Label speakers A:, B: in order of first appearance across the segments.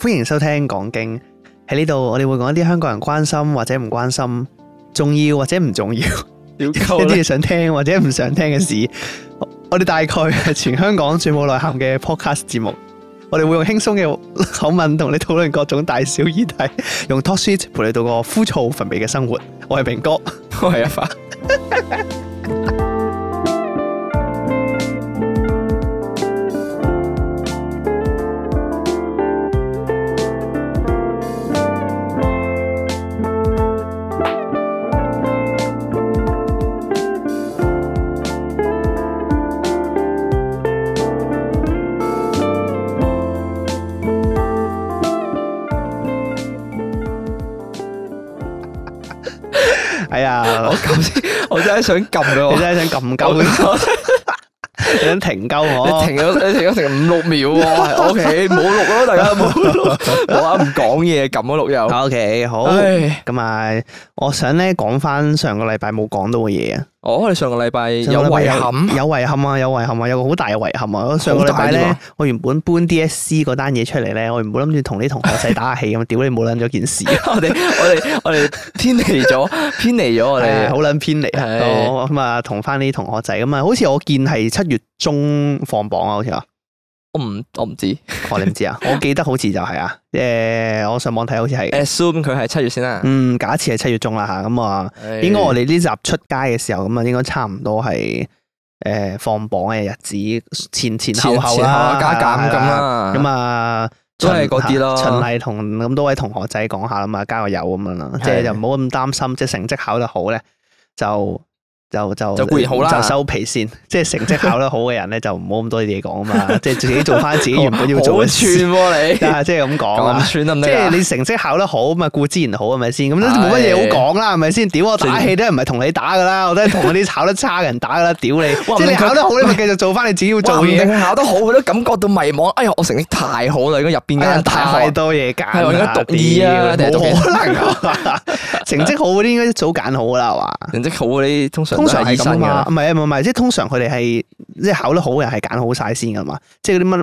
A: 歡迎收聽講經喺呢度，我哋會講一啲香港人關心或者唔關心，重要或者唔重要，
B: 屌
A: 一
B: 溝
A: 啲
B: 咧
A: 你，想聽或者唔想聽嘅事。我我哋大概係 全香港最冇內涵嘅 podcast 節目。我哋會用輕鬆嘅口吻同你討論各種大小議題，用 talk shit 陪你度過枯燥乏味嘅生活。我係明哥，
B: 我係阿發，
A: 哎呀
B: 我，撳先，我真係想撳
A: 你
B: 咯，
A: 真係想撳鳩
B: 我
A: 佢，你想停鳩我？
B: 你停咗，你停咗成五六秒喎，O K，冇錄咯，大家冇錄，冇啊，唔講嘢，撳咗錄又，
A: O K，好。
B: 唉，
A: 咁啊，我想咧講翻上個禮拜冇講到嘅嘢啊，
B: 哦，我哋上個禮拜有
A: 上個禮拜
B: 遺 憾，
A: 有遺憾啊，有遺憾啊，有個好大嘅遺憾啊！上個禮拜
B: 好大
A: 咧
B: 添，
A: 我原本搬 D S C 嗰單嘢出嚟咧，我原本諗住同啲同學 仔打下氣咁，屌你冇撚咗件事，
B: 我哋我哋我哋偏離咗，偏離 咗我
A: 係啊
B: 哋
A: 好撚偏離
B: 係
A: 啊！我咁啊，同翻啲同學仔咁啊，好似我見係七月中放榜啊，好似 啊，
B: 我唔我唔知
A: 我你唔知啊，我記得好似就係啊，誒，我上網睇好似係，
B: ，assume 佢係啊七月先啦，
A: 嗯，假設係七月中啦吓，咁啊。應該我哋呢集出街嘅時候咁啊，應該差唔多係誒、呃放榜嘅日子前前後後啦，
B: 加減咁
A: 係啦。
B: 啦，
A: 咁啊，
B: 都係嗰啲咯
A: 秦麗同咁多位同學仔講下啦嘛，加個油咁樣啦，即係
B: 係
A: 就唔好咁擔心，即係成績考得好咧，就就就
B: 就固然好啦
A: 就收皮先。 即係成績考得好嘅人咧，就唔好咁多嘢講啊 嘛，即係自己做翻自己原本要做嘅事，
B: 好串喎你，
A: 啊即係咁講啊。
B: 咁串得唔
A: 即
B: 得
A: 係
B: 啊？
A: 你成績考得好咁啊，固之然好係咪先？咁都
B: 係
A: 冇乜嘢好講啦，係咪先？屌我打氣都係唔係同你打噶啦，我都係同嗰啲考得差嘅人打噶啦，屌你！
B: 哇
A: 即係你
B: 唔明佢
A: 考得好，你咪繼續做翻你自己要做
B: 哇唔定
A: 嘢。
B: 佢考得好，佢都感覺到迷茫。哎呀，我成績太好啦，應該入邊
A: 哎呀
B: 間大
A: 太
B: 學。
A: 多嘢揀啦，
B: 係我應該讀醫啊定係
A: 屌
B: 讀
A: 冇
B: 幾
A: 可能啊！ 成績好嗰啲應該早揀好噶啦，係嘛？
B: 成績好嗰啲通常
A: 通
B: 都
A: 常
B: 係
A: 係
B: 醫啊
A: 咁啊
B: 生
A: 嘛，
B: 㗎。
A: 唔係唔係唔係，即係通常佢哋係即係考得好嘅人係揀好晒先噶嘛，即係嗰啲乜誒誒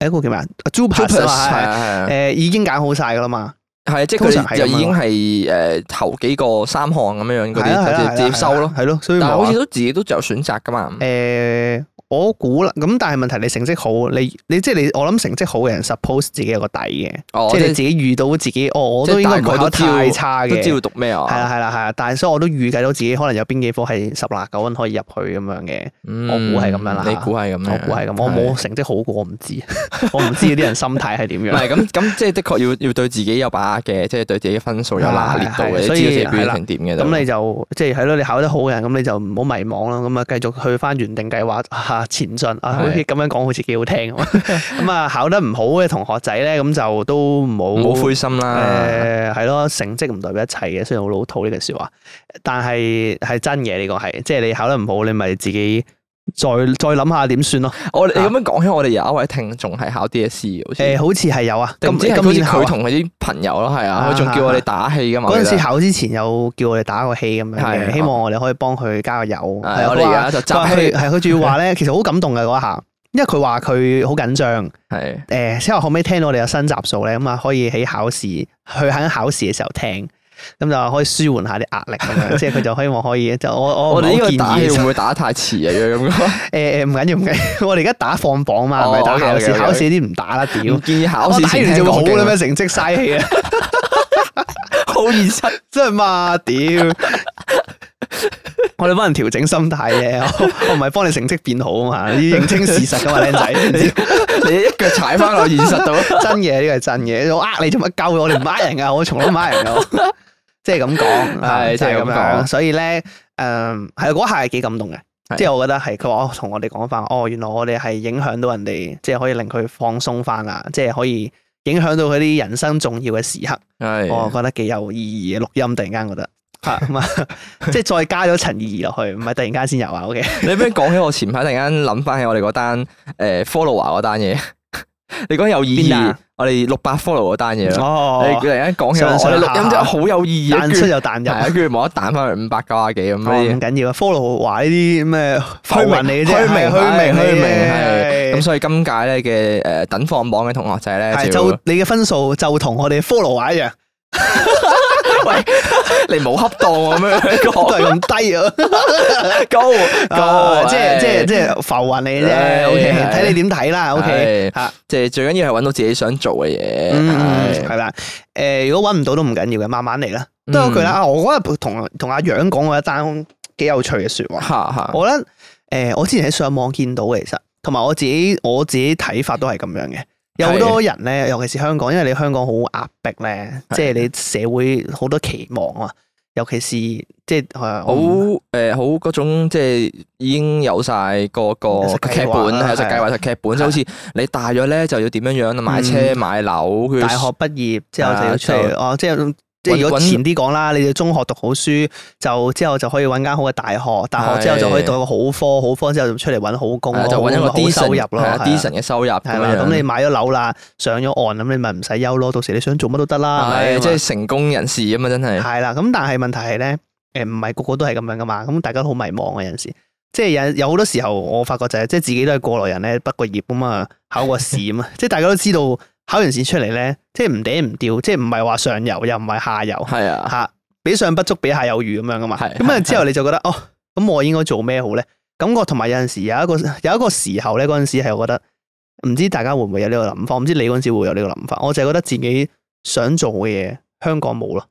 A: 嗰個叫咩啊 j u p a s 啊
B: 係
A: 嘛係，
B: 啊係啊
A: 誒已經揀好晒噶啦嘛。
B: 係即係
A: 通常
B: 佢
A: 係
B: 哋
A: 咁啊
B: 就
A: 樣
B: 已經係誒頭幾個三項咁樣樣
A: 係
B: 嗰
A: 啊係啊係
B: 啲
A: 啊
B: 就直接收咯。
A: 係咯，所以
B: 但係
A: 咪話
B: 好似都自己都有選擇㗎嘛。
A: 誒、我估啦，咁但係問題你成績好，你你即係你，我諗成績好嘅人，suppose 自己有個底嘅，
B: 哦，
A: 即係你
B: 即
A: 自己
B: 係
A: 遇到自己，哦，我
B: 即係
A: 都應該唔
B: 大
A: 會
B: 概
A: 考得
B: 都知道
A: 太差
B: 都
A: 嘅，
B: 知道
A: 係
B: 讀咩啊。
A: 啦係啦係啦，但係所以我都預計到自己可能有邊幾科係十拿九分可以入去咁樣嘅，
B: 嗯，
A: 我估係咁樣啦
B: 你估係咁樣，
A: 我估係咁，我
B: 嗯係。
A: 冇成績好過，我唔知， 我唔知嗰啲人心態 係點
B: 唔係
A: 樣。
B: 咁咁，即係的確要要對自己有把握嘅，即係對自己分數有拿捏到
A: 係係
B: 嘅，你知
A: 所
B: 道
A: 以
B: 自己表
A: 係啦
B: 現成點嘅就。
A: 咁你就即係係咯，你考得好嘅人，咁你就唔好迷茫啦。咁啊，繼續去翻原定計劃啊前進啊，好似
B: 係
A: 咁樣講好似幾好聽 咁。咁啊，考得唔好嘅同學仔咧，咁就都唔
B: 唔好
A: 好
B: 灰心啊啦。
A: 誒係咯，成績唔代表一切嘅，雖然好老土呢句説話，但係係真嘅呢個係，即係你考得唔好，你咪自己再再諗下點算咯。
B: 我你咁樣講起，我哋有一位聽眾係考 DSE 好似。
A: 啊誒，好似係有啊，今
B: 定唔知係
A: 今
B: 好似
A: 年考啊
B: 佢同佢啲朋友咯，係啊，
A: 啊
B: 佢仲叫我哋打氣噶嘛。
A: 嗰陣時
B: 係
A: 考之前有叫我哋打個氣咁樣嘅，
B: 係
A: 希望我哋可以幫佢加個油。係啊
B: 啊我哋而家就
A: 佢話
B: 集
A: 佢
B: 氣，
A: 係佢仲要話咧，其實好感動嘅嗰一下，因為佢話佢好緊張。
B: 係
A: 誒，之後後尾聽到我哋有新集數咧，咁啊可以喺考試，佢喺考試嘅時候聽，咁就可以舒緩下啲壓力咁 樣。即係佢就希望可以，就我我
B: 我哋呢個
A: 建
B: 打氣會
A: 議
B: 唔會打太遲啊？如果咁講，
A: 誒誒唔緊要唔緊要，我哋而 家打放榜嘛，唔係
B: 哦
A: 打考試，
B: OK，OK，OK
A: 考試啲唔打啦，屌
B: 唔！建議考
A: 我
B: 試
A: 打
B: 前
A: 完
B: 聽
A: 就會好
B: 講
A: 啦
B: 嘅
A: 咩，成績嘥氣啊！
B: 好現實。
A: 真係嘛屌！我哋幫人調整心態啫，我我唔係幫你成績變好啊嘛，你要認清事實噶嘛，靚仔，你知唔知
B: 你一腳踩翻落現 實度，
A: 真嘅呢個係真嘅，我呃你做乜鳩？我哋唔呃人噶，我從來都唔呃人噶，即係咁講， 啊就係
B: 係即係
A: 咁
B: 咁
A: 樣。
B: 講
A: 所以咧，誒係啊嗰下係幾感動嘅，
B: 係
A: 即係我覺得係佢話哦，同我哋講翻，哦原來我哋係影響到人哋，即係可以令佢放鬆翻啦，即係可以影響到佢啲人生重要嘅時刻。我
B: 係啊
A: 覺得幾有意義嘅錄音，突然間覺得嚇咁 啊，即係再加咗陳意義落去，唔係突然間先有啊。OK，
B: 你俾講起我前排突然間諗翻起我哋嗰單誒 follower 嗰單嘢， 你講有意
A: 邊單
B: 義
A: 啊，
B: 我哋六百 follow 嗰單嘢啦。你
A: 哦
B: 突，然間講起我
A: 上上
B: 哋
A: 下
B: 錄音真係好有意義，
A: 彈
B: 跟住
A: 出又彈
B: 係啊，
A: 入，
B: 跟住冇得彈翻去五百九啊幾咁
A: 哦唔
B: 啲。
A: 緊要啊。follow 話呢啲咩
B: 虛
A: 虛
B: 名
A: 名嚟嘅啫，
B: 虛名
A: 係虛名
B: 虛名
A: 嚟嘅
B: 咁所以今屆咧嘅誒等放榜嘅同學仔咧，
A: 係
B: 就
A: 就你嘅分數就同我哋 follow 話一樣，
B: 你冇恰當我咁樣
A: 都
B: 講，
A: 係咁 低啊。
B: 高
A: 啊
B: 高，
A: 即係即係即係浮雲你啫，OK，
B: 哦係
A: 睇你點睇啦，OK，Dạ, Ừ.
B: 係
A: 吓，
B: 即係最緊要係揾到自己想做嘅
A: 嗯，
B: 嘢。
A: 係
B: 係
A: 啦，誒，如果揾唔到都唔緊要嘅，慢慢嚟啦。都有句啦，啊我嗰日同同阿楊講過一單幾有趣嘅説話，
B: 嚇嚇，
A: 我覺得誒，我之前喺上網見到嘅，其實同埋我自己我自己睇法都係咁樣嘅。有好多人咧，尤其是香港，因為你香港好壓迫咧，
B: 係
A: 即係你社會好多期望啊，尤其是即係呃誒
B: 好誒好嗰種即係已經有晒個個
A: 有晒計劃
B: 劇本，
A: 啦
B: 係有晒計劃、有晒劇本，就好似你大約咧就要點樣樣買車買樓，跟住
A: 大學畢業之後就要出
B: 係啊
A: 嚟，哦，即係即係如果
B: 搵
A: 前啲講啦，你哋中學讀好書，就之後就可以揾間好嘅大學，大學之後就可以讀一個好科，好科之後就出嚟揾好工
B: 係啊
A: 咯，
B: 就揾一個
A: 好好
B: decent
A: 收入咯，
B: 係啊
A: 係啊
B: decent 嘅收入咁
A: 係啦。
B: 樣。
A: 咁你買咗樓啦，上咗岸，咁你咪唔使憂咯。到時你想做乜都得啦，係咪
B: 係啊即係成功人士啊嘛，真係。
A: 係啦。咁但係問題係咧，誒唔係個個都係咁樣噶嘛，咁大家都好迷茫嘅啊有陣時。即係有有好多時候，我發覺就係、即係自己都係過來人咧，畢過業咁啊，考過試咁啊，即係大家都知道考完試出嚟咧，即係唔嗲唔吊，即係唔係話上游又唔係下游，
B: 係啊，
A: 吓，比上不足，比下有餘咁樣噶嘛。
B: 係
A: 咁啊之後你就覺得哦，咁我應該做咩好咧？感覺同埋有陣時有一個有一個時候咧，嗰陣時係我覺得唔知大家會唔會有呢個諗法，唔知你嗰陣時會唔會有呢個諗法。我就係覺得自己想做嘅嘢，香港冇咯，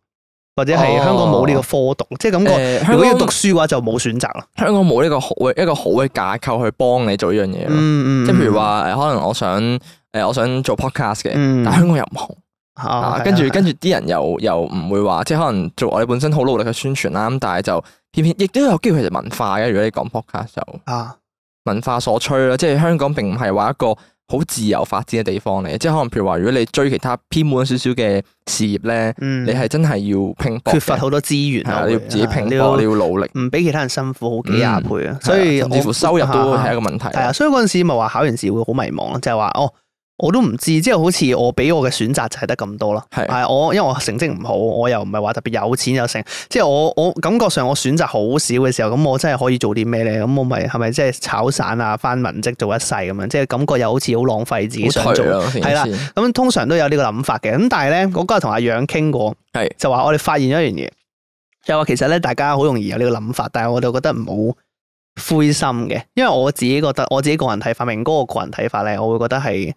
A: 或者係
B: 哦
A: 香港冇呢個科讀，即係感覺
B: 誒
A: 如
B: 香
A: 果要讀
B: 港
A: 書嘅話就冇選擇咯。
B: 香港冇呢個好嘅一個好嘅架構去幫你做呢樣嘢咯。
A: 嗯嗯，
B: 即係譬如話誒，可能我想誒，我想做 podcast 嘅，
A: 嗯，
B: 但香港又唔紅。
A: 啊
B: 啊，跟住跟住啲人又又唔會話，即係可能做我哋本身好努力嘅宣傳啦，咁但係就偏偏亦都有機會其實文化嘅。如果你講 podcast 就
A: 啊，
B: 文化所趨啦，即係香港並唔係話一個好自由發展嘅地方嚟，即係可能譬如話，如果你追其他偏門少少嘅事業咧，
A: 嗯，
B: 你係真係要拼搏嘅，
A: 缺乏好多資源
B: 係
A: 啊，
B: 啊，
A: 會
B: 你要自己拼
A: 你
B: 搏，
A: 要
B: 你要努力，
A: 唔俾其他人辛苦好幾廿倍啊，
B: 係啊
A: 所以
B: 甚至乎
A: 我
B: 收入都係一個問題。
A: 係啊，所以嗰陣時咪話考完試會好迷茫咯，就係話哦，我都唔知，即係好似我俾我嘅選擇就係得咁多啦。
B: 係
A: 係啊我因為我成績唔好，我又唔係話特別有錢又成，即係我我感覺上我選擇好少嘅時候，咁我真係可以做啲咩咧？咁我咪係咪即係炒散啊，翻文職做一世咁樣？即係感覺又好似好浪費自己想
B: 好
A: 做
B: 頹。啊咯，
A: 係
B: 係
A: 啦咁通常都有呢個諗法嘅。咁但係咧，我嗰日同阿楊傾過，
B: 係
A: 就話我哋發現咗一樣嘢，就話其實咧大家好容易有呢個諗法，但係我就覺得唔好灰心嘅，因為我自己覺得我自己個人睇法，明哥個個人睇法咧，我會覺得係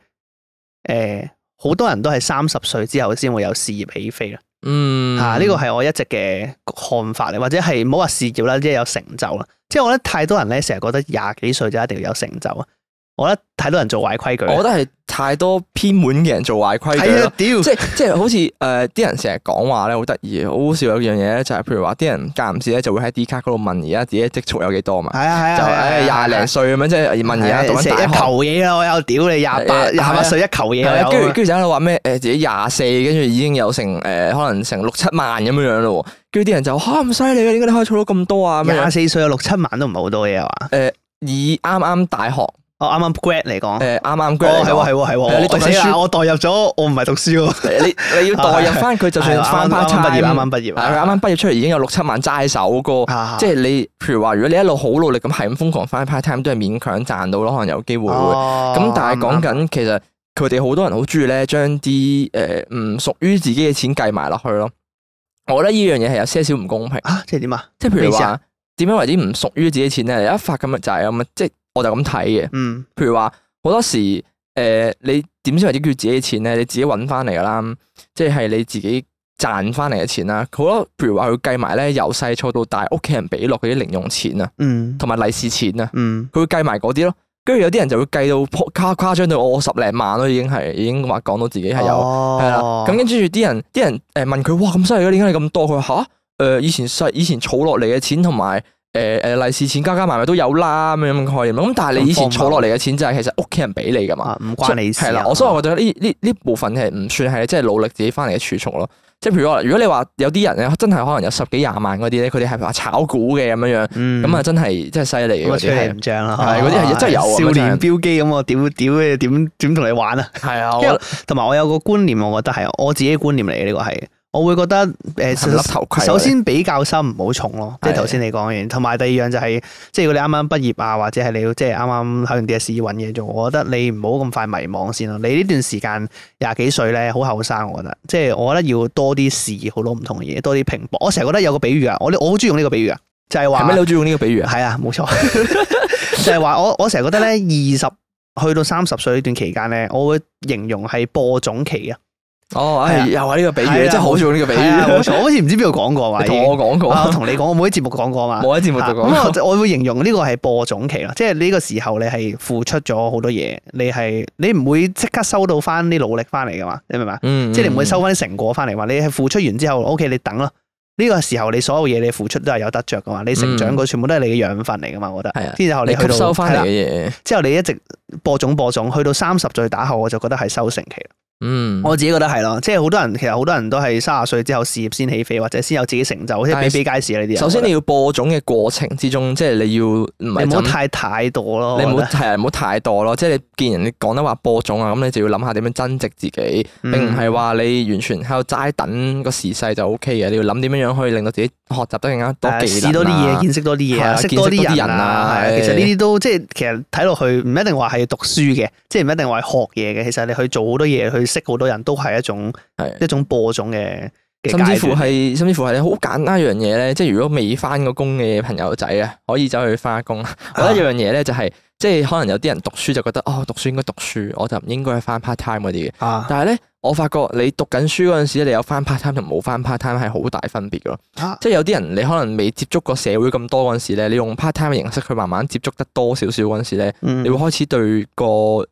A: 誒好多人都係三十歲之後先會有事業起飛啦。
B: 嗯，
A: 啊嚇、呢個係我一直嘅看法嚟，或者係唔好話事業啦，即係有成就啦。即係我覺得太多人咧，成日覺得廿幾歲就一定要有成就啊！我覺得太多人做壞規矩。
B: 我覺得係太多偏門嘅人做壞規矩
A: 係
B: 咯
A: 啊，屌！
B: 即係即係好似誒啲人成日講話咧好得意，好好笑有樣嘢咧就係譬如話啲人間唔時咧就會喺 D 卡嗰度問而家自己積蓄有幾多嘛，
A: 係啊係啊，
B: 就
A: 係啊
B: 誒
A: 係啊
B: 廿零歲咁樣即係問而家讀緊
A: 成一
B: 大學。
A: 球嘢啦，我有屌你廿
B: 係
A: 八
B: 啊
A: 廿八歲一球嘢
B: 係啊
A: 啦，
B: 跟住跟住就喺度話咩誒自己廿四，跟住已經有成誒、可能成六七萬咁樣樣咯喎，跟住啲人就嚇咁犀利啊嘅，點解你可以儲到咁多啊？咁
A: 廿
B: 樣
A: 四歲有六七萬都唔係好多嘢係嘛？
B: 以啱啱大學
A: 我啱啱 grad 嚟講，
B: 誒啱啱 g
A: 哦係
B: r
A: 喎係喎係
B: 係啊
A: 喎，
B: 你讀
A: 我
B: 緊
A: 死啦
B: 書
A: 我代入咗，我唔係讀書喎，
B: 你 你要代入翻佢，就算
A: 係啊
B: 翻
A: 啱啱
B: part
A: 啱啱畢
B: time，
A: 業啱啱畢
B: 係
A: 業，啊
B: 佢啱啱畢業出嚟已經有六七萬齋手個。
A: 啱
B: 即係你，譬如話，如果你一路好努力咁，係咁瘋狂翻 part time，都係勉強賺到咯，可能有機會會。
A: 哦
B: 咁、
A: 咁
B: 但係講緊其實佢哋好多人好中意咧，將啲誒唔屬於自己嘅錢計埋落去咯。我覺得呢樣嘢係有些少唔公平，
A: 啊，即係點啊？
B: 即係譬
A: 咩
B: 如
A: 意思
B: 話點樣為之唔屬於自己錢咧？有一發咁嘅就係咁啊，即係我就咁睇嘅。
A: 嗯
B: 譬如話好多時誒、呃你點先為之叫自己錢咧？你自己揾翻嚟噶啦，即係你自己賺翻嚟嘅錢啦。好多譬如話佢計埋咧，由細儲到大，屋企人俾落嗰啲零用錢啊，
A: 嗯
B: 同埋利是錢啊，
A: 嗯，
B: 佢會計埋嗰啲咯。跟住有啲人就會計到誇誇誇張到哦我十零萬咯，已經係已經話講到自己係有係啦。
A: 哦
B: 咁跟住啲人啲人誒問佢哇咁犀利嘅，點解你咁多？佢話吓誒以前細以前儲落嚟嘅錢同埋誒誒利是錢加加埋埋都有啦咁樣嘅概念咯。咁但係你以前儲落嚟嘅錢就係其實屋企人俾你噶嘛，
A: 啊，唔關你事
B: 係啦
A: 啊。，
B: 我所以我覺得呢呢呢部分係唔算係即係努力自己翻嚟嘅儲蓄咯。即係譬如話，如果你話有啲人咧，真係可能有十幾廿萬嗰啲咧，佢哋係話炒股嘅咁樣樣，
A: 嗯
B: 咁啊真係真係犀利嘅
A: 咁啊
B: 嗰
A: 吹你
B: 啲
A: 唔漲啦，
B: 係嗰啲係真係有啊
A: 少
B: 真係
A: 年標機咁，我屌屌你點點同你玩啊？
B: 係係啊，我
A: 因為同埋我有個觀念，我覺得係我自己嘅觀念嚟嘅呢個係，我會覺得誒
B: 係咪笠頭盔啊。
A: 首先比較心唔好重咯，即係
B: 係
A: 頭先你講完，同埋第二樣就係、即係如果你啱啱畢業啊，或者係你要即係啱啱考完 DSE 揾嘢做，我覺得你唔好咁快迷茫先咯。你呢段時間廿幾歲咧，好後生，我覺得，即係我覺得要多啲試好多唔同嘅嘢，多啲拼搏。我成日覺得有個比喻啊，我我好中意用呢個比喻啊，就係
B: 係
A: 話
B: 咩？你好中意用呢個比喻啊？
A: 係啊，冇錯， 就係話我我成日覺得咧，二十去到三十歲呢段期間咧，我會形容係播種期啊，
B: 哦，
A: 係
B: 唉
A: 啊
B: 又係呢個比
A: 係
B: 喻，
A: 啊
B: 真係好中意用呢個比
A: 係啊，冇
B: 喻。
A: 錯，我好似唔知邊度講過話
B: 你
A: 已
B: 同
A: 經。
B: 我講過
A: 啊，我，同你講，我每啲節目講過嘛。
B: 冇喺節目
A: 啊
B: 度
A: 咁我
B: 講。
A: 就我會形容呢個係播種期啦，即係呢個時候你係付出咗好多嘢，你係你唔會即刻收到翻啲努力翻嚟噶嘛，你明唔明啊？
B: 嗯
A: 即係你唔會收翻啲成果翻嚟嘛，你係付出完之後，OK 你等咯。呢個時候你所有嘢你付出都係有得着噶嘛，你成長嗰全部都係你嘅養分嚟噶嘛，我覺
B: 嗯係
A: 得
B: 啊。
A: 之後
B: 你
A: 去
B: 吸
A: 到
B: 收翻嚟嘅
A: 係啦
B: 嘢。
A: 之後你一直播種播種，去到三十歲打後我就覺得係收成期啦。
B: 嗯，
A: 我自己覺得係咯，即係好多人其實好多人都係三十歲之後事業先起飛，或者先有自己成就，即係
B: 但
A: 比
B: 係
A: 比皆是啊呢啲人。
B: 首
A: 我覺
B: 先
A: 得
B: 你要播種嘅過程之中，即係你要唔係
A: 你唔好
B: 就咁
A: 太太多咯，
B: 你唔
A: 我
B: 好
A: 覺得
B: 係啊，唔好太多咯。即係你見人哋講得話播種啊，咁你就要諗下點樣增值自己，
A: 嗯
B: 並唔係話你完全喺度齋等個時勢就 O K 嘅。你要諗點樣樣去令到自己學習得更加多
A: 誒
B: 技
A: 試
B: 能
A: 多啲嘢，
B: 啊。
A: 見識多啲嘢
B: 係
A: 啊，
B: 啊
A: 識多啲
B: 見識多啲
A: 人
B: 人
A: 啊係
B: 啊，
A: 啊
B: 係
A: 其實呢啲都即係其實睇落去唔一定話係讀書嘅，即係唔一定話係學嘢嘅。其實你去做好多嘢，去識好多人都係一種
B: 係
A: 一種播種嘅嘅
B: 甚
A: 階
B: 至乎
A: 段。
B: 係，甚至乎係你好簡單一樣嘢咧，即係如果未翻過工嘅朋友仔啊，可以走去翻工。
A: 啊
B: 我覺得一樣嘢咧就係、即係可能有啲人讀書就覺得哦，讀書應該讀書，我就唔應該去翻 part time 嗰啲嘅。
A: 啊
B: 但係咧，我發覺你讀緊書嗰陣時，你有翻 part time 同冇翻 part time 係好大分別嘅咯。
A: 啊
B: 即係有啲人你可能未接觸過社會咁多嗰陣時咧，你用 part time 嘅形式去慢慢接觸得多少少嗰陣時咧，
A: 嗯
B: 你會開始對個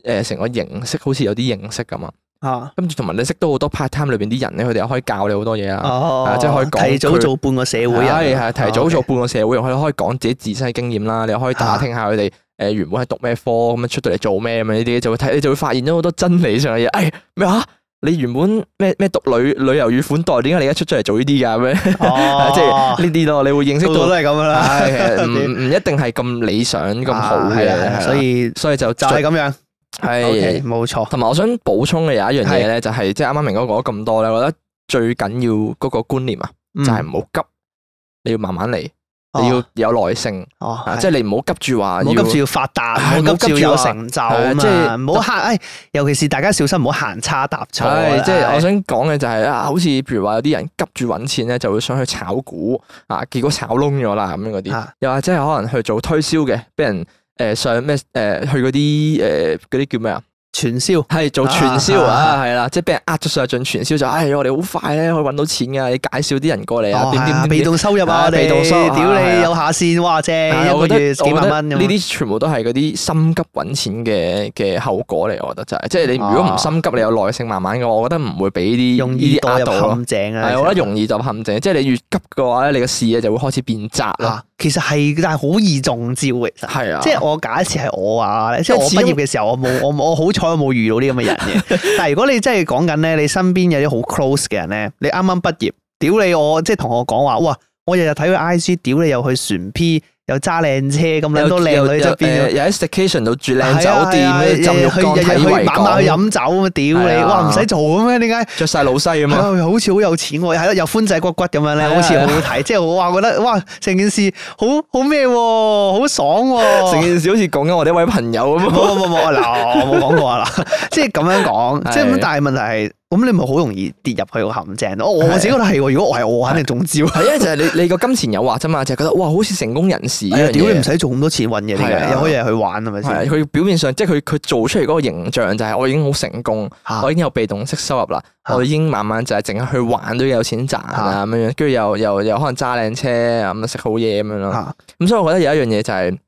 B: 誒成、個形式好似有啲認識咁啊。
A: 啊
B: 跟住同埋你識到好多 part time 裏邊啲人咧，佢哋又可以教你好多嘢啊。
A: 哦
B: 啊，即係可以講
A: 提早
B: 佢
A: 做半個社會人，
B: 係係提早做
A: 啊
B: 半個社會人，佢哋可以講自己自身嘅經驗啦，你又可以打聽下佢哋誒原本係讀咩科，咁樣出到嚟做咩咁樣呢啲，就會睇你就會發現咗好多真理上嘅嘢。誒咩啊？你原本咩咩讀旅旅遊與款待，點解你而家出咗嚟做呢啲㗎咁樣？
A: ，OK 哦
B: 即係呢啲咯，你會認識
A: 識到都
B: 到，
A: 係咁 噶啦，
B: 唉其實唔唔一定係咁理想咁好
A: 啊係啊係啊
B: 嘅，
A: 所以
B: 所以就
A: 就係咁樣。
B: 係
A: OK，。冇錯。
B: 同埋我想補充嘅有一樣嘢咧，就係即係啱啱明哥講咗咁多咧，我覺得最緊要嗰個觀念啊，
A: 就
B: 就係唔好急，你要慢慢嚟。你
A: 哦
B: 要有耐性，
A: 哦
B: 啊
A: 係
B: 即係你唔好急住話
A: 唔好
B: 要
A: 急住要發達，
B: 係
A: 唔好急住要有成就啊
B: 唔好急住話係
A: 嘛，
B: 即係
A: 唔好哎行。誒，尤其是大家小心唔好行差踏錯啊。
B: 係，即係我想講嘅就係、啊，好似譬如話有啲人急住揾錢咧，就會想去炒股啊，結果炒窿咗啦咁樣嗰啲，
A: 啊
B: 又或者係可能去做推銷嘅，俾人誒、呃上咩誒、呃去嗰啲誒嗰啲叫咩啊？
A: 傳銷
B: 係做傳銷
A: 啊啊
B: 啊，係啦，即係俾人呃咗上去進傳銷就，唉、我哋好快咧可以揾到錢㗎，你介紹啲人過嚟
A: 哦
B: 啊，點
A: 係啊
B: 點點
A: 被
B: 點。
A: 動收入啊，
B: 啊
A: 我哋
B: 被動收入啊
A: 屌
B: 係
A: 你
B: 啊
A: 有下線，哇正，
B: 係啊
A: 一
B: 我
A: 個
B: 覺得
A: 月幾萬蚊咁
B: 我覺得呢啲全部都係嗰啲心急揾錢嘅嘅後果嚟，我覺得就係，即係你
A: 啊
B: 如果唔心急，你有耐性慢慢嘅話，我覺得唔會俾啲
A: 容易
B: 呢啲
A: 墮
B: 呃到咯
A: 入陷。阱啊。
B: 係，我覺得容易就陷阱，即係你越急嘅話咧，你嘅視野就會開始變窄啦。
A: 啊，其實係，但係好易中招嘅。其實
B: 係啊，
A: 即係我假設係我啊，即係我
B: 即係
A: 畢
B: 始終
A: 業嘅時候，我冇我我好彩我冇遇到啲咁嘅人嘅。 但係如果你真係講緊咧，你身邊有啲好 close 嘅人咧，你啱啱畢業，屌你我即係同我講話，哇！我日日睇佢 I G，屌你又去船 P，又揸靚車，咁撚多靚女側邊。
B: 又喺 station 度住靚
A: 係啊
B: 酒店，
A: 係啊
B: 跟住浸浴缸
A: 日日
B: 睇
A: 去
B: 維
A: 晚晚去
B: 港，
A: 飲酒咁，屌
B: 係
A: 你！
B: 啊
A: 哇，唔使做嘅咩？點解？
B: 着晒老西咁
A: 係
B: 嘛。
A: 啊，好似好有錢喎，係咯，又寬仔骨骨咁樣咧，
B: 係啊
A: 好似好好睇。即係我話覺得，哇，成件事好好咩喎，好爽喎，
B: 成件事好似講緊我哋一位朋友咁。
A: 冇冇冇冇嗱，我冇講過啊嗱，即係咁樣講，
B: 係
A: 即係咁，但係問題係，咁你咪好容易跌入去個陷阱咯。我我自己覺得係喎，如果我係我，我肯定中招。
B: 係因為就係你你個金錢誘惑啫嘛，就係覺得哇，好似成功人士一
A: 哎呀
B: 樣
A: 屌你
B: 嘢
A: 唔。使做咁多錢揾嘢，點
B: 係
A: 解
B: 啊
A: 又可以係去玩係咪
B: 係啊
A: 先？
B: 佢表面上即係佢佢做出嚟嗰個形象就係我已經好成功，
A: 嚇
B: 我已經有被動式收入啦，
A: 嚇
B: 我已經慢慢就係淨係去玩都有錢賺啊咁樣樣，跟住又又又可能揸靚車啊咁食好嘢咁樣咯。
A: 嚇
B: 咁所以我覺得有一樣嘢就係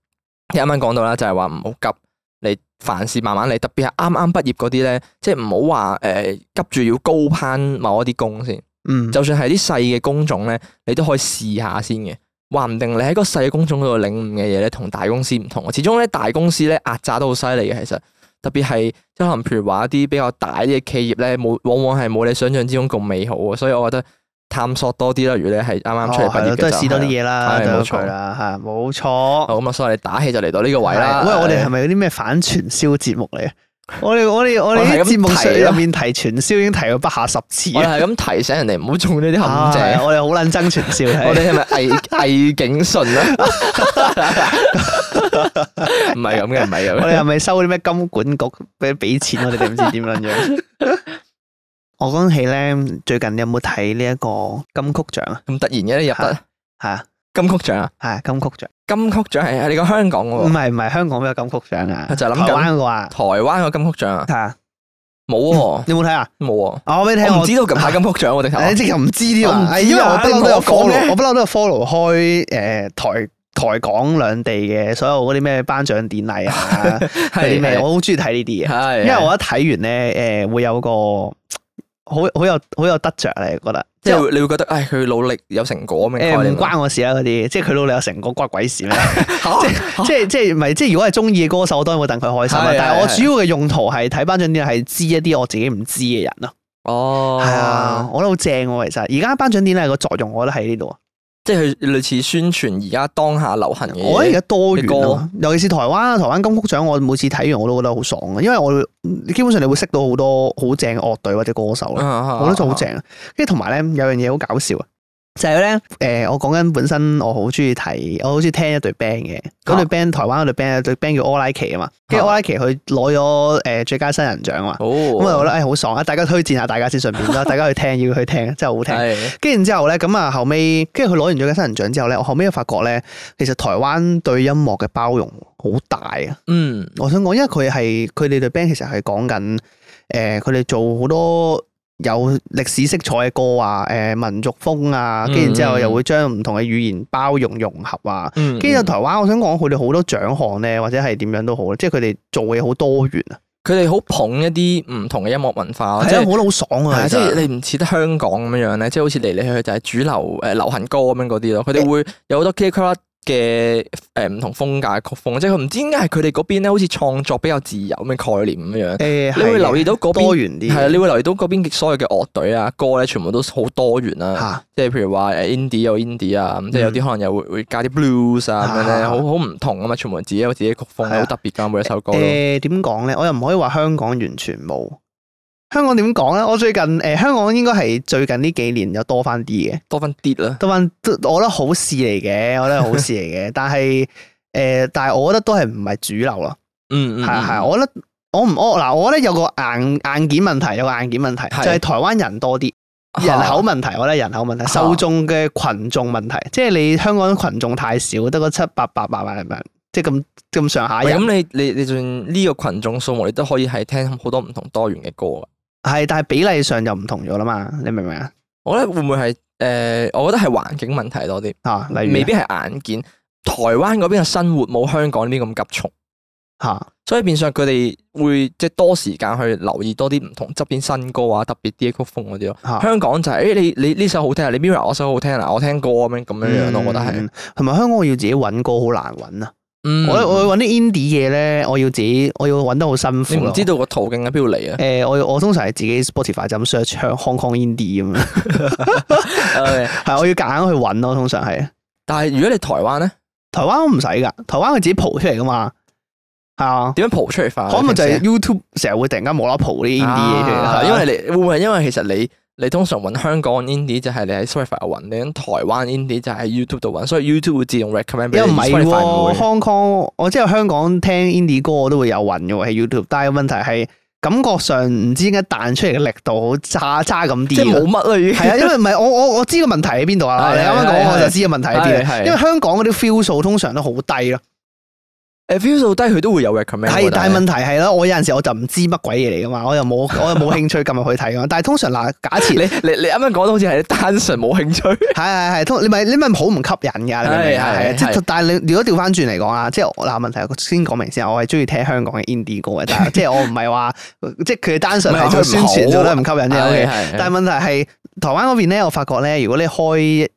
B: 你啱啱講到啦，就係話唔好急，你凡事慢慢嚟，特別係啱啱畢業嗰啲咧，即係唔好話誒急住要高攀某一啲工先，
A: 嗯，
B: 就算係啲細嘅工種咧，你都可以試下先嘅。話唔定你喺個細工種嗰度領悟嘅嘢咧，同大公司唔同。始終咧，大公司咧壓榨都好犀利嘅，其實特別係即係可能譬如話一啲比較大啲嘅企業咧，冇往往係冇你想象之中咁美好嘅，所以我覺得探索多啲啦。如果你係啱啱出嚟
A: 哦係
B: 畢業
A: 咯
B: 嘅，
A: 都係試多啲
B: 就係啦。
A: 嘢啦，
B: 係
A: 都有
B: 冇錯
A: 佢啦，係冇錯。
B: 好咁啊，所以你打氣就嚟到呢個位
A: 係
B: 啦。
A: 喂，我哋係咪嗰啲咩反傳銷節目嚟啊？我哋我哋我
B: 我
A: 哋
B: 係咁
A: 啲節目上
B: 提咯
A: 入面提傳銷已經提咗不下十次
B: 我
A: 啊！
B: 哋係咁提醒人哋唔好中呢啲陷
A: 啊
B: 阱。
A: 我哋好撚憎傳銷，
B: 我
A: 係
B: 哋係咪 偽偽警訊啊？ 唔係咁嘅，唔 係咁
A: 我
B: 嘅。
A: 哋係咪收嗰啲咩金管局俾俾錢我哋定唔知點樣 樣？我講起咧，最近你有冇睇呢一個金曲獎啊？
B: 咁突然嘅你入得
A: 係啊，
B: 金曲獎啊？
A: 係啊金曲獎，
B: 金曲獎哎係係你講香港
A: 唔
B: 喎，
A: 係唔係香港邊有金曲獎啊？
B: 我啊就諗緊
A: 台灣嘅話，
B: 台灣個金曲獎啊？
A: 係啊，
B: 冇 喎，
A: 你有冇睇啊？
B: 冇喎。
A: 啊我俾你聽，
B: 我
A: 我
B: 唔知道近排金曲獎我直頭。
A: 誒， 即係唔知添
B: 我唔知
A: 啊！
B: 啊
A: 因為我不嬲都有
B: 你冇講
A: follow，
B: 嘅
A: 我不嬲都有 follow 開誒台台港兩地嘅所有嗰啲咩頒獎典禮啊，嗰
B: 係
A: 啲咩，
B: 係
A: 我好中意睇呢啲嘢，
B: 係，
A: 因為我一睇完咧誒會有個好好有好有得着咧，覺得
B: 即
A: 即係
B: 係你會覺得，唉，佢努力有啊成果咩？
A: 誒唔關我事啦嗰啲，即係佢努力有成果關鬼 事咩？
B: 嚇
A: 即係即係唔係即係如果係中意嘅歌手，我當然會戥佢開心啦啊
B: 係。
A: 但係我
B: 係
A: 主要嘅用途係睇頒獎典禮係知一啲我自己唔知嘅人咯。
B: 哦，
A: 係啊，，我覺得好正喎，其實而家頒獎典禮個作用，我覺得喺呢度啊。
B: 即係佢類似宣傳而家當下流行嘅嘢。
A: 我覺得而家多元啊
B: 嘅，
A: 尤其是台灣啊，台灣金曲獎，我每次睇完我都覺得好爽啊，因為我基本上你會識到好多好正嘅樂隊或者歌手啦，
B: 啊
A: 我覺得就好正啊。跟住同埋咧，有樣嘢好搞笑啊，就係咧誒，我講緊本身我好中意睇，我好中意聽一隊 band 嘅，
B: 啊
A: 嗰隊 band 台灣嗰隊 band 有隊 band 叫柯拉奇啊嘛，跟住柯拉奇佢攞咗誒最佳新人獎啊嘛，
B: 哦，
A: 咁我覺得誒好爽啊！大家推薦下大家先，順便 啦，大家去聽要去聽，真係好聽。
B: 係
A: 跟住然之後咧，咁啊後尾，跟住佢攞完咗嘅新人獎之後咧，我後尾又發覺咧，其實台灣對音樂嘅包容好大啊！
B: 嗯
A: 我想講，因為佢係佢哋對 band 其實係講緊誒，呃佢、哋做好多有歷史色彩嘅歌啊，誒、民族風啊，跟住然之後
B: 嗯嗯
A: 又會將唔同嘅語言包容融合啊。
B: 嗯，
A: 跟住台灣，我想講佢哋好多獎項咧，或者係點樣都好咧，即係佢哋做嘢好多元啊，
B: 佢哋好捧一啲唔同嘅音樂文化，即
A: 係啊，我
B: 係
A: 覺得好爽
B: 係
A: 啊！
B: 啊，
A: 其
B: 即
A: 實
B: 係你唔似得香港咁樣樣咧，即係好似嚟嚟去去就係主流誒、呃流行歌咁樣嗰啲咯。佢哋會有好多 K 嘅誒唔同風格嘅曲風，即係佢唔知點解係佢哋嗰邊咧，好似創作比較自由咁嘅概念咁
A: 誒，
B: 樣。你
A: 呃係
B: 會
A: 嘅
B: 留意到嗰
A: 多
B: 邊
A: 元啲
B: 係啊，你會留意到嗰邊所有嘅樂隊啊歌咧，全部都好多元啦、
A: 嚇嗯
B: 即係譬如話誒 indie 有 indie 啊，咁即係有啲可能又會會加啲 blues 啊咁樣咧，
A: 啊
B: 好好唔同啊嘛，全部自己有自己嘅曲風，
A: 係啊
B: 好特別㗎每一首歌都。
A: 誒點講咧？我又唔可以話香港完全冇。香港點講咧？我最近誒、香港應該係最近呢幾年有多翻啲嘅，
B: 多分啲啦，
A: 多翻都我覺得好事嚟嘅，我覺得係好事嚟 嘅。但係誒、但係我覺得都係唔係主流咯。
B: 嗯嗯，
A: 係啊係啊，
B: 我
A: 我覺得我唔我嗱，我覺得有個硬硬件問題，有個硬件問題
B: 係啊
A: 就係台灣人多啲。人口問題，我覺得人口問題，
B: 嚇
A: 受眾嘅群眾問題，即係你香港群眾太少，得嗰七八百萬人，即係咁咁上下
B: 喂
A: 人。
B: 咁你你你就算呢個群眾數目，你都可以係聽好多唔同多元嘅歌啊！
A: 係，但係比例上就唔同咗啦嘛，你明唔明啊？
B: 我覺得會唔會係誒、呃我覺得係環境問題多啲，
A: 啊，例如
B: 未必係硬件。台灣嗰邊嘅生活冇香港呢啲咁急促，
A: 吓，
B: 所以變相佢哋會即係多時間去留意多啲唔同側邊新歌啊、特別啲嘅曲風嗰啲咯。
A: 嚇
B: 香港就係、誒你你呢首好聽啊，你 Mirror 我首好聽啊，我聽歌咁樣咁樣樣咯，我覺得係。
A: 嗯同埋香港我要自己揾歌好難揾啊！
B: 嗯
A: 我我要揾啲 indie 嘢咧，我要自己我要揾得好辛苦
B: 你
A: 咯
B: 唔知道個途徑喺邊度嚟 啊？
A: 誒，我我通常係自己 Spotify 就咁 search Hong Kong indie 咁樣，
B: 誒
A: 係我要夾硬去揾咯，通常係。
B: 但係如果你台灣咧，
A: 台灣我唔使㗎，台灣佢自己蒲出嚟㗎嘛，係啊，
B: 點樣蒲出嚟法啊？
A: 可能就
B: 你
A: 係
B: 平時
A: YouTube 成日會突然間無啦啦蒲啲 indie 嘢出嚟係
B: 啊
A: 啊，
B: 因為你會唔會係因為其實你你通常揾香港 indie 就係你喺 Spotify 度揾，你喺台灣 indie 就係喺 YouTube 度揾，所以 YouTube 會自動 recommend 俾
A: 又
B: 你
A: 唔係
B: Spotify 唔
A: 喎
B: 會
A: ，Hong Kong 我知道香港聽 indie 歌我都會有揾嘅喎喺 YouTube，但係個問題係感覺上唔知點解彈出嚟嘅力度好差差咁
B: 即係
A: 啲嘅。
B: 冇乜啦已經。
A: 係啊，因為唔係我我我知個問題喺邊度啊！
B: 係
A: 你啱啱講
B: 係
A: 我就知個問題喺邊
B: 係係
A: 啊因為香港嗰啲 feel 數通常都好低咯。
B: 誒 view 數低佢都會有 recommend
A: 係
B: 喎。，
A: 但係
B: 係
A: 問題係啦，我有陣時我就唔知乜鬼嘢嚟噶嘛，我又 冇我又冇興趣撳入去睇噶嘛。但係通常嗱，假設
B: 你
A: 係
B: 你你啱啱講到好似係單純冇興趣。
A: 係係，通你咪你咪好唔吸引㗎，你明唔明啊？
B: 係
A: 係啊
B: 係
A: 即係
B: 係
A: 但係你如果調翻轉嚟講啊，即係我嗱問題，我先講明先，我係中意聽香港嘅 indie 歌嘅，但係即係我唔係話即係佢單純係做宣傳做得唔吸引啫。OK，
B: 啊係
A: 但係問題係台灣嗰邊咧，我發覺咧，如果你開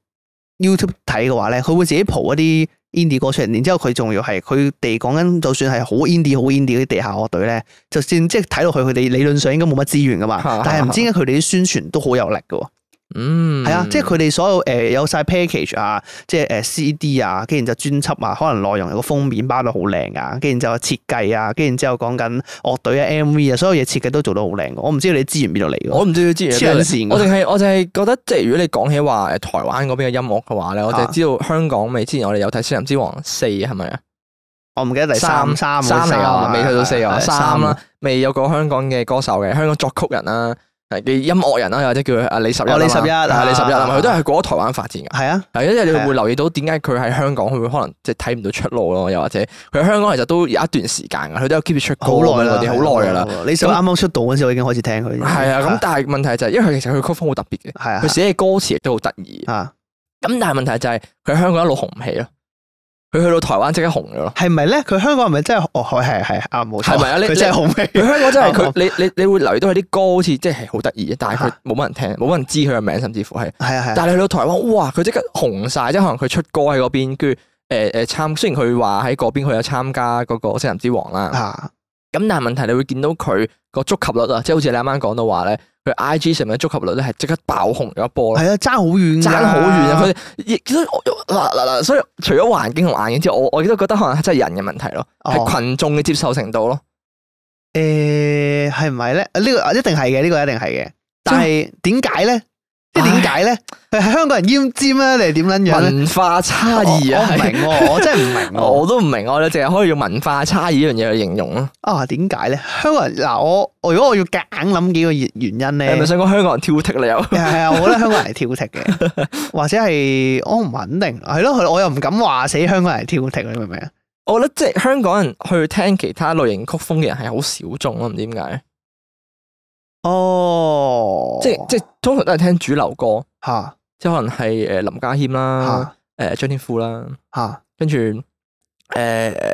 A: YouTube 睇嘅話咧，佢會自己蒲一啲 indie 歌出嚟，然之後佢仲要係佢哋講緊，就算係好 indie 好 indie 嗰啲地下樂隊咧，就算即係睇落去佢哋理論上應該冇乜資源噶嘛，但係唔知點解佢哋啲宣傳都好有力嘅喎。
B: 嗯，
A: 係啊，即係佢哋所有誒、呃有晒 package 啊，即係誒 CD 啊，跟住就專輯啊，可能內容有個封面包到好靚啊，跟住就設計啊，跟住之後講緊樂隊啊、MV 啊，所有嘢設計都做到好靚嘅。我唔知你資源邊度嚟嘅。
B: 我唔知佢之
A: 黐
B: 前
A: 撚線㗎
B: 我淨係我淨係覺得，即係如果你講起話誒台灣嗰邊嘅音樂嘅話咧，我就係知道香港咪之前我哋有睇《少林之王四》係咪啊？
A: 我唔記得第三三
B: 三
A: 四
B: 嚟啊，
A: 嘛
B: 未去到四啊，
A: 係
B: 三啦，未有個香港嘅歌手嘅，香港作曲人啦，係嘅音樂人啦，或者叫佢阿李十一啦
A: 哦
B: 嘛，
A: 李十一啊
B: 係李十一啊嘛，
A: 啊
B: 佢都係過咗台灣發展㗎。
A: 係啊，
B: 係，因為你
A: 係啊
B: 會留意到點解佢喺香港，佢會可能即係睇唔到出路咯，又或者佢喺香港其實都有一段時間㗎，佢都有 keep 住出歌
A: 好耐啦
B: 嗰，啲好耐㗎啦。。
A: 你想啱啱出道嗰陣時，我已經開始聽佢。
B: 係啊，咁但係問題就係，因為其實佢曲風好特別嘅，
A: 係啊
B: 佢寫嘅歌詞亦都好得意。
A: 係啊，
B: 咁但係問題就係佢喺香港一路紅唔起咯，佢去到台灣即刻紅咗咯。
A: 係咪咧？佢香港係咪真係？哦，係係係啱冇錯。
B: 係咪啊你
A: 佢真係紅
B: 佢
A: 味。
B: 香港真係
A: 哦
B: 佢，你你你會留意到佢啲歌好似即係好得意，但係佢冇乜人聽，冇乜人知佢嘅名，甚至乎係。
A: 係啊係啊。
B: 但係你去到台灣，哇！佢即刻紅晒，即係可能佢出歌喺嗰邊，跟住誒誒參，雖然佢話喺嗰邊佢有參加嗰個《星人之王》啦，
A: 啊，
B: 咁但係問題你會見到佢個觸及率啊，即係好似你啱啱講到話咧，佢 I G 上面嘅觸及率咧係即刻爆紅咗一波咯。
A: 係啊，爭好遠㗎，
B: 爭好遠啊！佢亦所以我嗱嗱嗱，所以除咗環境同眼鏡之外，我我亦都覺得可能係真係人嘅問題咯，
A: 哦
B: 係群眾嘅接受程度咯。
A: 誒係唔係咧？呢、個一定係嘅，呢、個一定係嘅。但係點解咧？即係點解咧？佢係香港人奄尖啊，哦定係點撚樣咧？
B: 文化差異
A: 我我
B: 啊，
A: 唔
B: 係
A: 明喎，我真係唔明喎。
B: 我都唔明，我哋淨係可以用文化差異呢樣嘢去形容咯。
A: 啊，點解咧？香港人嗱，我我如果我要夾硬諗幾個原原因
B: 你
A: 咧
B: 係咪，想講香港人挑剔你又？
A: 係啊，我覺得香港人係挑剔嘅， 或者係哦我唔肯定，係咯，我又唔敢話死香港人係挑剔，你明唔明啊？
B: 我覺得即係香港人去聽其他類型曲風嘅人係好小眾咯，唔知點解。
A: 哦，
B: 即係即係通常都係聽主流歌，
A: 嚇
B: 即係可啊能係誒林家謙啦
A: 嚇，
B: 誒張天賦啦，
A: 嚇，
B: 跟住誒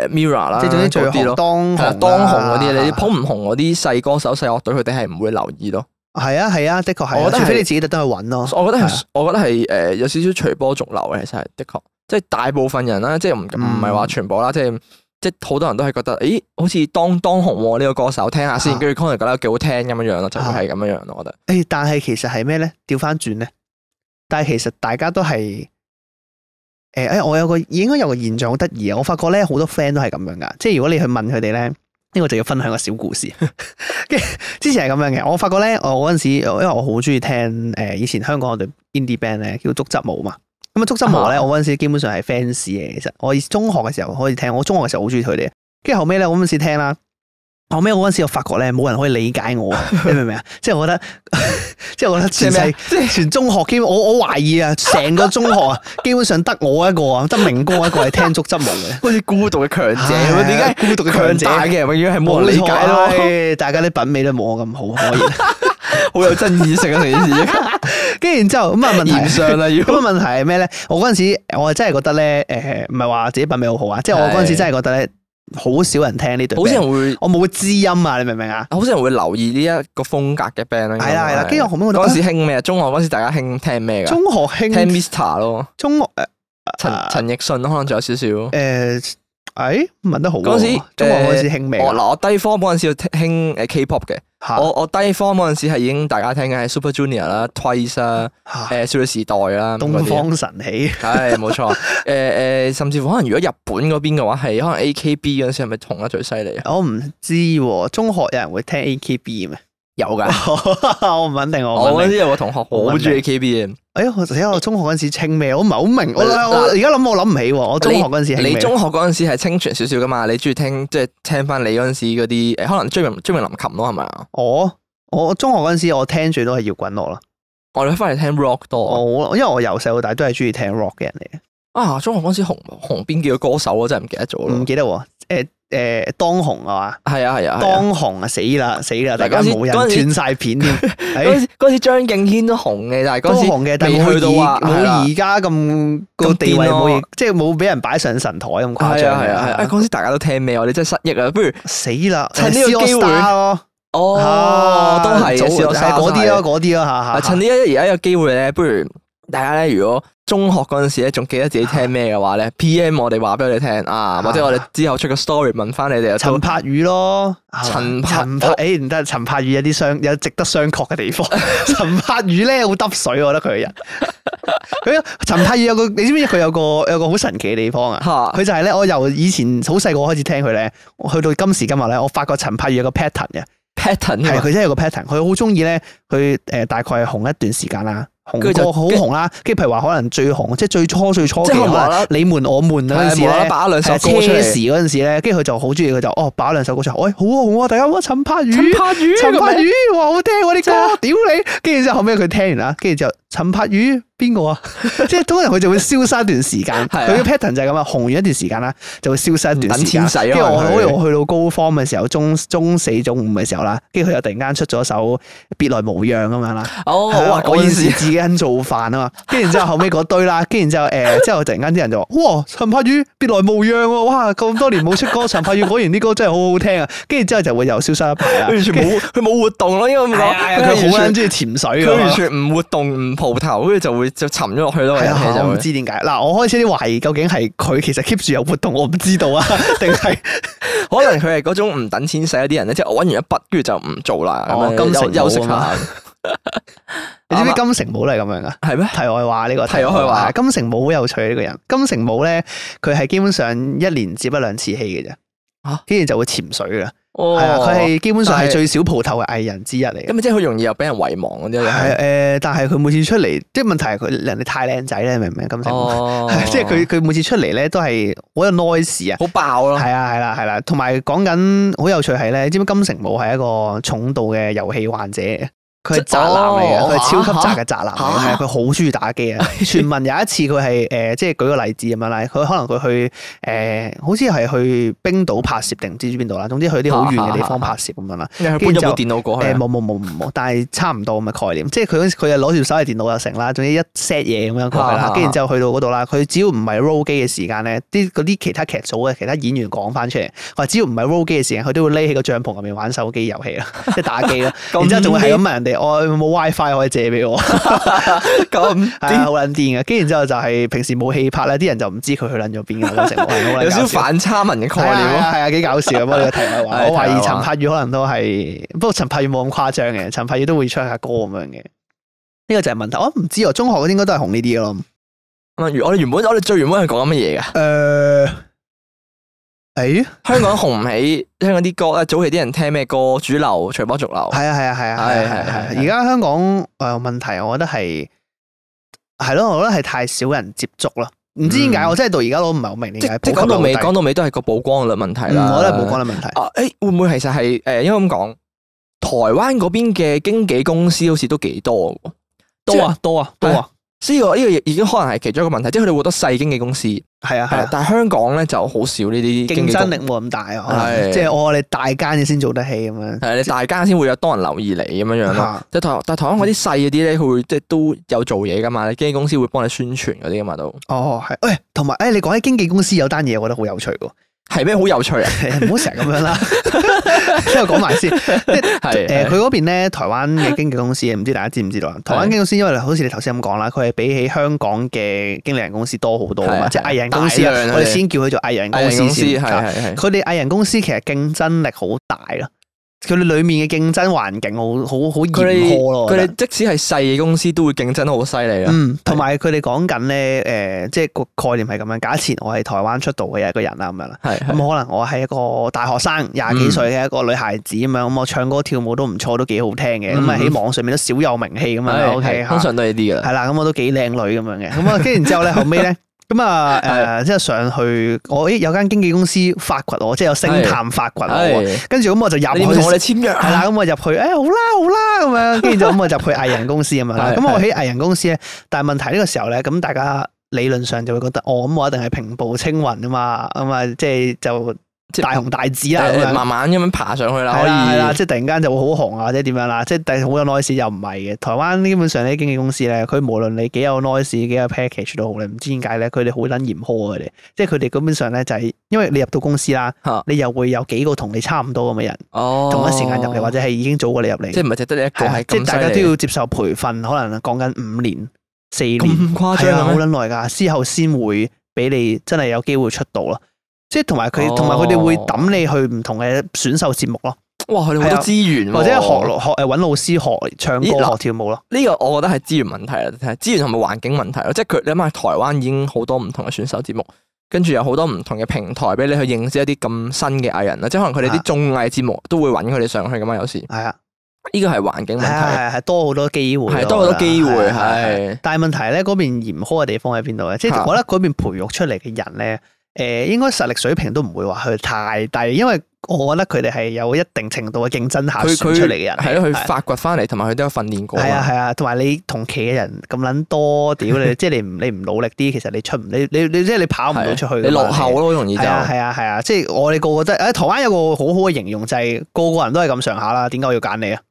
B: Mira 啦，
A: 即係總之最
B: 嗰啊啲
A: 紅
B: 咯。
A: 當
B: 係啦，啊
A: 紅
B: 當紅嗰啲，你
A: 啊
B: 捧唔紅嗰啲細歌手、細樂隊，佢哋係唔會留意咯。
A: 係啊係啊，的確係
B: 我
A: 啊，
B: 覺得
A: 除非
B: 係
A: 你自己特登去揾咯。
B: 我覺得
A: 係啊
B: 係，我覺得係誒有少少隨波逐流嘅，其實係的確，即係大部分人啦，即係唔
A: 嗯
B: 唔係話全部啦，即係即係好多人都係覺得，咦，好似當當紅喎呢個歌手，聽下先，
A: 啊
B: 跟住可能覺得幾好聽咁樣樣咯，就會係咁樣樣咯，我覺得。
A: 誒，但係其實係咩咧？調翻轉咧，但係其實大家都係誒誒，我有個應該有個現象好得意啊！我發覺咧好多 friend 都係咁樣噶，即係如果你去問佢哋咧，呢個就要分享個小故事。 跟住之前係咁樣嘅，我發覺咧，我嗰陣時，因為我好中意聽誒以前香港我哋 indie band 咧叫竹汁舞嘛。咁啊，竹汁舞咧，
B: 啊
A: 我嗰陣時基本上係 fans 嘅。其實我以中學嘅時候開始聽，我中學嘅時候好中意佢哋。跟住後尾咧，我嗰陣時聽啦，後尾我嗰陣時我發覺咧，冇人可以理解我， 你明唔明啊？即係我覺得， 即係我覺得全世
B: 即係啊
A: 全中學基本，我我懷疑啊，成個中學 啊，基本上得我一個啊，得明哥一個係聽竹汁舞嘅。
B: 好似孤獨嘅強者
A: 係
B: 咁
A: 啊
B: 樣，點解
A: 孤獨嘅強者
B: 大嘅人永遠係 冇人理解
A: 冇錯
B: 咯，
A: 唉大家啲品味都冇我咁好，可 以。
B: 好有爭 議性啊！成件事
A: 跟住然之後咁啊，問題
B: 言 上啦要
A: 咁啊，問題係咩咧？我嗰陣時我真係覺得咧，誒唔係話自己品味好好啊，即係我嗰陣時真係覺得咧，好少人聽呢對 band。
B: 好少人會，
A: 我冇知音啊，你明唔明啊？
B: 好少人會留意呢一個風格嘅 band 啦。
A: 係啦係啦，跟住我後尾我覺
B: 嗰陣
A: 得
B: 時興咩？中學嗰陣時大家興聽咩㗎？
A: 中學
B: 啊聽
A: 興
B: Mr 咯。
A: 中學
B: 陳
A: 啊
B: 陳奕迅咯可能仲有少少。
A: 誒誒呃哎問得好喎。
B: 嗰陣時
A: 中學嗰陣時興咩
B: 我
A: 啊？
B: 嗱，我低科嗰陣時聽誒 K-pop 嘅，
A: 嚇
B: 呃我我低科嗰陣時係已經大家聽緊係 Super Junior 啦、Twice 啦、
A: 嚇
B: 誒少女時代啦嗰
A: 啊東
B: 啲。
A: 方神起
B: 係冇 錯，誒誒，甚至乎可能如果日本嗰邊嘅話，係可能 AKB 嗰陣時係咪紅得最犀利啊？
A: 我唔知喎。中學有人會聽 AKB 咩？
B: 有㗎，
A: 我唔肯定，我
B: 我
A: 唔
B: 嗰
A: 肯
B: 陣
A: 定。
B: 時有個同學好
A: 我
B: 中
A: 明
B: 意 AKB 嘅。
A: 誒，我死啦我中學嗰陣時清咩？我唔係好明。我
B: 嗱
A: 我而家諗我諗唔起喎。我中學嗰陣時興
B: 你
A: 咩
B: 中學嗰陣時係清泉少少㗎嘛？你中意聽即係聽翻你嗰陣時嗰啲誒，可能追名追名林琴咯，係咪啊？
A: 我我中學嗰陣時，我聽最多係搖滾樂啦。
B: 我哋翻嚟聽 rock 多。
A: 我因為我由細到大都係中意聽 rock 嘅人嚟
B: 啊！中學嗰時紅紅邊幾個歌手我真係唔記得咗
A: 嘅，唔
B: 咯。
A: 記得喎。誒誒，當紅啊
B: 係啊係啊
A: 嘛，
B: 係啊！
A: 當紅啊死啦死啦，大家
B: 嗰時
A: 冇人
B: 嗰時
A: 斷晒片 添。
B: 嗰
A: 誒，
B: 時嗰時張敬軒都紅嘅，但係
A: 當
B: 嗰時
A: 紅嘅，但係
B: 未去到
A: 冇
B: 話
A: 而
B: 係啦
A: 冇而家咁個地位，
B: 咁癲咯
A: 冇而即係冇俾人擺上神台咁誇
B: 係
A: 張
B: 啊係啊係啊！嗰時大家都聽咩？我哋真係失憶啊！不如
A: 死啦！
B: 趁呢個
A: C All
B: 機會
A: Star 咯，
B: 哦，都係
A: 啊
B: 啊
A: 早
B: 嘅，試
A: 係
B: 過
A: 嗰啲
B: 生日
A: 咯，嗰啲咯嚇嚇。
B: 啊啊趁呢一而家有機會咧，不如大家咧，如果中學嗰陣時咧，仲記得自己聽咩嘅話咧，P.M. 我哋話俾我哋聽啊，或者我哋之後出個 story 問翻你哋又
A: 陳
B: 都
A: 柏宇咯，
B: 陳柏哦
A: 陳柏，誒唔得，陳柏宇有啲商有值得商榷嘅地 方。陳柏宇咧好揼水，我覺得佢個人。 佢陳柏宇有個，你知唔知佢有個有個好神奇嘅地方啊？
B: 嚇
A: 佢就係咧，我由以前好細個開始聽佢咧，我去到今時今日咧，我發覺陳柏宇有個 pattern 嘅，
B: pattern
A: 係
B: 㗎
A: 佢真係有個 pattern。佢好中意咧，佢誒大概係紅一段時間啦，紅
B: 跟住就
A: 過好紅啦，跟住譬如話可能最紅，即係最初最初
B: 即
A: 期
B: 係可能
A: 可
B: 無啦啦
A: 能你們我們嗰陣時
B: 係無啦啦
A: 咧。
B: 把兩首
A: 誒
B: 歌
A: 車
B: 出
A: 時
B: 嚟。
A: 嗰陣時咧，跟住佢就好中意，佢就哦擺兩首歌出嚟，喂好啊好啊，大家哇陳柏宇，
B: 陳柏宇，
A: 陳柏
B: 咁樣
A: 宇，哇好聽我啲
B: 真啊
A: 歌，屌你！跟住之後後尾佢聽完啦，跟住就陳柏宇邊個 啊？即係通常佢就會消失一段時間，
B: 係啊
A: 佢嘅 pattern 就係咁啊，紅完一段時間啦，就會消失一段時間。
B: 唔等錢使啊
A: 跟住我
B: 可能佢
A: 好似我去到高 form 嘅時候，中中四中五嘅時候啦，跟住佢又突然間出咗首別來無恙咁樣啦。
B: 哦，
A: 係啊
B: 哇，
A: 我
B: 嗰
A: 以
B: 件事
A: 前自己肯做飯啊嘛，跟住然之後後尾嗰堆啦，跟住然之後 誒，之後突然間啲人就話：哇，陳柏宇別來無恙喎！哇，咁多年冇出歌，陳柏宇果然啲歌真係好好聽啊！跟住之後就會又消失一排啦。
B: 佢完全冇，佢冇活動咯，應該咁
A: 啊係
B: 講
A: 啊，係啊
B: 佢
A: 佢好撚
B: 完全
A: 中意潛水
B: 佢完
A: 㗎嘛。
B: 全唔活動，唔蒲頭，跟住就會就沉咗落去咯，
A: 係
B: 人氣
A: 啊，
B: 就
A: 我唔
B: 會。
A: 知點解。嗱，我開始有啲懷疑，究竟係佢其實 keep 住有活動，我唔知 道啊，定係
B: 可能佢係嗰種唔等錢使嗰啲人咧，即係我揾完一筆，跟住就唔做啦，
A: 哦
B: 咁
A: 金
B: 樣
A: 城
B: 休休息
A: 武啊
B: 下
A: 嘛， 你知唔知金城武都係咁樣噶？
B: 係咩？
A: 啊題外話呢個
B: 題外話
A: 金城武好有趣呢個人。金城武咧，佢係基本上一年接一兩次戲嘅啫
B: 嚇，
A: 跟住就會潛水啦。
B: 哦
A: 係啊，佢係基本上
B: 但
A: 係
B: 係
A: 最少蒲頭嘅藝人之一嚟嘅。
B: 咁咪即係好容易又俾人遺忘嗰啲
A: 係啊
B: 咧。
A: 誒，但係佢每次出嚟，即係問題係佢人哋太靚仔咧，你明唔明？金城武
B: 哦
A: 係 即係佢佢每次出嚟咧都係好有 noise 啊。
B: 好爆咯。
A: 係啊，係啦，係啦，同埋講緊好有趣係咧，你知唔知金城武係一個重度嘅遊戲患者嚟嘅？佢係宅男嚟嘅，
B: 哦
A: 佢係超級
B: 嚇
A: 宅嘅宅男嚟嘅，係
B: 嚇
A: 啊佢好中意打機啊。 傳聞有一次佢係誒，即係舉個例子咁樣啦，佢可能佢去誒、呃好似係去冰島拍攝定唔知邊度啦，總之去啲好遠嘅地方
B: 啊
A: 拍攝咁樣啦。
B: 因為佢搬咗部電腦過
A: 誒
B: 去啊。
A: 呃冇冇冇冇冇，但係差唔多咁嘅概念，即係佢嗰時佢又攞住手提電腦又成啦，總之一 set 嘢咁樣過去
B: 啊啊
A: 啦
B: 啊，
A: 跟住之後去到嗰度啦，佢只要唔係 roll 機嘅時間咧，啲嗰啲其他劇組嘅其他演員講翻出嚟，話只要唔係 roll 機嘅時間，佢都會匿喺個帳篷入面玩手機遊 戲啦，即係打機啦，然之後仲會係咁問人哋，哦我有冇 WiFi 可以借俾我？係
B: 咁
A: 啊，好撚癲嘅。跟住之後就係平時冇戲拍咧，啲人就唔知佢去撚咗邊嘅啦，成日
B: 有少少反差文嘅
A: 係
B: 概
A: 啊
B: 念
A: 係
B: 咯。
A: 啊係啊，幾搞笑啊！不過呢個題外 話，
B: 係
A: 我懷疑
B: 題外
A: 陳
B: 話
A: 柏宇可能都係，不過陳柏宇冇咁誇張嘅，陳柏宇都會唱下歌咁樣嘅。呢個就係問題，我唔知啊。中學嗰啲應該都係紅呢啲嘅咯。
B: 咁啊如我哋原本我哋最原本係講緊乜嘢㗎？
A: 誒，誒，
B: 香港紅唔起，香港啲歌咧，早期啲人聽咩歌？主流、隨波逐流。
A: 係啊係啊係啊係啊係啊係啊！
B: 係係
A: 而家香港誒問題，我覺得係係咯，我覺得係太少人接觸啦。唔知點解，
B: 嗯
A: 我真係到而家都唔係好明點
B: 即
A: 解。
B: 即講到尾，
A: 普及率好
B: 講到尾都係個曝光率問題
A: 低嗯
B: 啦。
A: 我覺得係冇講嘅問題。
B: 啊，誒、會唔會其實係誒、呃，因為咁講，台灣嗰邊嘅經紀公司好似都幾多喎，
A: 多啊多啊多啊，
B: 即係！呢個呢個已經可能係其中一個問題，即係佢哋好多細經紀公司，
A: 係啊係啊
B: 係。但係香港咧就好少呢啲經
A: 競
B: 紀
A: 爭
B: 公
A: 力冇咁大啊可能，
B: 係
A: 即係我哋大間嘅先做得起咁樣。
B: 係你大家先會有多人留意你咁樣樣咯。
A: 啊
B: 即係台但係台灣嗰啲細嗰啲咧，佢會即係都有做嘢噶嘛，經紀公司會幫你宣傳嗰啲噶嘛都
A: 哦，係，喂，同埋，誒，你講起經紀公司有單嘢，我覺得好有趣 喎，
B: 係咩好有趣啊？
A: 唔好成日咁樣 啦，聽我講埋先。
B: 係
A: 誒，
B: 係
A: 佢嗰邊咧，台灣嘅經紀公司，唔知大家知唔知道啊？台灣經紀公司，因為好似你頭先咁講啦，佢係比起香港嘅經理人公司多好多啊
B: 係
A: 嘛，
B: 啊
A: 即係藝人公司啊
B: 大量啊
A: 我哋先叫佢做藝人
B: 藝
A: 公
B: 人公
A: 司
B: 司啊係
A: 先。啊
B: 係係
A: 佢哋藝人公司其實競爭力好大啦，佢哋裡面嘅競爭環境好好好
B: 佢
A: 嚴苛咯。我
B: 哋
A: 覺得
B: 佢哋即使係細嘅公司都會競爭得好犀利啊！
A: 嗯，同埋佢哋講緊咧，誒、即係個概念係咁樣。假設我係台灣出道嘅一個人啦，咁樣啦，
B: 係嗯
A: 咁可
B: 係
A: 能我係一個大學生，廿幾歲嘅一個女孩子咁樣，咁我唱歌跳舞都唔錯，都幾好聽嘅，咁啊
B: 嗯
A: 喺網上面都少有名氣咁樣啦
B: 係
A: 嗯，OK
B: 係通
A: 嚇，
B: 常都係呢啲噶啦。
A: 係啦，咁我都幾靚女咁樣嘅， 咁啊，跟住然之後咧，後尾咧。咁啊，誒，即係上去，我咦有間經紀公司發掘我，即係有星探發掘我喎，
B: 係
A: 跟住咁我就
B: 你
A: 入
B: 唔
A: 去
B: 同我哋簽約
A: 係
B: 啊？
A: 啦，咁我入去，誒、好啦好啦咁樣，跟住就咁我入去藝人公司咁樣啦。
B: 係
A: 咁我喺藝人公司咧，但係問題呢個時候咧，咁大家理論上就會覺得，哦，咁我一定係平步青雲啊嘛，咁啊即係就
B: 即係
A: 大紅大紫啦啊咁
B: 誒
A: 樣。
B: 慢慢咁樣爬上去啦，
A: 係
B: 可
A: 啦係啦，
B: 以
A: 即係突然間就會好紅啊，或者點樣啦，即係但係好有 noise 又唔係嘅。台灣基本上呢啲經紀公司咧，佢無論你幾有 noise 幾有 package 都好咧，唔知點解咧，佢哋好撚嚴苛啊嘅佢哋，即係佢哋基本上咧就係因為你入到公司啦
B: 嚇，
A: 你又會有幾個同你差唔多咁嘅人。
B: 哦，
A: 同一時間入嚟，或者係已經早過你入嚟，
B: 即係唔係淨得你一個
A: 係啊
B: 係
A: 即係
B: 咁
A: 大家
B: 犀
A: 都
B: 利
A: 要接受培訓，可能講緊五年、四年，
B: 咁誇
A: 係啊，
B: 張
A: 好
B: 嘅咩？
A: 撚耐㗎，之後先會俾你真係有機會出道咯。即係同埋
B: 哦
A: 佢，同埋佢哋會抌你去唔同嘅選秀節目咯，
B: 哇！佢哋好
A: 係
B: 多
A: 啊
B: 資源喎，
A: 或者學學誒揾老師學唱歌、
B: 哦咦嗱
A: 學跳舞咯。
B: 呢個我覺得係資源問題啦，係資源同埋環境問題啊咯。即係佢你諗下，台灣已經好多唔同嘅選手節目，跟住有好多唔同嘅平台俾你去認識一啲咁新嘅藝人啦。即係可能佢哋啲綜藝節目都會揾佢哋上去噶嘛，有時
A: 係啊，
B: 呢個係環境問
A: 係啊係
B: 題，
A: 啊係多好多機會咯，
B: 係多好多機會
A: 我覺得
B: 係。
A: 但係問題咧，嗰邊嚴苛嘅地方喺邊度咧？即
B: 嚇
A: 係我覺得嗰邊培育出嚟嘅人咧，誒、應該實力水平都唔會話佢太低，因為我覺得佢哋係有一定程度嘅競爭下
B: 佢
A: 選
B: 佢
A: 出嚟嘅人嚟。
B: 係咯，
A: 係
B: 啊
A: 啊
B: 佢發掘翻嚟，同埋佢都有訓練過啊
A: 係啊
B: 嘛。
A: 係啊，同埋你同期嘅人咁撚多， 屌你！即係你唔你唔努力啲，其實你出唔你你你即係你跑唔到出去㗎嘛。
B: 啊你落後咯，好容易就
A: 係啊係啊係啊！即係我哋個個都誒，台灣有個好好嘅形容就係個個人都係咁上下啦，點解我要揀你啊？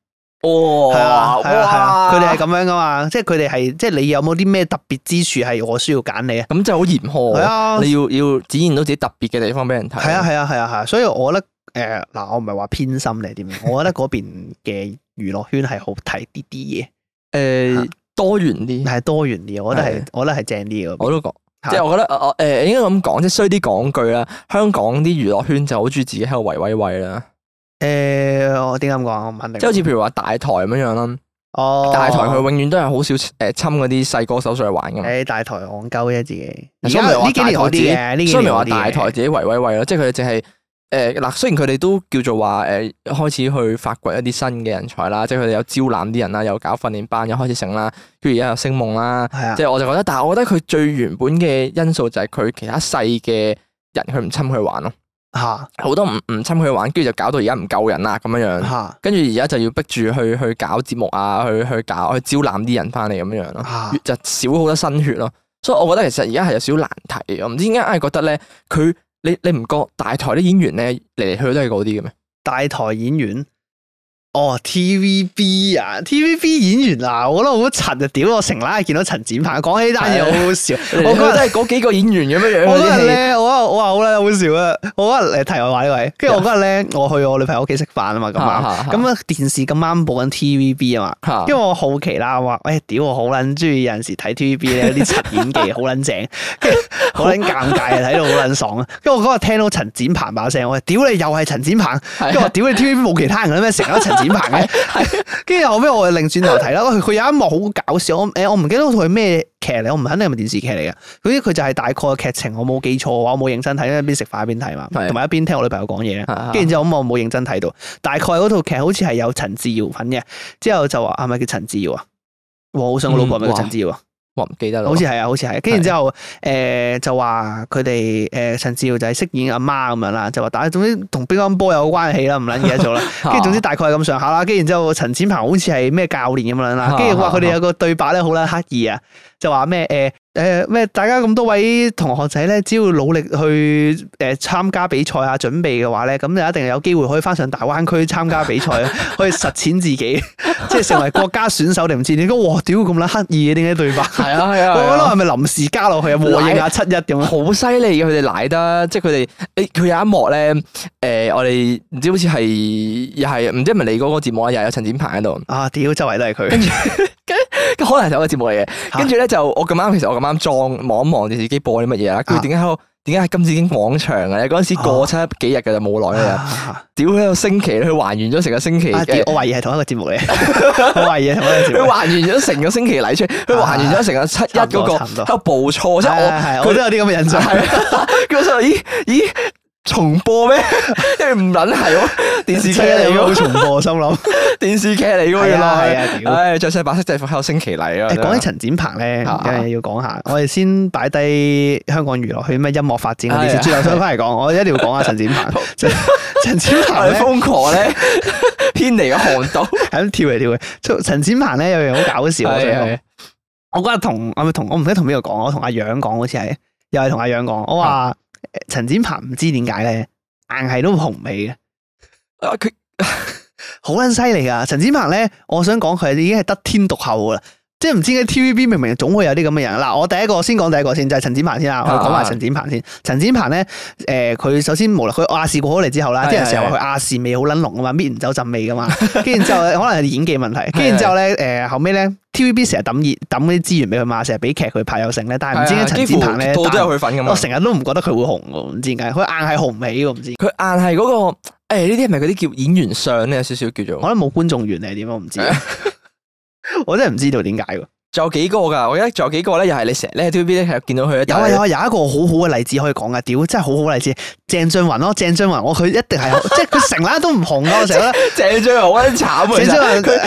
B: 哦
A: 係啊，係啊，係啊，佢哋係
B: 咁
A: 咁樣噶嘛，即係佢哋係即係你有冇啲咩特別之處係我需要揀你啊？
B: 咁就好嚴苛
A: 係
B: 啊。
A: 啊，
B: 你要要展現到自己特別嘅地方俾人睇。
A: 係啊，係啊，係啊，係啊，所以我覺得誒嗱、我唔係話偏心你 點樣，我覺得嗰邊嘅娛樂圈係好睇啲啲啊
B: 誒多元
A: 嘢，，
B: 啲
A: 係多元啲，我覺得係
B: 係，
A: 我覺得係正啲嘅嗰邊。
B: 我都覺。
A: 嚇
B: 即係我覺得我我誒應該咁講，即係衰啲講句啦。香港啲娛樂圈就好中意自己喺度維維維啦，
A: 誒，我點解咁講啊？我唔肯定。
B: 即係好似譬如話大台咁樣樣啦，
A: 哦，
B: 大台佢永遠都係好少誒侵嗰啲細歌手上去玩噶嘛，
A: 誒大台戇鳩啫自己。而
B: 所
A: 家
B: 以咪話
A: 呢幾年好啲嘅，呢幾
B: 所以咪
A: 年
B: 話
A: 好啲
B: 大
A: 嘅
B: 台自己維維維咯，即係佢哋淨係誒嗱，雖然佢哋都叫做話誒開始去發掘一啲新嘅人才啦，即係佢哋有招攬啲人啦，有搞訓練班，又開始成啦，跟住而家有星夢啦，
A: 係啊
B: 即，係我就覺得，但係我覺得佢最原本嘅因素就係佢其他細嘅人佢唔侵佢玩咯。
A: 嚇
B: 好多唔唔侵佢玩，跟住就搞到而家唔夠人啦咁樣樣，
A: 嚇
B: 跟住而家就要逼住去去搞節目啊，去去搞去招攬啲人翻嚟咁樣樣咯，
A: 嚇
B: 越，就少好多新血咯。所以我覺得其實而家係有少少難題，我唔知點解硬係覺得咧，佢你你唔覺大台啲演員咧嚟嚟去去都係嗰啲嘅咩？
A: 大台演員。哦，TVB 啊，TVB 演員啊，我覺得好柒啊！屌我成拉見到陳展鵬，講起呢單嘢
B: 啊
A: 好好 笑。
B: 我覺得都係嗰幾個演員咁樣樣
A: 我
B: 嗰
A: 嗰
B: 啲
A: 日
B: 戲，
A: 咧，我話我話好啦，好笑啊！我嗰日誒題外話呢位，跟住我嗰日咧，我去我女朋友屋企食飯啊嘛，咁啱，咁
B: 啊
A: 啊電視咁啱播緊 TVB 啊嘛，
B: 嚇
A: 因為我好奇啦，我話喂屌我好撚中意有陣時睇 TVB 咧啲柒演技好撚正， 跟住好撚尷尬啊，睇到好撚爽啊！跟住我嗰日聽到陳展鵬把聲，我話屌你又係陳展鵬，跟住我話屌你 TVB 冇其他人嘅咩，成日都陳展鵬嘅。跟住後尾我就擰轉頭睇啦，喂佢有一幕好搞笑，我誒我唔記得佢係咩劇嚟，我唔肯定係咪電視劇嚟嘅。總之佢就係大概嘅劇情，我冇記錯嘅話，我冇認真睇，因為一邊食飯一邊睇嘛，
B: 係
A: 同埋一邊聽我女朋友講嘢
B: 係係
A: 啦。跟住之後咁我冇認真睇到，大概嗰套劇好似係有陳志耀份嘅。之後就話係咪叫陳志耀啊？哇我好想我老婆係咪
B: 嗯
A: 叫
B: 哇
A: 陳志耀啊？
B: 我唔記得啦，
A: 好似係啊，好似係。跟住之後，誒、就話佢哋誒陳志耀就係飾演阿媽咁樣啦，就話打，總之同乒乓波有關係啦，唔撚記得咗啦。跟
B: 啊
A: 住總之大概係咁上下啦。跟住然之後，陳展鵬好似係咩教練咁樣啦。跟住話佢哋有個對白咧，好撚刻意啊，就話咩誒誒咩，大家咁多位同學仔咧，只要努力去誒、呃、參加比賽啊，準備嘅話咧，咁就一定有機會可以翻上大灣區參加比賽，啊可以實踐自己，即係成為國家選手定唔知點解？哇！屌咁撚刻意嘅點解對白？
B: 係啊係啊，係
A: 我覺得
B: 啊
A: 係咪臨時加落去啊？和應下七一咁 啊？
B: 好犀利嘅，佢哋奶得，即係佢哋誒，佢有一幕咧，誒、我哋唔知好似係又係唔知係咪你嗰個節目啊，又係有陳展鵬喺度，
A: 啊！屌，周圍都係佢，
B: 可能係同一個節目嚟嘅。
A: 嚇
B: 跟住咧就我咁啱，其實我咁啱裝望一望電視機播啲乜嘢啦。佢
A: 啊
B: 點解喺度？點解係金紫荊廣場嘅咧？嗰陣時過七幾日嘅就冇耐啦。
A: 啊
B: 屌喺個星期佢還原咗成個星期
A: 啊屌！
B: 嘅，
A: 我懷疑係同一個節目嚟， 我懷疑係同一個節
B: 佢
A: 目。
B: 還原咗成個星期禮出，佢還原咗成個七一嗰個
A: 差唔多差唔多
B: 喺度步錯，即係我
A: 係係係
B: 佢
A: 我都有啲咁嘅印
B: 就
A: 象。
B: 係啦。跟住我就咦咦重播咩？ 因為唔撚係喎，電視劇嚟
A: 好
B: 喎，
A: 重播，心諗。
B: 電視劇嚟喎，原
A: 係啊係
B: 來
A: 啊屌
B: 唉，着晒白色制服喺度升旗禮
A: 誒，
B: 啊！真 係
A: 講起陳展鵬咧，
B: 啊
A: 有嘢要講下。我哋先擺低香港娛樂圈咩音樂發展嗰啲
B: 係
A: 先，
B: 啊
A: 轉頭想翻嚟講。我一定要講下陳展 鵬。陳陳展
B: 我
A: 鵬
B: 哋
A: 咧，
B: 瘋狂 咧偏離咗航 道，
A: 係咁跳嚟跳去。陳展鵬咧有樣好搞笑，我想講
B: 係
A: 我嗰日同我咪同我唔記得同邊個講，我同阿楊講，好似係又係同阿楊講，我話誒陳展鵬唔知點解咧，硬係都紅尾嘅，
B: 啊佢
A: 好撚犀利噶。陳展鵬咧，我想講佢已經係得天獨厚噶啦，即係唔知點解 TVB 明明總會有啲咁嘅人。嗱，我第一個先講第一個先，就係、陳展鵬先啦。我
B: 啊
A: 講埋陳展鵬先。陳展鵬咧，誒、佢首先無論佢亞視過好嚟之後啦，
B: 係
A: 啲人成日
B: 係
A: 話佢亞 視味好撚濃啊嘛，搣唔走陣味噶嘛。跟住然之後可能係演技問題。跟住然之後咧，誒、後尾咧 TVB 成日抌熱抌啲資源俾佢嘛，成日俾劇佢拍有成咧，但係唔知
B: 係啊
A: 點解陳
B: 幾
A: 展
B: 乎
A: 鵬咧，
B: 套都有
A: 但
B: 佢份噶嘛
A: 我。成日都唔覺得佢會紅喎，唔知點解，佢硬係紅唔起喎，唔知。
B: 佢硬係嗰、個个誒呢啲係咪嗰啲叫演員相咧？有少少叫做
A: 我覺得冇觀眾緣定係點，我唔知。
B: 啊
A: 我真係唔知道點解喎。
B: 仲有幾個㗎，我記得仲有幾個咧，又係你成日咧 TVB 咧係見到佢，
A: 有
B: 但
A: 啊
B: 係
A: 有啊，有一個好好嘅例子可以講噶，屌真係好好例子，鄭俊弘咯，鄭俊弘我佢一定 係即係佢成晚都唔紅噶，我成日覺得
B: 鄭俊弘好撚慘啊！
A: 鄭
B: 其
A: 俊
B: 實
A: 弘佢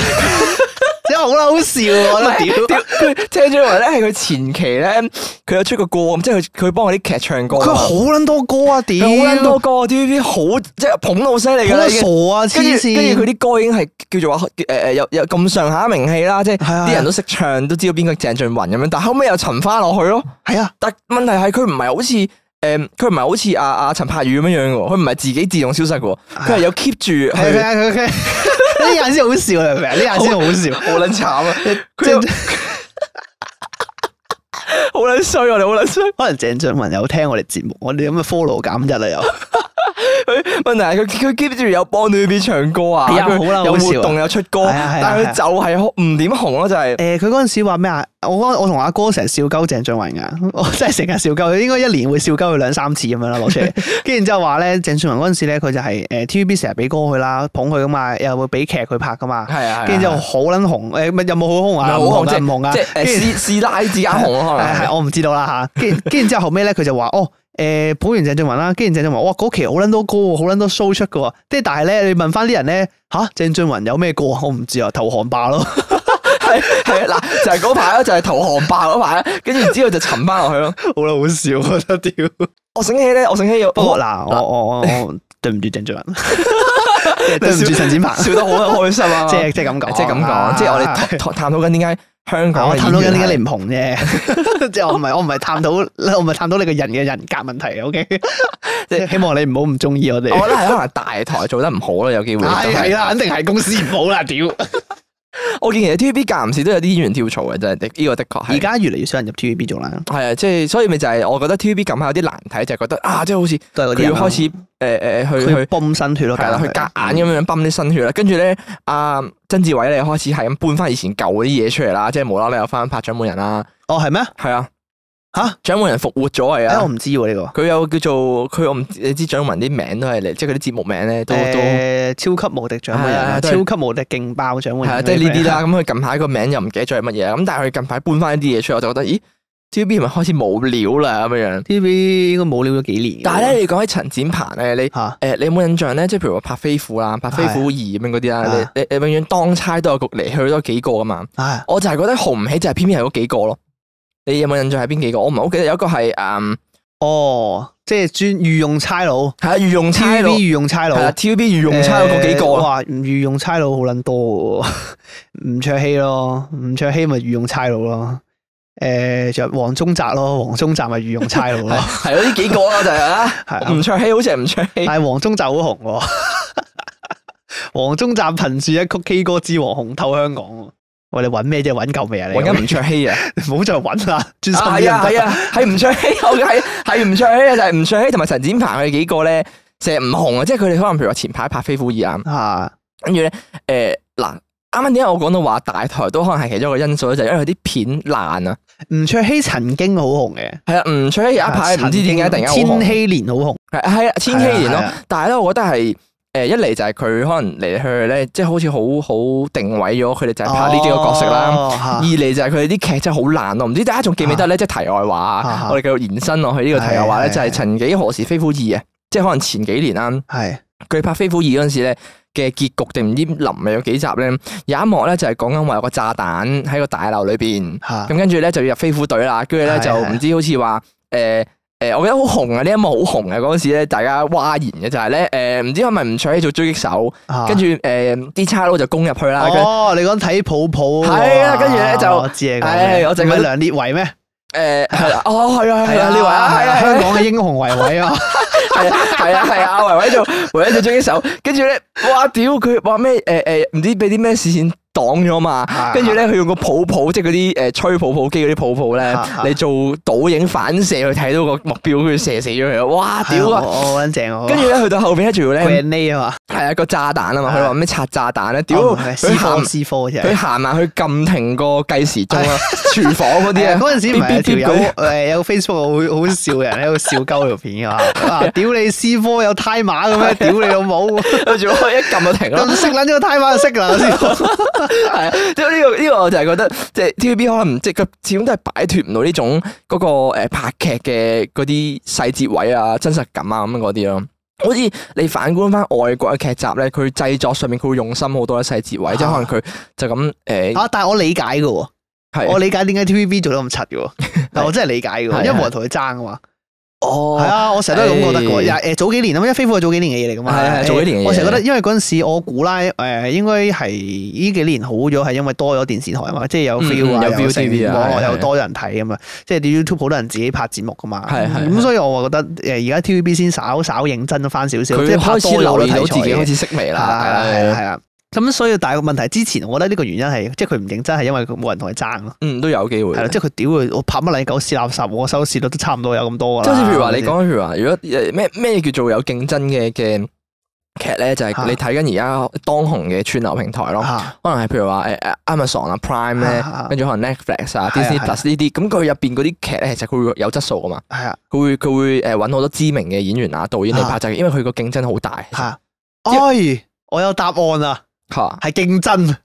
A: 真係好啦，好笑啊我覺得 屌，
B: 屌佢鄭俊弘咧係佢前期咧，佢有出過歌咁，即係佢佢幫嗰啲劇唱歌啊嘛。
A: 佢好撚多歌啊
B: 佢
A: 屌，
B: 好撚多歌，TVB 好即係捧到好犀利㗎啦，已經
A: 好傻啊黐
B: 跟住跟住
A: 線，
B: 佢啲歌已經係叫做話誒誒有有咁上下名氣啦，即係
A: 係啊係啊
B: 啲人都識唱，都知道邊個鄭俊弘咁樣，但後尾又沉翻落去咯。
A: 係啊
B: 但問題係佢唔係好似誒，佢唔係好似阿阿陳柏宇咁樣樣嘅喎，佢唔係自己自動消失嘅喎，佢係有 keep 住去，
A: 啊係啊係係係， 呢下先好笑啊，明唔明呢下先好笑。
B: 好撚慘 啊！佢有
A: 鄭
B: 好撚衰，我哋好撚衰。
A: 可能鄭俊弘有聽我哋節目，我哋咁嘅 follow 減一啦啊又，
B: 佢 問題係佢佢 keep 住有幫 TVB 唱歌啊，
A: 係啊
B: 佢
A: 好啦
B: 有
A: 好笑啊
B: 活動有出歌，
A: 係啊係啊
B: 但係佢就係唔點紅咯，就係
A: 誒佢嗰陣時話咩啊？我我同阿哥成日笑鳩鄭俊弘噶， 我真係成日笑鳩佢，應該一年會笑鳩佢兩三次咁樣啦 攞出嚟。跟住然之後話咧，鄭俊弘嗰陣時咧，佢就係誒 TVB 成日俾歌佢啦，捧佢噶嘛，又會俾劇佢拍噶嘛。
B: 係啊，
A: 跟住就好撚紅，誒咪有冇好紅啊？
B: 好
A: 唔
B: 紅
A: 紅啊，唔紅啊
B: 即係。誒
A: 跟住
B: 師師奶之間紅啊咯，可能
A: 係啊係，
B: 係
A: 我唔知道啦吓。跟跟然之後後尾咧，佢就話哦。誒，捧完鄭俊弘啦，跟住鄭俊弘，哇，嗰期好撚多歌喎，好撚多 show 出嘅喎，跟住但係咧，你問翻啲人咧，吓，鄭俊弘有咩歌啊？我唔知啊，投降吧咯，
B: 係係啊嗱，就係嗰排咯，就係投降吧嗰排啦，跟住之後就沉翻落去咯。
A: 好啦，好笑，我覺得屌。
B: 我醒起咧，我醒起有
A: 不過
B: 我
A: 嗱，我我我我對唔住鄭俊 弘，對唔住陳展鵬，
B: 笑得好開心啊！
A: 即係即係咁講，啊
B: 即係咁講，啊即係我哋探探探討緊點解香港
A: 我
B: 嘅
A: 探討緊點
B: 演員啊
A: 解
B: 係
A: 你唔紅啫， 即係我唔係我唔係探討，我唔係探討你個人嘅人格問題，OK，即 係希望你唔好唔中意我哋。
B: 我覺得係可能大台做得唔好咯，有機會都
A: 係
B: 係。
A: 係啦，肯定係公司唔好啦，屌！
B: 我見其實 TVB 間唔時都有啲演員跳槽嘅，真係的呢個的確係。
A: 而家越嚟越少人入 TVB 做啦，
B: 係啊，即係所以咪就係我覺得 TVB 近排有啲難睇，就係覺得啊，即係好似
A: 都係嗰啲
B: 佢
A: 人
B: 要
A: 啦
B: 開始誒誒去
A: 佢要
B: 去
A: 泵新血咯，
B: 係啦，去夾
A: 嘅。
B: 硬咁樣泵啲新血啦。跟住咧，阿曾志偉咧開始係咁搬翻以前舊嗰啲嘢出嚟啦，即係無啦啦又翻拍《掌門人》啦，
A: 哦，係咩？
B: 係啊，
A: 吓哎
B: 《掌門人》復活咗
A: 誒，
B: 係
A: 我
B: 啊。
A: 唔知喎呢個。
B: 佢有叫做佢我唔知你知掌門人啲名都係嚟，即係佢啲節目名咧都都係
A: 誒，超級無敵掌門人
B: 係
A: 啊，
B: 啊
A: 超
B: 都係
A: 級無敵勁爆掌門
B: 啊，
A: 人，
B: 即係呢啲啦。。咁佢近排個名又唔記得咗係乜嘢啦。咁但係佢近排搬翻啲嘢出嚟，我就覺得咦，TVB 係咪開始冇料啦咁樣樣。
A: TVB 應該冇料咗幾年。
B: 但係咧，你講起陳展鵬咧，你
A: 嚇，
B: 誒、你有冇印象咧？即係譬如話拍飛虎啦、拍飛虎二咁樣嗰啲
A: 係啊
B: 啦，你你你永遠當差都有局嚟去多幾個噶嘛。
A: 唉，
B: 我就係覺得紅唔起就係偏偏係嗰幾個咯。你有冇印象係邊幾個？我唔係好記得，有一個係誒
A: 哦，即係專御用差佬
B: 係啊御用差佬，
A: ，TVB
B: 係
A: 御用差佬，
B: 啊 TVB 御用差佬嗰幾個啊
A: 誒
B: 咯。
A: 哇，御用差佬好撚多喎， 吳卓羲咯，吳卓羲咪御用差佬咯。誒，仲有黃宗澤咯，黃宗澤咪御用差佬咯。
B: 係咯，呢幾個咯就係啊。
A: 係啊
B: 吳卓羲好似係吳卓 羲，
A: 但係黃宗澤好紅喎， 黃宗澤憑住一曲 K 歌之王紅透香港喎。喂，你揾咩啫？揾夠未啊？你
B: 揾緊吳卓羲 啊！
A: 唔好再揾啦，專心
B: 啊
A: 啲
B: 係啊
A: 得
B: 係啊，係吳卓羲，我係係吳卓羲啊，就係吳卓羲同埋陳展鵬佢哋幾個咧，成日唔紅啊，即係佢哋可能譬如話前排拍飛虎二啊。
A: 嚇
B: 跟住咧，誒嗱，啱啱點解我講到話大台都可能係其中一個因素咧，就係因為佢啲片爛啊。
A: 吳卓羲曾經好紅嘅，
B: 係啊，吳卓羲有一排唔知點解突然間好
A: 千
B: 紅，
A: 禧年好紅。
B: 係係啊，千禧年
A: 係啊係
B: 咯
A: 啊。
B: 但係咧，我覺得係誒一嚟就係佢可能嚟嚟去去咧，即係好似好好定位咗佢哋就係拍呢幾個角色啦。
A: 哦嚇
B: 二嚟就係佢哋啲劇真係好爛咯，唔知大家仲記唔記得咧？即係題外話
A: 啊
B: 啊
A: 啊，
B: 我哋繼續延伸落去呢個題外話咧，
A: 係係
B: 就係曾幾何時《飛虎二》啊，即係可能前幾年啦。
A: 係
B: 佢拍《飛虎二》嗰陣時咧嘅結局定唔知臨有幾集咧，有一幕咧就係講緊話有個炸彈喺個大樓裏邊，
A: 嚇
B: 咁跟住咧就要入飛虎隊啦，跟住咧
A: 啊係
B: 就
A: 係
B: 唔知好似話誒誒，我記得好紅啊！呢一幕好紅啊！嗰陣時咧，大家譁然嘅就係咧誒，唔知係咪唔取做狙擊手，
A: 嚇
B: 跟住誒啲差佬就攻入去啦，跟
A: 啊哦，你講睇抱抱嗰個
B: 係啊跟住咧就
A: 我知你講咩
B: 唉我淨係
A: 唔係
B: 覺得
A: 梁烈唯咩？
B: 誒係啦，哦係啊係啊，呢位啊
A: 係啊，
B: 係啊係啊
A: 香港嘅英雄為偉啊，
B: 係啊係啊係啊，阿維維做維維做狙擊手，跟住咧，哇屌佢話咩誒誒，唔知俾啲咩視線擋咗嘛，
A: 啊
B: 跟住咧佢用個泡泡，即係嗰啲誒吹泡泡機嗰啲泡泡咧
A: 啊啊，
B: 你做倒影反射去睇到個目標，跟住射死咗佢，哇 屌啊！
A: 我好撚正我。
B: 跟住咧去到後邊咧，仲要咧
A: g 呢啊嘛，
B: 係啊個炸彈啊嘛，佢話咩拆炸彈咧，屌
A: 哦唔係
B: 佢
A: 師科
B: 行
A: 師科嘅
B: 佢
A: 啫。啊
B: 行埋去撳停個計時鐘 啊，廚房嗰啲
A: 係啊
B: 啊，
A: 嗰陣時唔係有條
B: 嗶嗶嗶
A: 友
B: 嗰
A: 誒有 Facebook 我好好笑嘅人喺度笑鳩條片嘅話，啊 屌你師科有 timer 嘅咩？屌你老 母！
B: 啲跟住我一撳就停咯。
A: 咁識撚咗個 timer 就識㗎啦， 師科。
B: 系啊，即係呢個呢個我就係覺得，即係 TVB 可能即係佢始終都係擺脱唔到呢種嗰個诶拍劇嘅嗰啲細節位啊、真實感啊咁樣嗰啲咯。好似你反觀翻外國嘅劇集咧，佢製作上面佢會用心好多嘅細節位，即係可能佢就咁诶
A: 啊！但係我理解嘅喎，我
B: 係
A: 理解點解 TVB 做得咁柒嘅 喎，但我真係理解嘅
B: 係
A: 喎，
B: 係
A: 因為冇人同佢爭啊嘛。係
B: 哦
A: 啊，我成日都係咁覺得嘅喎。
B: 係
A: 又誒早幾年啊嘛，因為飛虎係早幾年嘅嘢嚟㗎嘛。
B: 係係
A: 誒
B: 早幾年嘅嘢
A: 我成日覺得，因為嗰陣時我估啦，誒應該係呢幾年好咗，係因為多咗電視台啊嘛，即係有
B: 嗯
A: feel 啊，
B: 有 view
A: 成
B: TV 啊
A: 網絡
B: 係係
A: 又多人睇啊嘛，即係你 YouTube 好多人自己拍節目㗎嘛。嗯
B: 係係
A: 咁所以我話覺得誒而家 TVB 先稍稍認真翻少少，即
B: 佢
A: 係拍
B: 開始
A: 多咗
B: 留意到
A: 題
B: 自
A: 材
B: 己
A: 嘅
B: 開始識微啦，
A: 係啦，係
B: 係
A: 啦，
B: 啊
A: 係啦。咁所以但係個問題之前，我覺得呢個原因係，即係佢唔認真係因為佢冇人同佢爭啊咯，
B: 嗯都有機會
A: 係。啦，即係佢屌佢，我拍乜撚狗屎垃圾，我收視率都差唔多有咁多
B: 即
A: 噶
B: 係
A: 啦。
B: 好似譬如話你講，譬如話如果誒咩咩叫做有競爭嘅嘅劇咧，就係、你睇緊而家當紅嘅串流平台咯。
A: 啊
B: 可能係譬如話誒誒 Amazon 啊 Prime 咧
A: 啊啊啊，
B: 跟住可能 Netflix
A: 係
B: 啊
A: 啊係
B: Disney
A: 啊
B: Plus 呢啲，咁佢入邊嗰啲劇咧，其實佢會有質素噶嘛，
A: 係啊
B: 佢會佢會誒揾好多知名嘅演員啊導演嚟拍就係因為佢個競爭好大
A: 嚇，哎，我有答案啦，
B: 嚇，
A: 係競 爭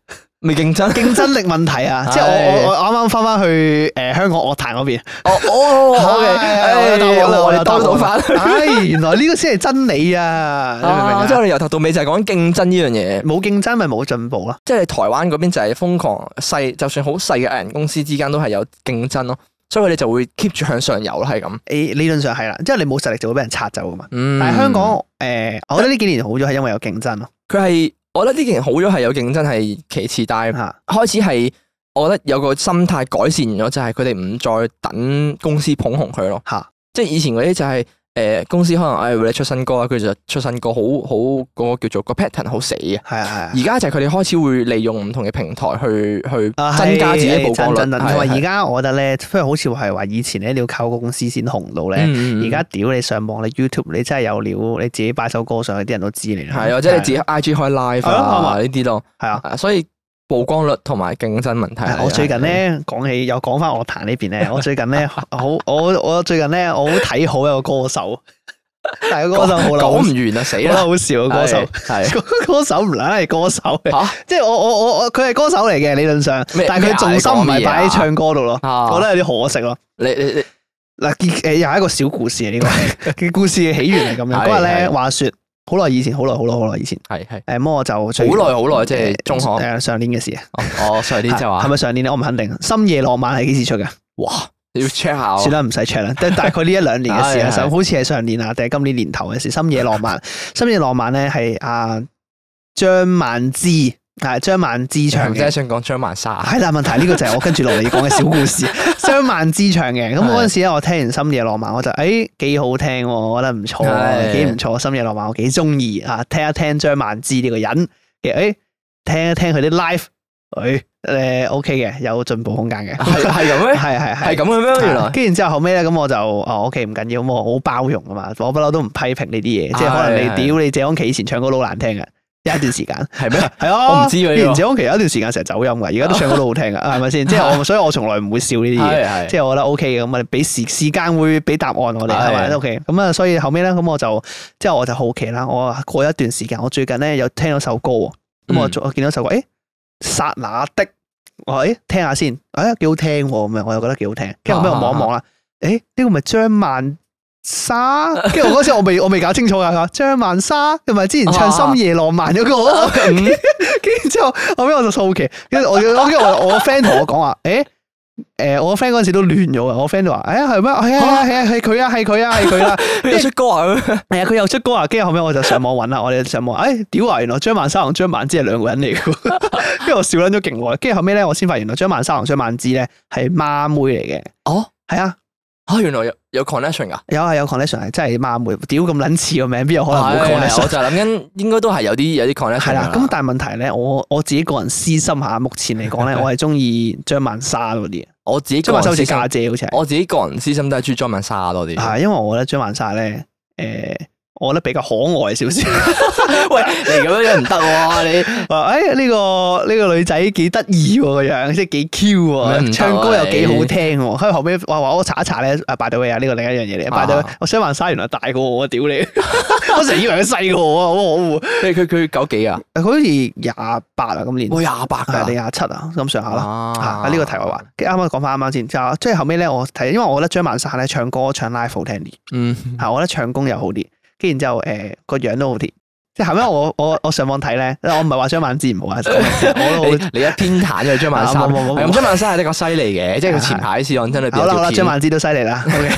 B: 未競 爭
A: 競爭力問題啊！即係我我我啱啱翻翻去誒香港樂壇 嗰邊，
B: 哦哦，OK，
A: 唉哎我有答案啦，
B: 我
A: 有
B: 哋
A: 答
B: 兜
A: 案
B: 到翻
A: 啦，唉，原來呢個先係真理啊！你明唔明
B: 啊，
A: 啊
B: 即係我哋由頭到尾就係講競爭呢樣嘢。
A: 冇競爭咪冇進步啦。
B: 即係台灣嗰邊就係瘋狂細，就算好細嘅藝人公司之間都係有競爭咯，所以佢哋就會 keep 住向上游咯，係咁。
A: 誒理論上係啦，因為你冇實力就會俾人拆走噶嘛。
B: 嗯
A: 但係香港誒、呃我覺得呢幾年好咗係因為有競爭咯
B: 佢係，我覺得呢件好咗係有競爭係其次，但係
A: 嚇
B: 開始係我覺得有個心態改善咗，就係佢哋唔再等公司捧紅佢咯。
A: 嚇
B: 即係以前嗰啲就係、呃公司可能誒、哎、你出新歌啊，佢就出新歌好好嗰個叫做個 pattern 好死嘅。
A: 係啊係
B: 而
A: 啊。
B: 家就係佢哋開始會利用唔同嘅平台去去
A: 啊
B: 增加自己曝光率，
A: 真真真
B: 係
A: 同埋
B: 係
A: 而家我覺得咧，不如好似話係話以前咧，你要靠個公司先紅到咧。
B: 嗯嗯嗯
A: 而家屌你上網，你 YouTube 你真係有料，你自己擺首歌上去，啲人都知你啦。
B: 係啊或者你自己 I G 開 live
A: 啊係咯係
B: 啊
A: 嘛
B: 呢啲咯，
A: 係啊。
B: 啊所以曝光率同埋競爭問題
A: 係
B: 係。啊
A: 我最近咧講起又講翻樂壇呢邊 咧，我最近咧好我我最近咧我好睇好一個歌手，但係個歌手好
B: 係
A: 撚
B: 講
A: 好
B: 唔完啊，死
A: 好撚
B: 啦！
A: 好笑嘅歌手，
B: 係係
A: 個 歌手唔撚係歌手 嚟
B: 嚇
A: 即係我我我我佢係歌手嚟嘅理論上，
B: 咩
A: 但係佢重心唔係擺喺唱歌度咯，
B: 啊
A: 我覺得有啲可惜咯。
B: 你你你
A: 嗱，結誒又係一個小故事啊，呢個嘅 故事嘅起源係咁樣。
B: 係
A: 嗰日咧
B: 係
A: 話説好耐以前，好耐好耐好耐以前，
B: 係係
A: 誒咁我就好
B: 好耐好耐，即係中學
A: 誒上年嘅事啊，
B: 哦，哦上年就
A: 係
B: 話
A: 咪上年咧？我唔肯定。深夜浪漫係幾時出嘅？
B: 哇，你要 check 下
A: 算
B: 喎。
A: 啦，唔使 check 啦，即係大概呢一兩年 嘅事啦，
B: 係係
A: 就好似係上年啊，定係今年年頭嘅事。深夜浪漫，深夜浪漫咧係阿張曼芝係張曼芝唱
B: 長
A: 嘅
B: 姐。想講張曼莎，啊
A: 係啦，問題呢個就係我跟住落嚟要講嘅小故 事，張曼之唱嘅。咁
B: 係
A: 嗰陣時咧，我聽完《深夜浪漫》，我就誒幾好聽喎，我覺得唔錯
B: 係
A: 喎，幾唔錯，《深夜浪漫》我幾中意啊，聽一聽張曼之呢個人嘅，誒聽一聽佢啲 live，誒誒 OK 嘅，有進步空間嘅，
B: 係係咁 咩？
A: 係係
B: 係
A: 係
B: 咁。嘅咩？原來
A: 跟住然之後後尾咧，咁我就哦，OK 唔緊要，咁我好包容啊嘛，我不嬲都唔批評呢啲嘢，即係可能
B: 係係
A: 你屌你謝安琪以前唱歌都好難聽嘅，有一段時間。
B: 係咩？
A: 係啊，
B: 我唔知喎呢個
A: 以前謝安琪有一段時間成日走音噶，而家都唱歌都好聽噶，係咪先？即係我，所以我從來唔會笑呢啲嘢。
B: 係係
A: 即係我覺得 O K 嘅，咁啊俾時時間會俾答案我哋係咪
B: 係
A: ？O K，咁啊，所以後尾咧，咁我就即係我就好奇啦。我過一段時間，我最近咧有聽到首歌喎，咁我
B: 嗯
A: 就我見到首歌，誒剎那的，我誒聽下先，誒幾好聽喎，咁樣我又覺得幾好聽。跟住後尾我望一望啦，誒呢個咪張曼莎？跟住我嗰時我未我未搞清楚啊㗎，佢話張曼莎，同埋之前唱《深夜浪漫》嗰個。
B: 嗯
A: 跟住之後，後尾我就好奇，跟住我我跟住我我 friend 同我講話， 誒誒，我 friend 嗰陣時都亂咗啊！我 friend 就話，誒係咩？係啊係啊係佢啊係佢啊 係佢啦！
B: 佢有出歌啊？
A: 係啊佢又出歌啊！跟住後尾我就上網揾啦，我哋上網，誒屌啊！原來張曼莎同張曼芝係兩個人嚟嘅喎， 跟住我笑撚咗勁耐。跟住後尾咧，我先發現原來張曼莎同張曼芝咧係孖妹嚟嘅，
B: 哦，
A: 係啊，
B: 啊，原來有有 connection 噶，
A: 有啊有 connection 係真係孖妹，屌咁撚似個名，邊有可能哦冇
B: 係啊係
A: connection？
B: 我就諗緊應該都係啊有啲有啲 connection
A: 係
B: 㗎
A: 啦，咁但係問題咧，我我自己個人私心下，目前嚟 講咧，我係中意張曼莎嗰啲，啊
B: 我自己個
A: 張曼莎
B: 人
A: 好
B: 私
A: 似
B: 心，
A: 家姐好似係，
B: 我自己個人私心都係中意裝文沙多啲。
A: 係因為我覺得張曼莎咧，誒，我覺得比較可愛少 少。
B: 喂，你咁樣唔得喎，你
A: 話誒呢個呢個女仔幾得意喎個樣，即係幾 Q
B: 咩唔得啊
A: 喎，唱歌又幾好聽喎。跟住後尾話話我查一查咧，啊 by the way 啊，呢個另一樣嘢嚟
B: 啊
A: ，by the way，我想話沙原來啊大過我，屌你！ 我成日以為佢細過我啊，好可惡。
B: 佢佢佢九幾啊？
A: 佢好似廿八啊，今年
B: 我廿八
A: 係
B: 㗎
A: 定。廿七啊，咁上下啦。
B: 啊
A: 啊！呢個題外話，跟住啱啱講翻啱啱先，就係即係後尾咧，我睇，因為我覺得張曼莎咧唱歌唱 live 好聽啲，
B: 嗯，
A: 嚇，啊我覺得唱功又好啲，跟住然之後誒個樣都好啲。即係後尾我我我上網睇咧，我唔係話張曼芝 唔好啊，我都好
B: 你你一偏袒咗張曼
A: 啊
B: 莎，
A: 冇冇冇
B: 係咁張曼莎係的確犀利嘅，即係佢前排試案真裏邊
A: 好啦好啦，
B: 有條
A: 張
B: 片，
A: 曼芝都犀利 啦，OK，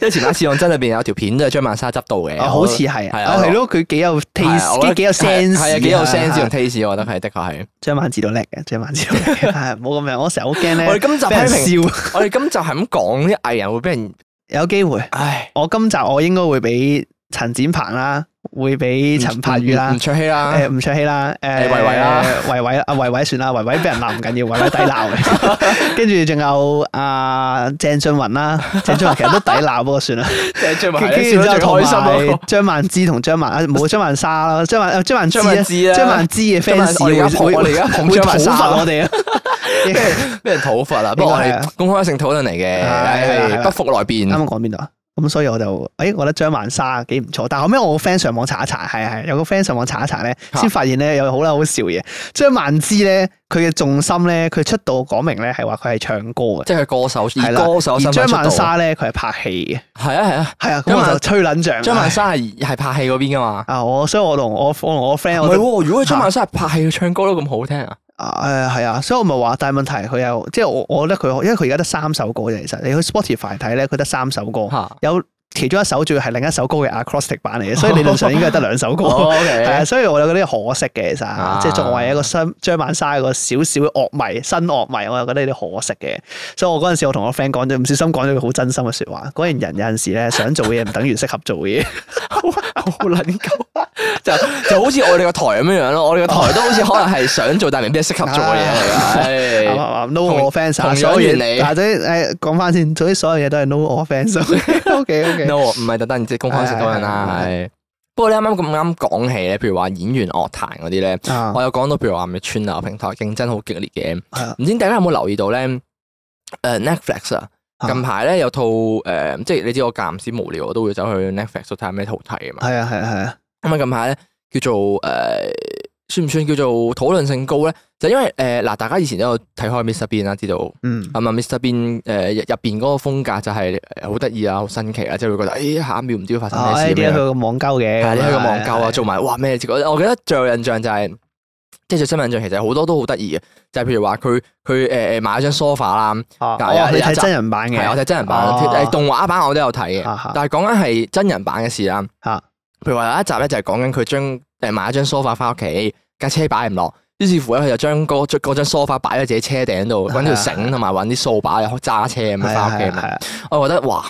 B: 即係前排試案真裏邊有條片都係張曼莎執到嘅，
A: 啊好似係啊，
B: 係啊
A: 啊係咯，佢幾有
B: 係我
A: taste，
B: 覺得
A: 幾幾有
B: 係
A: sense，
B: 係啊，幾有 sense 同
A: 啊
B: taste，我覺得係的確係。
A: 張曼芝都叻嘅，張曼芝都叻嘅， 係冇咁樣，我成日好驚
B: 我
A: 咧，
B: 哋今集
A: 俾人
B: 批
A: 笑，
B: 評，我哋今集係咁講啲藝人會俾人，
A: 有機會，
B: 唉，
A: 我今集我應該會俾陳展鵬啦，會俾陳柏宇啦
B: 吳。卓羲啦，
A: 誒吳卓羲啦，誒
B: 誒啊維維啦，
A: 維維啊維維算啦，維維俾人鬧唔緊要，維維抵鬧 嘅。跟住仲有阿鄭俊雲啦，鄭俊雲其實都抵鬧，不過算 啦。
B: 即係
A: 跟
B: 張曼
A: 跟
B: 莎
A: 住之
B: 笑得
A: 後
B: 最
A: 同
B: 開心嗰
A: 埋
B: 個
A: 張曼芝同張曼啊，冇張曼莎啦，張曼啊張曼
B: 張
A: 芝
B: 曼芝
A: 啊，
B: 啦
A: 張曼芝嘅
B: 張曼
A: fans
B: 我哋而家捧
A: 會
B: 我哋而家捧張曼莎
A: 會討伐我 哋啊。
B: 俾人俾人討伐啦，不過我
A: 呢個係
B: 哋
A: 啊
B: 公開性討論嚟嘅，
A: 係啦係
B: 係
A: 啦
B: 不服來辯
A: 啱。啱講邊度啊？咁所以我就，誒、我覺得張曼莎幾唔錯。但後尾我個 friend 上網查一查，係啊係啊，有個 friend 上網查一查咧，
B: 嚇
A: 先發現咧有好啦好笑嘢。張曼芝咧，佢嘅重心咧，佢出道講明咧係話佢係唱歌嘅，
B: 即係歌手，以
A: 係啦
B: 歌手
A: 而
B: 身份
A: 張
B: 出道。
A: 曼
B: 係啊
A: 莎咧，佢係拍戲
B: 係啊，
A: 嘅，係啊，咁
B: 張曼
A: 我就吹撚像。
B: 張曼莎係係拍戲嗰邊噶嘛？
A: 啊，我所以我同我我同我 friend
B: 唔
A: 我
B: 係
A: 都
B: 喎，如果張曼莎係拍戲，佢唱歌都咁好聽啊！
A: 啊誒係啊，所以我咪話，但係問題佢又即係我我覺得佢，因為佢而家得三首歌啫，其實你去 Spotify 睇咧，佢得三首歌，
B: 嚇
A: 有其中一首仲要係另一首歌嘅 acrostic 版嚟嘅，所以理論上應該係得兩首歌。 係啊，
B: 哦，OK，
A: 所以我有覺得可惜嘅，其實、
B: 啊
A: 即係作為一個新張曼莎一個少少嘅樂迷、新樂迷，我又覺得有啲可惜嘅。所以我嗰陣時，我同我 friend 講咗，唔小心講咗句好真心嘅説話。果然人有陣時咧，想做嘅嘢唔等於適合做 嘅嘢。
B: 好撚鳩，就就好似我哋個台咁樣樣咯。我哋個台都好似可能係想做，但係未必係適合做嘅
A: 哦
B: 嘢嚟
A: 啱啱
B: 㗎。
A: 啱？No
B: 同
A: offense 啊，
B: 同樣
A: 所有
B: 原理
A: 嘢，嗱，總之誒講翻先，總之所有嘢都係 no offense。OK 啊
B: 係
A: OK，
B: no，唔係特登即係公開性咁樣啦。
A: 係
B: 係不過你啱啱咁啱講起咧，譬如話演員樂壇嗰啲咧，
A: 啊
B: 我有講到譬如話咪串流平台競爭好激烈嘅，
A: 係啊
B: 唔知大家有冇留意到咧？誒 Netflix 啊，
A: 啊
B: 近排咧有套誒，即係你知我間唔時無聊，我都會走去 Netflix 度睇下咩套睇啊嘛。
A: 係啊係啊係啊，
B: 咁啊，近排咧叫做誒、呃算唔算叫做討論性高咧？就因為誒嗱、大家以前都有睇開 Mr Bean 啦，知道咁
A: 嗯
B: 啊，Mr Bean 誒入入邊嗰個風格就係呃好得意啊，好新奇啊，即係會覺得誒、下一秒唔知會發生
A: 啊，
B: 咩事
A: 誒點
B: 咁
A: 解佢
B: 樣。
A: 個網鳩嘅？
B: 哦係呢個網購啊，
A: 係
B: 做埋哇咩？我我記得最有印象就係、即係最深印象，其實好多都好得意嘅，就係、譬如話佢佢誒誒買咗張 sofa 啦，
A: 啊
B: 係啊
A: 哦你
B: 有一
A: 睇
B: 集
A: 真人版嘅，
B: 係我睇真人版，
A: 哦
B: 誒動畫版我都有睇嘅，
A: 啊啊
B: 但係講緊係真人版嘅事啦。
A: 啊
B: 譬如話有一集咧，就係講緊佢將誒買咗張 sofa 翻屋企，架車擺唔落，於是乎咧佢就將嗰嗰張 sofa 擺喺自己車頂度，揾條繩同埋揾啲掃把揸車咁
A: 係
B: 樣翻
A: 啊
B: 屋企
A: 係啊係
B: 咁樣。
A: 啊。
B: 我覺得哇，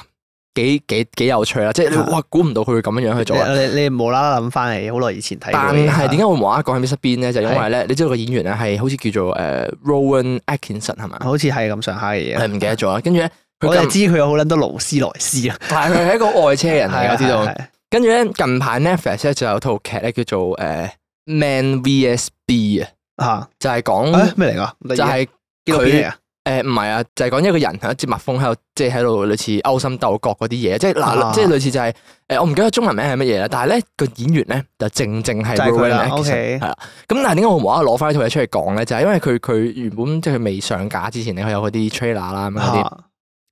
B: 幾幾幾有趣啦！即係你
A: 係啊
B: 哇，估唔到佢會咁樣樣去做啊。
A: 你你你無啦啦諗翻嚟，好耐以前睇過啊
B: 但
A: 嘅嘢。
B: 係點解會無啦啦講起 Mr Bean 咧？就因為
A: 係
B: 咧，你知道個演員咧係好似叫做誒 Rowan Atkinson 係咪？
A: 好似係咁上下嘅
B: 係
A: 嘢？
B: 唔記得咗啦。跟住咧，佢
A: 我就
B: 近
A: 知佢有好撚多勞斯萊斯啊，
B: 但係佢係一個愛車人嚟，我知道
A: 係。啊係
B: 跟住咧，近排 Netflix 咧就有套劇咧叫做誒、呃 Man vs B 啊，
A: 啊
B: 就
A: 誒
B: 係講
A: 咩嚟噶？
B: 嗯就係
A: 紀錄片嚟
B: 佢
A: 啊
B: 誒唔係啊，就係講一個人喺一支蜜蜂喺度，即係喺度類似勾心鬥角嗰啲嘢，即係嗱，
A: 啊
B: 即係類似就係、誒我唔記得中文名係乜嘢啦，但係咧個演員咧就正正係
A: 就係佢
B: Rowan
A: 啦
B: Atkinson
A: OK
B: 係啦。咁但係點解我無啦啦攞翻呢套嘢出嚟講咧？就係、因為佢佢原本即係佢未上架之前咧，佢有嗰啲 trailer 啦咁樣嗰啲。
A: 啊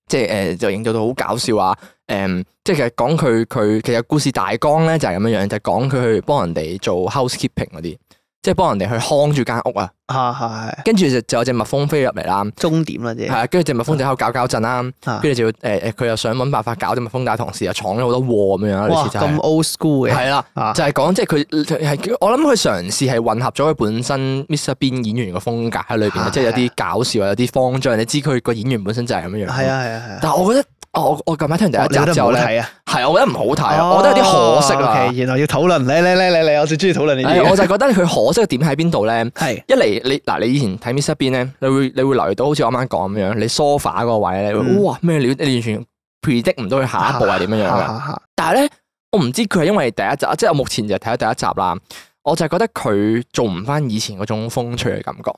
B: 即係誒、呃就營造到好搞笑啊！誒、即係其實講佢佢其實故事大綱咧就係咁樣樣，就係講佢去幫人哋做 housekeeping 嗰啲，即係幫人哋去看住間屋啊。
A: 啊係係
B: 跟住就就有隻蜜蜂飛入嚟啦，
A: 終點啦，即
B: 係
A: 係
B: 啊，跟住隻蜜蜂就喺度搞搞震啦
A: 啊，
B: 跟住就要誒誒，佢又想揾辦法搞隻蜜蜂，但係同時又闖咗好多禍咁樣啦，類
A: 哇
B: 似就係
A: 咁 old school 嘅
B: 係啦。
A: 啊
B: 就係講即係佢係我諗佢嘗試係混合咗佢本身 Mr Bean 演員個風格喺裏邊，
A: 啊
B: 即係有啲搞笑啊，有啲慌張。你知佢個演員本身就係咁樣樣。
A: 係啊係啊係啊
B: 但係我覺得哦，我我近排聽完第一
A: 你覺
B: 集
A: 得
B: 之
A: 唔
B: 後
A: 好
B: 咧，
A: 睇啊？
B: 係我覺得唔好睇啊，我覺得有啲可惜
A: 哦
B: 啦
A: OK，。原來要討論，嚟嚟嚟嚟嚟，我最中意討論呢
B: 係
A: 啲
B: 我就係覺得佢可惜嘅點喺邊度咧？
A: 嘢。系
B: 一嚟你嗱，你以前睇 Mr. Bean 咧，你會你會留意到，好似我啱啱講咁樣，你 sofa 嗰個位咧，你會
A: 嗯
B: 哇咩料？你完全 predict 唔到佢下一步係點樣樣嘅。
A: 嘅？
B: 但係咧，我唔知佢係因為第一集，即係我目前就睇咗第一集啦，我就係覺得佢做唔翻以前嗰種風趣嘅感覺。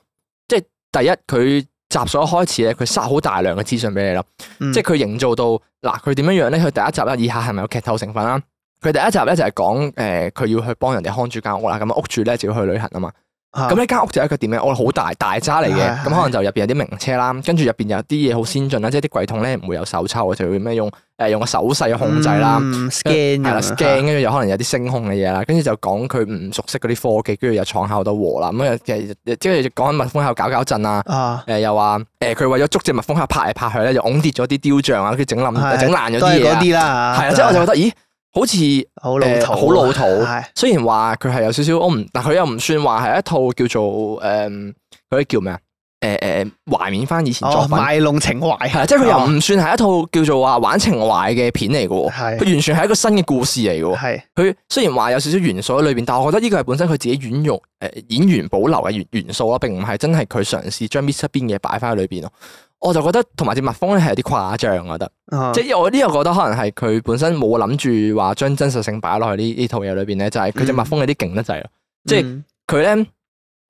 B: 即係第一，佢集數一開始咧，佢塞好大量嘅資訊俾你啦，
A: 嗯
B: 即係佢營造到嗱，佢點樣樣咧？佢第一集啦，以下係咪有劇透成分啦？佢第一集咧就係講誒，佢、要去幫人哋看住間屋啦，咁啊屋主咧就要去旅行啊嘛。咁呢間屋就係一個點咧？我好大大渣嚟
A: 係
B: 嘅，咁
A: 啊係
B: 可能就入邊有啲名車啦，跟住入邊有啲嘢好先進啦，即係啲櫃桶咧唔會有手抽嘅，就會咩用誒用個手勢去控制啦。
A: 嗯，scan
B: 係
A: 咁
B: 啦
A: 樣
B: ，scan 跟住有可能有啲聲控嘅嘢啦，跟住就講佢唔熟悉嗰啲科技，跟住又闖下好多禍啦。咁啊，其實即係講緊蜜蜂喺度搞搞震啊，
A: 啊，
B: 誒又話誒佢為咗捉只蜜蜂喺度拍嚟拍去咧，就㧬跌咗啲雕像啊，跟住整冧
A: 係
B: 整爛咗
A: 都
B: 啲
A: 係
B: 嘢
A: 嗰
B: 啊，
A: 啲
B: 係
A: 啦。
B: 啊，即係我就覺得咦，好似
A: 好老
B: 誒
A: 土啊，
B: 好老土
A: 係
B: 雖然話佢係有少少我唔，但佢又唔算話係一套叫做誒嗰啲叫咩啊？誒誒懷緬翻以前作
A: 哦，
B: 品。
A: 賣弄情懷哦
B: 係啊，即係佢又唔算係一套叫做話玩情懷嘅片嚟嘅喎，
A: 係
B: 佢完全係一個新嘅故事嚟嘅喎。
A: 係
B: 佢雖然話有少少元素喺裏邊，但我覺得呢個係本身佢自己演用誒、呃演員保留嘅元元素咯，並唔係真係佢嘗試將 Mr. Bean 嘢擺翻喺裏邊咯。我就覺得同埋隻蜜蜂咧係有啲誇張，我覺得，
A: 啊
B: 即係我呢個覺得可能係佢本身冇諗住話將真實性擺落去呢呢套嘢裏邊咧，就係佢隻蜜蜂有啲勁得滯咯。即係
A: 嗯
B: 佢咧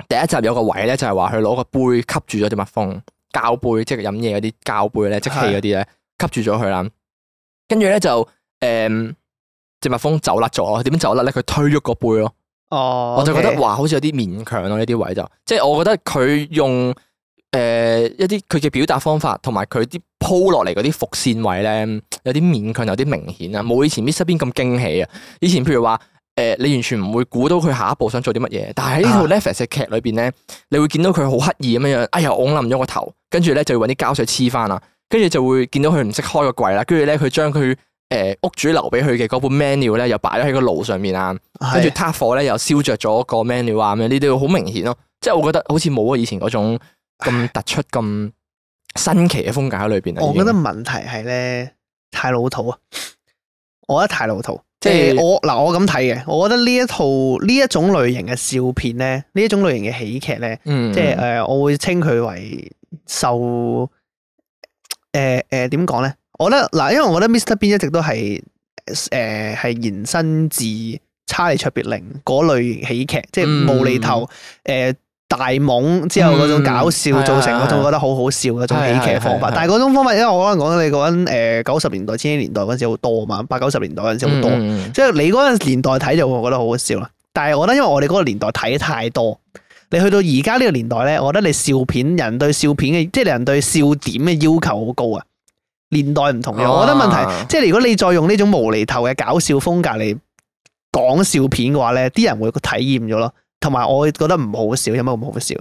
B: 第一集有個位咧就係話佢攞個杯吸住咗隻蜜蜂膠杯，即係飲嘢嗰啲膠杯咧，即氣嗰啲咧吸住咗佢啦。跟住咧就誒嗯隻蜜蜂走甩咗咯，點樣走甩咧？佢推咗個杯咯，
A: 哦，
B: 我就覺得
A: OK
B: 哇，好似有啲勉強咯呢啲位就，即係我覺得佢用。誒、一啲佢嘅表達方法，同埋佢啲鋪落嚟嗰啲伏線位咧，有啲勉強，有啲明顯啊，冇以前 Mr. Bean 咁驚喜啊。以前譬如話誒、你完全唔會估到佢下一步想做啲乜嘢，但係喺呢套
A: 啊
B: Netflix 嘅劇裏邊咧，你會見到佢好刻意咁樣樣，哎呀，我冧咗個頭，跟住咧就要揾啲膠水黐翻啦，跟住就會見到佢唔識開個櫃啦，跟住咧佢將佢。誒屋主留俾佢嘅嗰本 menu 咧，又擺咗喺個爐上面啊，跟住
A: 係
B: 撻火咧又燒着咗個 menu 啊，咁樣呢啲好明顯咯，即係我覺得好似冇咗以前嗰種咁突出、咁新奇嘅風格喺裏邊啊。
A: 哦我
B: 已
A: 覺
B: 經
A: 得問題係咧太老土啊！ 我覺得太老土，即
B: 即
A: 係
B: 係
A: 我嗱我咁睇嘅，我覺得呢一套呢一種類型嘅笑片咧，呢一種類型嘅喜劇咧，
B: 嗯，
A: 即係誒、呃我會稱佢為受誒誒點講咧？我覺得嗱，因為我覺得 Mr. Bean 一直都係誒係延伸自差利卓別靈嗰類喜劇，即係無厘頭誒、呃大懵之後嗰種搞笑
B: 嗯嗯
A: 造成
B: 係啊
A: 嗰種
B: 係啊
A: 覺得好好笑嘅一種喜劇嘅方法
B: 係係係係。
A: 但係嗰種方法，因為我可能講你講緊誒九十年代、千禧年代嗰陣時好多啊嘛，八九十年代嗰陣時好多。
B: 嗯嗯
A: 即係你嗰陣年代睇就會覺得好好笑啦。但係我覺得因為我哋嗰個年代睇太多，你去到而家呢個年代咧，我覺得你笑片人對笑片嘅，即係人對笑點嘅要求好高啊。年代唔同嘅，
B: 啊
A: 我覺得問題即係如果你再用呢種無厘頭嘅搞笑風格嚟講笑片嘅話咧，啲人會體驗咗咯。同埋我覺得唔好笑，有乜咁好笑？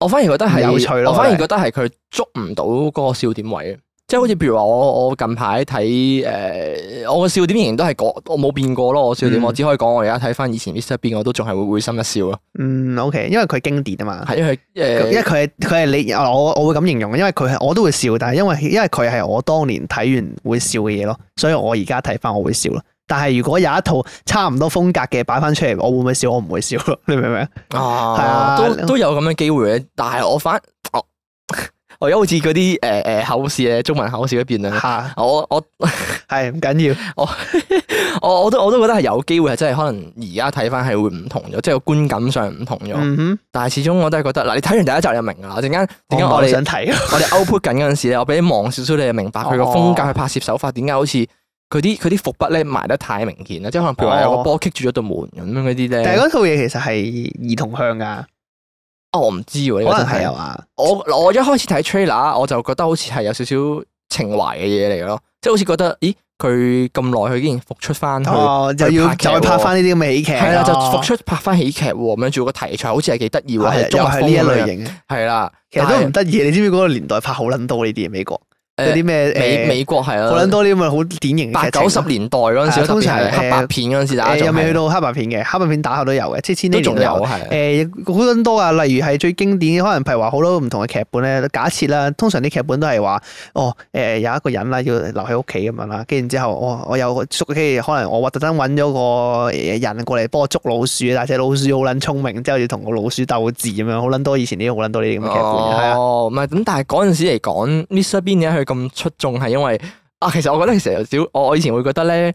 B: 我反而覺得係
A: 有趣咯
B: 我反
A: 我
B: 而
A: 覺
B: 覺得係佢捉唔到嗰個笑點位嘅，即係好似譬如話我我近排睇誒，我個笑點仍然都係嗰我冇變過咯，我笑點、
A: 嗯
B: 我只可以講我而家睇翻以前 Mr. Bean 我都仲係會會心一笑咯，
A: 嗯，OK，因為佢經典啊嘛。
B: 係因為呃
A: 因為
B: 誒
A: 佢係佢係你我我會咁形容，因為佢係我都會笑，但係因為 因為佢係我當年睇完會笑嘅嘢咯，所以我而家睇翻我會笑咯。但係如果有一套差唔多風格嘅擺翻出嚟，我會唔會笑？我唔會笑咯， 你明唔明？係
B: 啊
A: 啊
B: 都都有咁嘅機會嘅，但係我反我 我而家好似嗰啲誒誒考試咧，中文考試嗰邊啊。
A: 吓，
B: 我我
A: 係唔緊要，
B: 我我都我都覺得係有機會係真係可能而家睇翻係會唔同咗，即係個觀感上唔同咗。
A: 嗯哼，
B: 但係始終我都係覺得嗱，你睇完第一集你就明㗎啦。陣間陣
A: 我唔係
B: 間我
A: 好
B: 哋
A: 想睇啊，
B: 我哋 output 緊嗰陣時咧，我俾你望少少，你就明白佢個風格、佢拍攝手法點解好似佢啲佢啲伏筆咧埋得太明顯啦，即係可能譬如話有個波棘住咗對門咁樣嗰 啲
A: 哦但係
B: 咧。
A: 嗰套嘢其實係兒童向噶，
B: 哦，我唔知喎，
A: 可
B: 呢個
A: 能
B: 真
A: 係
B: 係。
A: 啊
B: 我我一開始睇 trailer，我就覺得好似係有少少情懷嘅嘢嚟咯，即係好似覺得，咦，佢咁耐佢竟然復出翻去
A: 嘛，，哦，就要
B: 拍劇
A: 再
B: 喎
A: 拍翻呢啲咁嘅喜劇，
B: 係啦，就
A: 哦
B: 復出拍翻喜劇喎，咁樣仲有個題材好似係幾得意喎，
A: 係
B: 係
A: 又
B: 中
A: 係
B: 學
A: 呢一
B: 風咁
A: 類
B: 樣，
A: 型嘅，
B: 係啦，
A: 其實都唔得意。你知唔知嗰個年代拍好撚多呢啲嘢？美國嗰
B: 誒
A: 啲咩
B: 美
A: 誒
B: 美國係啦，
A: 好撚多啲咁嘅好典型嘅
B: 八
A: 劇情啊
B: 九十年代嗰陣時
A: 係啊
B: 咯，特別
A: 通常
B: 係
A: 係
B: 黑白片嗰陣時，大
A: 誒
B: 家
A: 又
B: 仲
A: 未去
B: 係
A: 到黑白片嘅，黑白片打下都有嘅，即係千禧
B: 都
A: 年啊
B: 仲
A: 都
B: 有啊
A: 有。
B: 係。
A: 誒好多都啊，例如係最經典，可能譬如話好多唔同嘅劇本咧，假設啦，通常啲劇本都係話，哦誒、有一個人啦，要留喺屋企咁樣啦，跟住之後我、哦、我有個捉，跟住可能我特登揾咗個人過嚟幫我捉老鼠，但係隻老鼠好撚聰明，之後要同個老鼠鬥智咁樣，好撚多以前啲好撚多呢啲咁嘅劇本，係啊、
B: 哦，唔係咁，但係嗰陣時嚟講，Mr. Bean 點解佢咁出眾係因為啊，其實我覺得其實有少，我我以前會覺得咧，誒、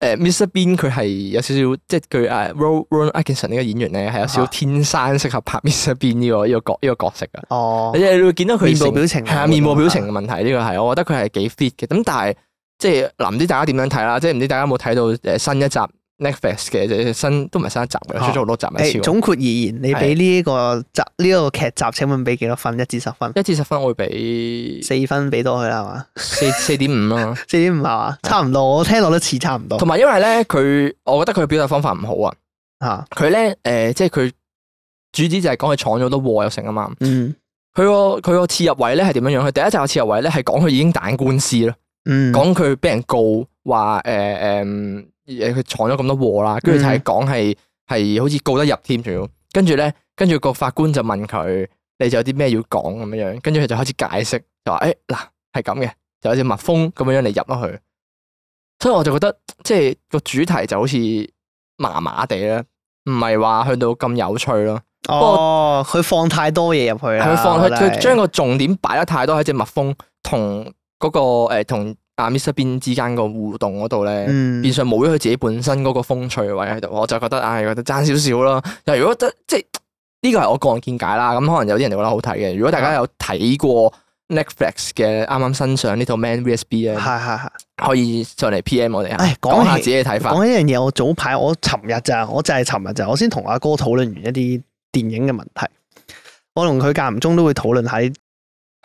B: Mr. Bean 佢係有少少，即係佢誒 Ron Ron Atkinson 呢個演員咧係有少少
A: 啊
B: 天生適合拍 Mr. Bean 呢、個呢、個角呢、個角色噶，
A: 哦
B: 你，你會見到佢
A: 面部
B: 成
A: 表情
B: 係啊，面部表情嘅問題呢個係，我覺得佢係幾 fit 嘅。咁但係即係嗱，唔知大家點樣睇啦？即係唔知大家有冇睇到誒新一集 Netflix 嘅即係新都唔係新一集嘅，出咗好多集嘅，
A: 啊誒
B: 超過
A: 總括而言，你俾呢一個集呢一個劇集，請問俾幾多分？一至十分，
B: 一至十分我會俾
A: 四分俾多佢啦，係嘛？
B: 四四點五啦。
A: 四點五係嘛？差唔多，我聽落都似差唔多
B: 同埋因為咧，佢我覺得佢表達方法唔好啊。
A: 嚇。
B: 佢咧誒，即係佢主旨就係講佢闖咗好多禍又成啊嘛。
A: 嗯
B: 佢個佢個切入位咧係點樣樣？佢第一集嘅切入位咧係講佢已經打緊官司啦。
A: 嗯，
B: 講佢俾人告話誒誒，誒佢闖咗咁多禍啦，跟住就
A: 嗯
B: 係講係係好似告得入添，仲要跟住咧，跟住個法官就問佢，你仲有啲咩要講咁樣樣，跟住佢就開始解釋，就話誒嗱係咁嘅，就有隻蜜蜂咁樣樣嚟入咗去，所以我就覺得即係個主題就好似麻麻地啦，唔係話去到咁有趣咯，
A: 哦，佢放太多嘢入去啦，
B: 佢放
A: 啊我覺
B: 佢
A: 得
B: 佢將個重點擺得太多喺只蜜蜂同嗰、個誒同阿 Mr Bean 之間個互動嗰度咧。
A: 嗯
B: 變相冇咗佢自己本身嗰個風趣位喺度，我就覺得唉，覺得爭少少啦。又如果得即係呢個係我個人見解啦，咁可能有啲人就覺得好睇嘅。如果大家有睇過 Netflix 嘅啱啱新上呢套《Man vs B》
A: 係
B: 咧，
A: 係係。
B: 可以上嚟 PM 我哋啊，
A: 唉
B: 講
A: 講
B: 下
A: 起哦
B: 自己嘅睇法。
A: 講一樣嘢，我早排我尋日咋，我就係尋日咋，我先同阿哥討論完一啲電影嘅問題。我同佢間唔中都會討論下啲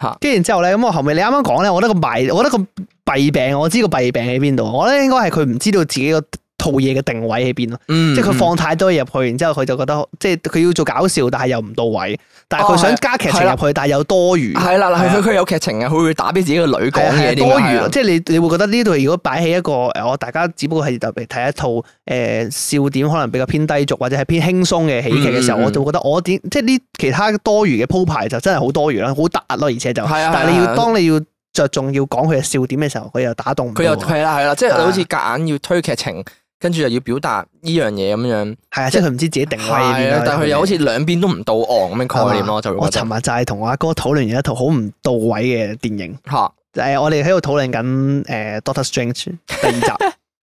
B: 嚇，
A: 跟住然之後咧，咁我後尾你啱啱講咧，我覺得個弊，我覺得個弊病，我知個弊病喺邊度。我覺得應該係佢唔知道自己個套嘢嘅定位喺邊咯，
B: 嗯
A: 即係佢放太多嘢入去，然之後佢就覺得即係佢要做搞笑，但係又唔到位，但係
B: 哦
A: 佢想
B: 係
A: 加劇情
B: 係啦
A: 入去，但係又多餘。
B: 係啦，
A: 係
B: 嗱，
A: 啊
B: 佢佢有劇情嘅，佢會打俾自己個女講
A: 係係
B: 嘢添㗎
A: 多
B: 係啊
A: 餘，即係你你會覺得呢度如果擺喺一個誒，我大家只不過係特別睇一套誒、呃笑點可能比較偏低俗或者係偏輕鬆嘅喜劇嘅時候，
B: 嗯嗯嗯
A: 我就會覺得我點即係呢其他多餘嘅鋪排就真係好多餘啦，好突兀咯，而且就
B: 係啊
A: 但係
B: 係
A: 你
B: 啊
A: 要當你要着重要講佢嘅笑點嘅時候，佢又打動唔到
B: 佢又
A: 喎，
B: 係啦係啦，即係
A: 啊
B: 好似夾硬要推劇情，跟住又要表達呢樣嘢咁樣。
A: 係啊，即係佢唔知自己定位喺邊
B: 係
A: 啦
B: 啊，但係佢又好似兩邊都唔到岸咁嘅概念咯，我就會
A: 啊我
B: 覺得
A: 尋日就係同我阿哥討論完一套好唔到位嘅電影。
B: 嚇。
A: 誒、我哋喺度討論緊誒《Doctor Strange》第二集。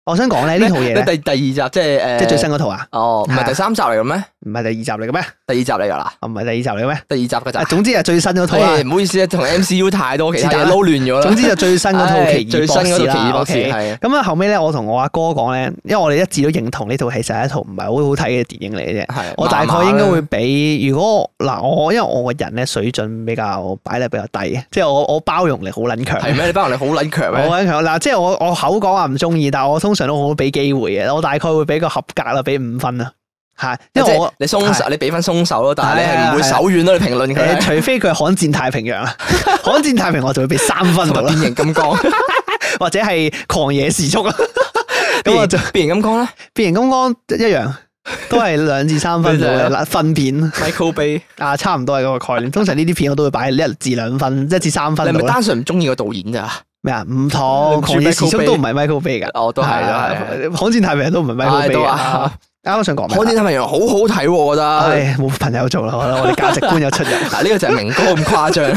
A: 我想講咧呢套嘢
B: 你
A: 咧，
B: 第第二集即係誒，
A: 即係最新嗰套啊，
B: 哦，唔
A: 係啊
B: 係第三集嚟嘅咩？
A: 唔係第二集嚟嘅咩？
B: 第二集嚟㗎啦，
A: 啊唔係第二集嚟嘅咩？
B: 第二集嘅
A: 啊，
B: 咋？
A: 總之就最新嗰套啦
B: 誒。唔好意思啊，同 MCU 太多其他
A: 是
B: 嘢
A: 但啦
B: 撈亂咗啦。
A: 總之就最新嗰套
B: 唉
A: 奇
B: 哎
A: 異
B: 最新
A: 博
B: 嗰
A: 士
B: 套奇異
A: 啦。
B: 博士
A: OK
B: 係啊
A: 咁啊，後尾咧，我同我阿哥講咧，因為我哋一致都認同呢套戲係一套唔係好好睇嘅電影嚟嘅啫。
B: 係，
A: 我大
B: 麻麻
A: 概
B: 啦
A: 應該會俾，如果我嗱我因為我個人咧水準比較擺得比較低嘅，即係我我包容力好撚強。
B: 係咩？你包容力好撚強
A: 我
B: 咩？
A: 好強嗱，即係我我口講話唔中意，但係我通常都好俾機會嘅，我大概會俾個合格啦，俾五分啦，係，因為
B: 即係
A: 我
B: 你鬆手，你俾分鬆手咯，但係你係唔會
A: 係啊係啊
B: 手軟咯，你評
A: 誒，
B: 論佢。
A: 除非佢係悍戰太平 洋啦，悍戰太平洋我就會俾三分
B: 同
A: 到
B: 埋
A: 啦，
B: 變形金剛，
A: 或者係狂野時速啦，啊咁
B: 變
A: 我就
B: 形變形金剛咧
A: 變形金剛一樣，都係兩至三分到 嘅啦，分片
B: ，Michael Bay，
A: 啊，差唔多係嗰個概念。通常呢啲片我都會擺一至兩分，一至三
B: 你
A: 分
B: 係
A: 到
B: 咪
A: 啦。
B: 單純唔中意個導演咋？
A: 咩啊？唔
B: 你
A: 同
B: 唔知
A: 狂野時
B: Michael
A: 速
B: Bay？
A: 都唔係 Michael Bay 㗎，
B: 哦，都係啦，係係
A: 係悍戰太平洋都唔係 Michael
B: 唉
A: Bay
B: 都
A: 㗎
B: 啊
A: 啊。啱啱想講咩
B: 海
A: 啊
B: 天太平洋好好睇喎，我覺得。
A: 唉，冇朋友做啦，我覺得我哋價值觀有出入。
B: 嗱，呢個就係明哥 咁誇張，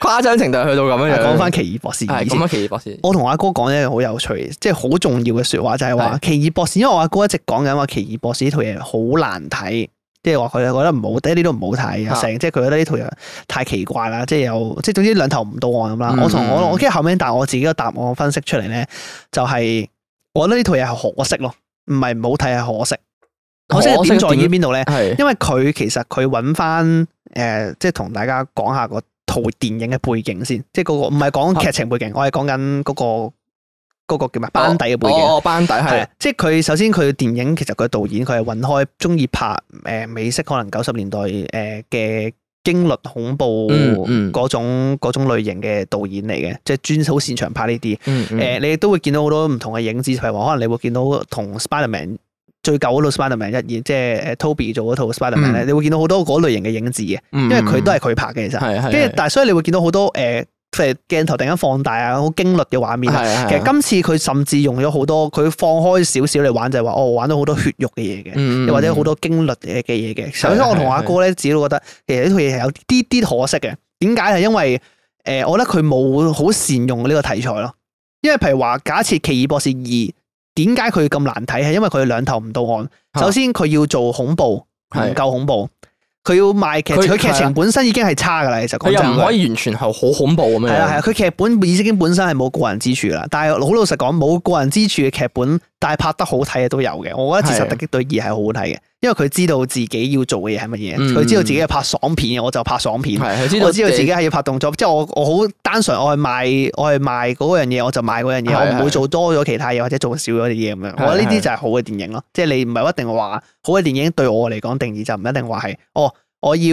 B: 誇張程度去到咁樣樣。
A: 啊講翻奇異博士
B: 係
A: 以
B: 講
A: 前，
B: 翻奇異博士。
A: 我同我阿哥講一樣好有趣，即係好重要嘅説話，就係話奇異博士，因為我阿哥一直講緊話奇異博士呢套嘢好難睇。即係話佢覺得唔好睇，一啲都唔好睇啊！
B: 嚇
A: 成即係佢覺得呢套嘢太奇怪啦，即係有即係總之兩頭唔到岸咁啦。
B: 嗯
A: 我同我我跟住後尾，但係我自己個答案分析出嚟咧，就係我覺得呢套嘢係可惜咯，唔係唔好睇係可惜。可惜嘅點在於邊度咧？
B: 係
A: 因為佢其實佢揾翻誒，即係同大家講下個套電影嘅背景先，即係嗰個唔係講劇情背景，我係講緊嗰個嗰個叫咩班底嘅背景。
B: 哦哦，班底
A: 係
B: 係
A: 啊，即係佢首先佢電呃影其實佢導演佢係揾開中意拍誒美式可能九十年代誒嘅驚慄恐怖
B: 嗯嗯
A: 嗰種嗰種類型嘅導演嚟嘅，即係專好擅長拍呢啲。
B: 嗯嗯
A: 誒、呃你亦都會見到好多唔同嘅影子，譬如話可能你會見到同 Spiderman 最舊嗰套 Spiderman 一演，即係誒 Toby 做嗰套 Spiderman 咧、
B: 嗯
A: 你會見到好多嗰類型嘅影子嘅，因
B: 因
A: 為佢都係佢拍嘅其實。
B: 嗯係係
A: 跟住，但係所以你會見到好多誒，譬如鏡頭突然間放大啊，好驚慄嘅畫面啊。
B: 係
A: 其實今次佢甚至用咗好多，佢放開少少嚟玩就係話，哦，我玩到好多血肉嘅嘢嘅，
B: 今
A: 又或者好多驚慄嘅嘅嘢嘅。首先我同阿哥咧，自己都覺得其實呢套嘢係有啲啲可惜嘅。點解係因為誒、呃我覺得佢冇好善用呢個題材咯。因為譬如話，假設《奇異博士二》點解佢咁難睇，係因為佢兩頭唔到岸。
B: 啊
A: 首先佢要做恐怖，唔
B: 係
A: 夠恐怖。佢要賣劇，
B: 佢
A: 佢劇
B: 係啊
A: 情本身已經係差㗎啦，其實講
B: 佢
A: 真嗰
B: 又唔
A: 句
B: 可以完全係好恐怖咁樣。
A: 係啊啦係啦，佢劇本已經本身係冇個人之處啦，但係好老實講，冇個人之處嘅劇本，但係拍得好睇嘅都有嘅。我覺得《自殺
B: 係
A: 突擊隊二》係好好睇嘅，因為佢知道自己要做嘅嘢係乜嘢，
B: 嗯
A: 佢知道自己係拍爽片嘅，我就拍爽片。
B: 係佢知道
A: 我知道自己係要拍動作，即係我我好單純，我係賣我係賣嗰樣嘢，我就賣嗰樣嘢，
B: 係
A: 我唔會
B: 係
A: 做多咗其他嘢或者做少咗啲嘢咁樣。我覺得呢啲
B: 係
A: 就係好嘅電影咯，即係你唔係一定話好嘅電影對我嚟講定義就唔一定話係哦，我要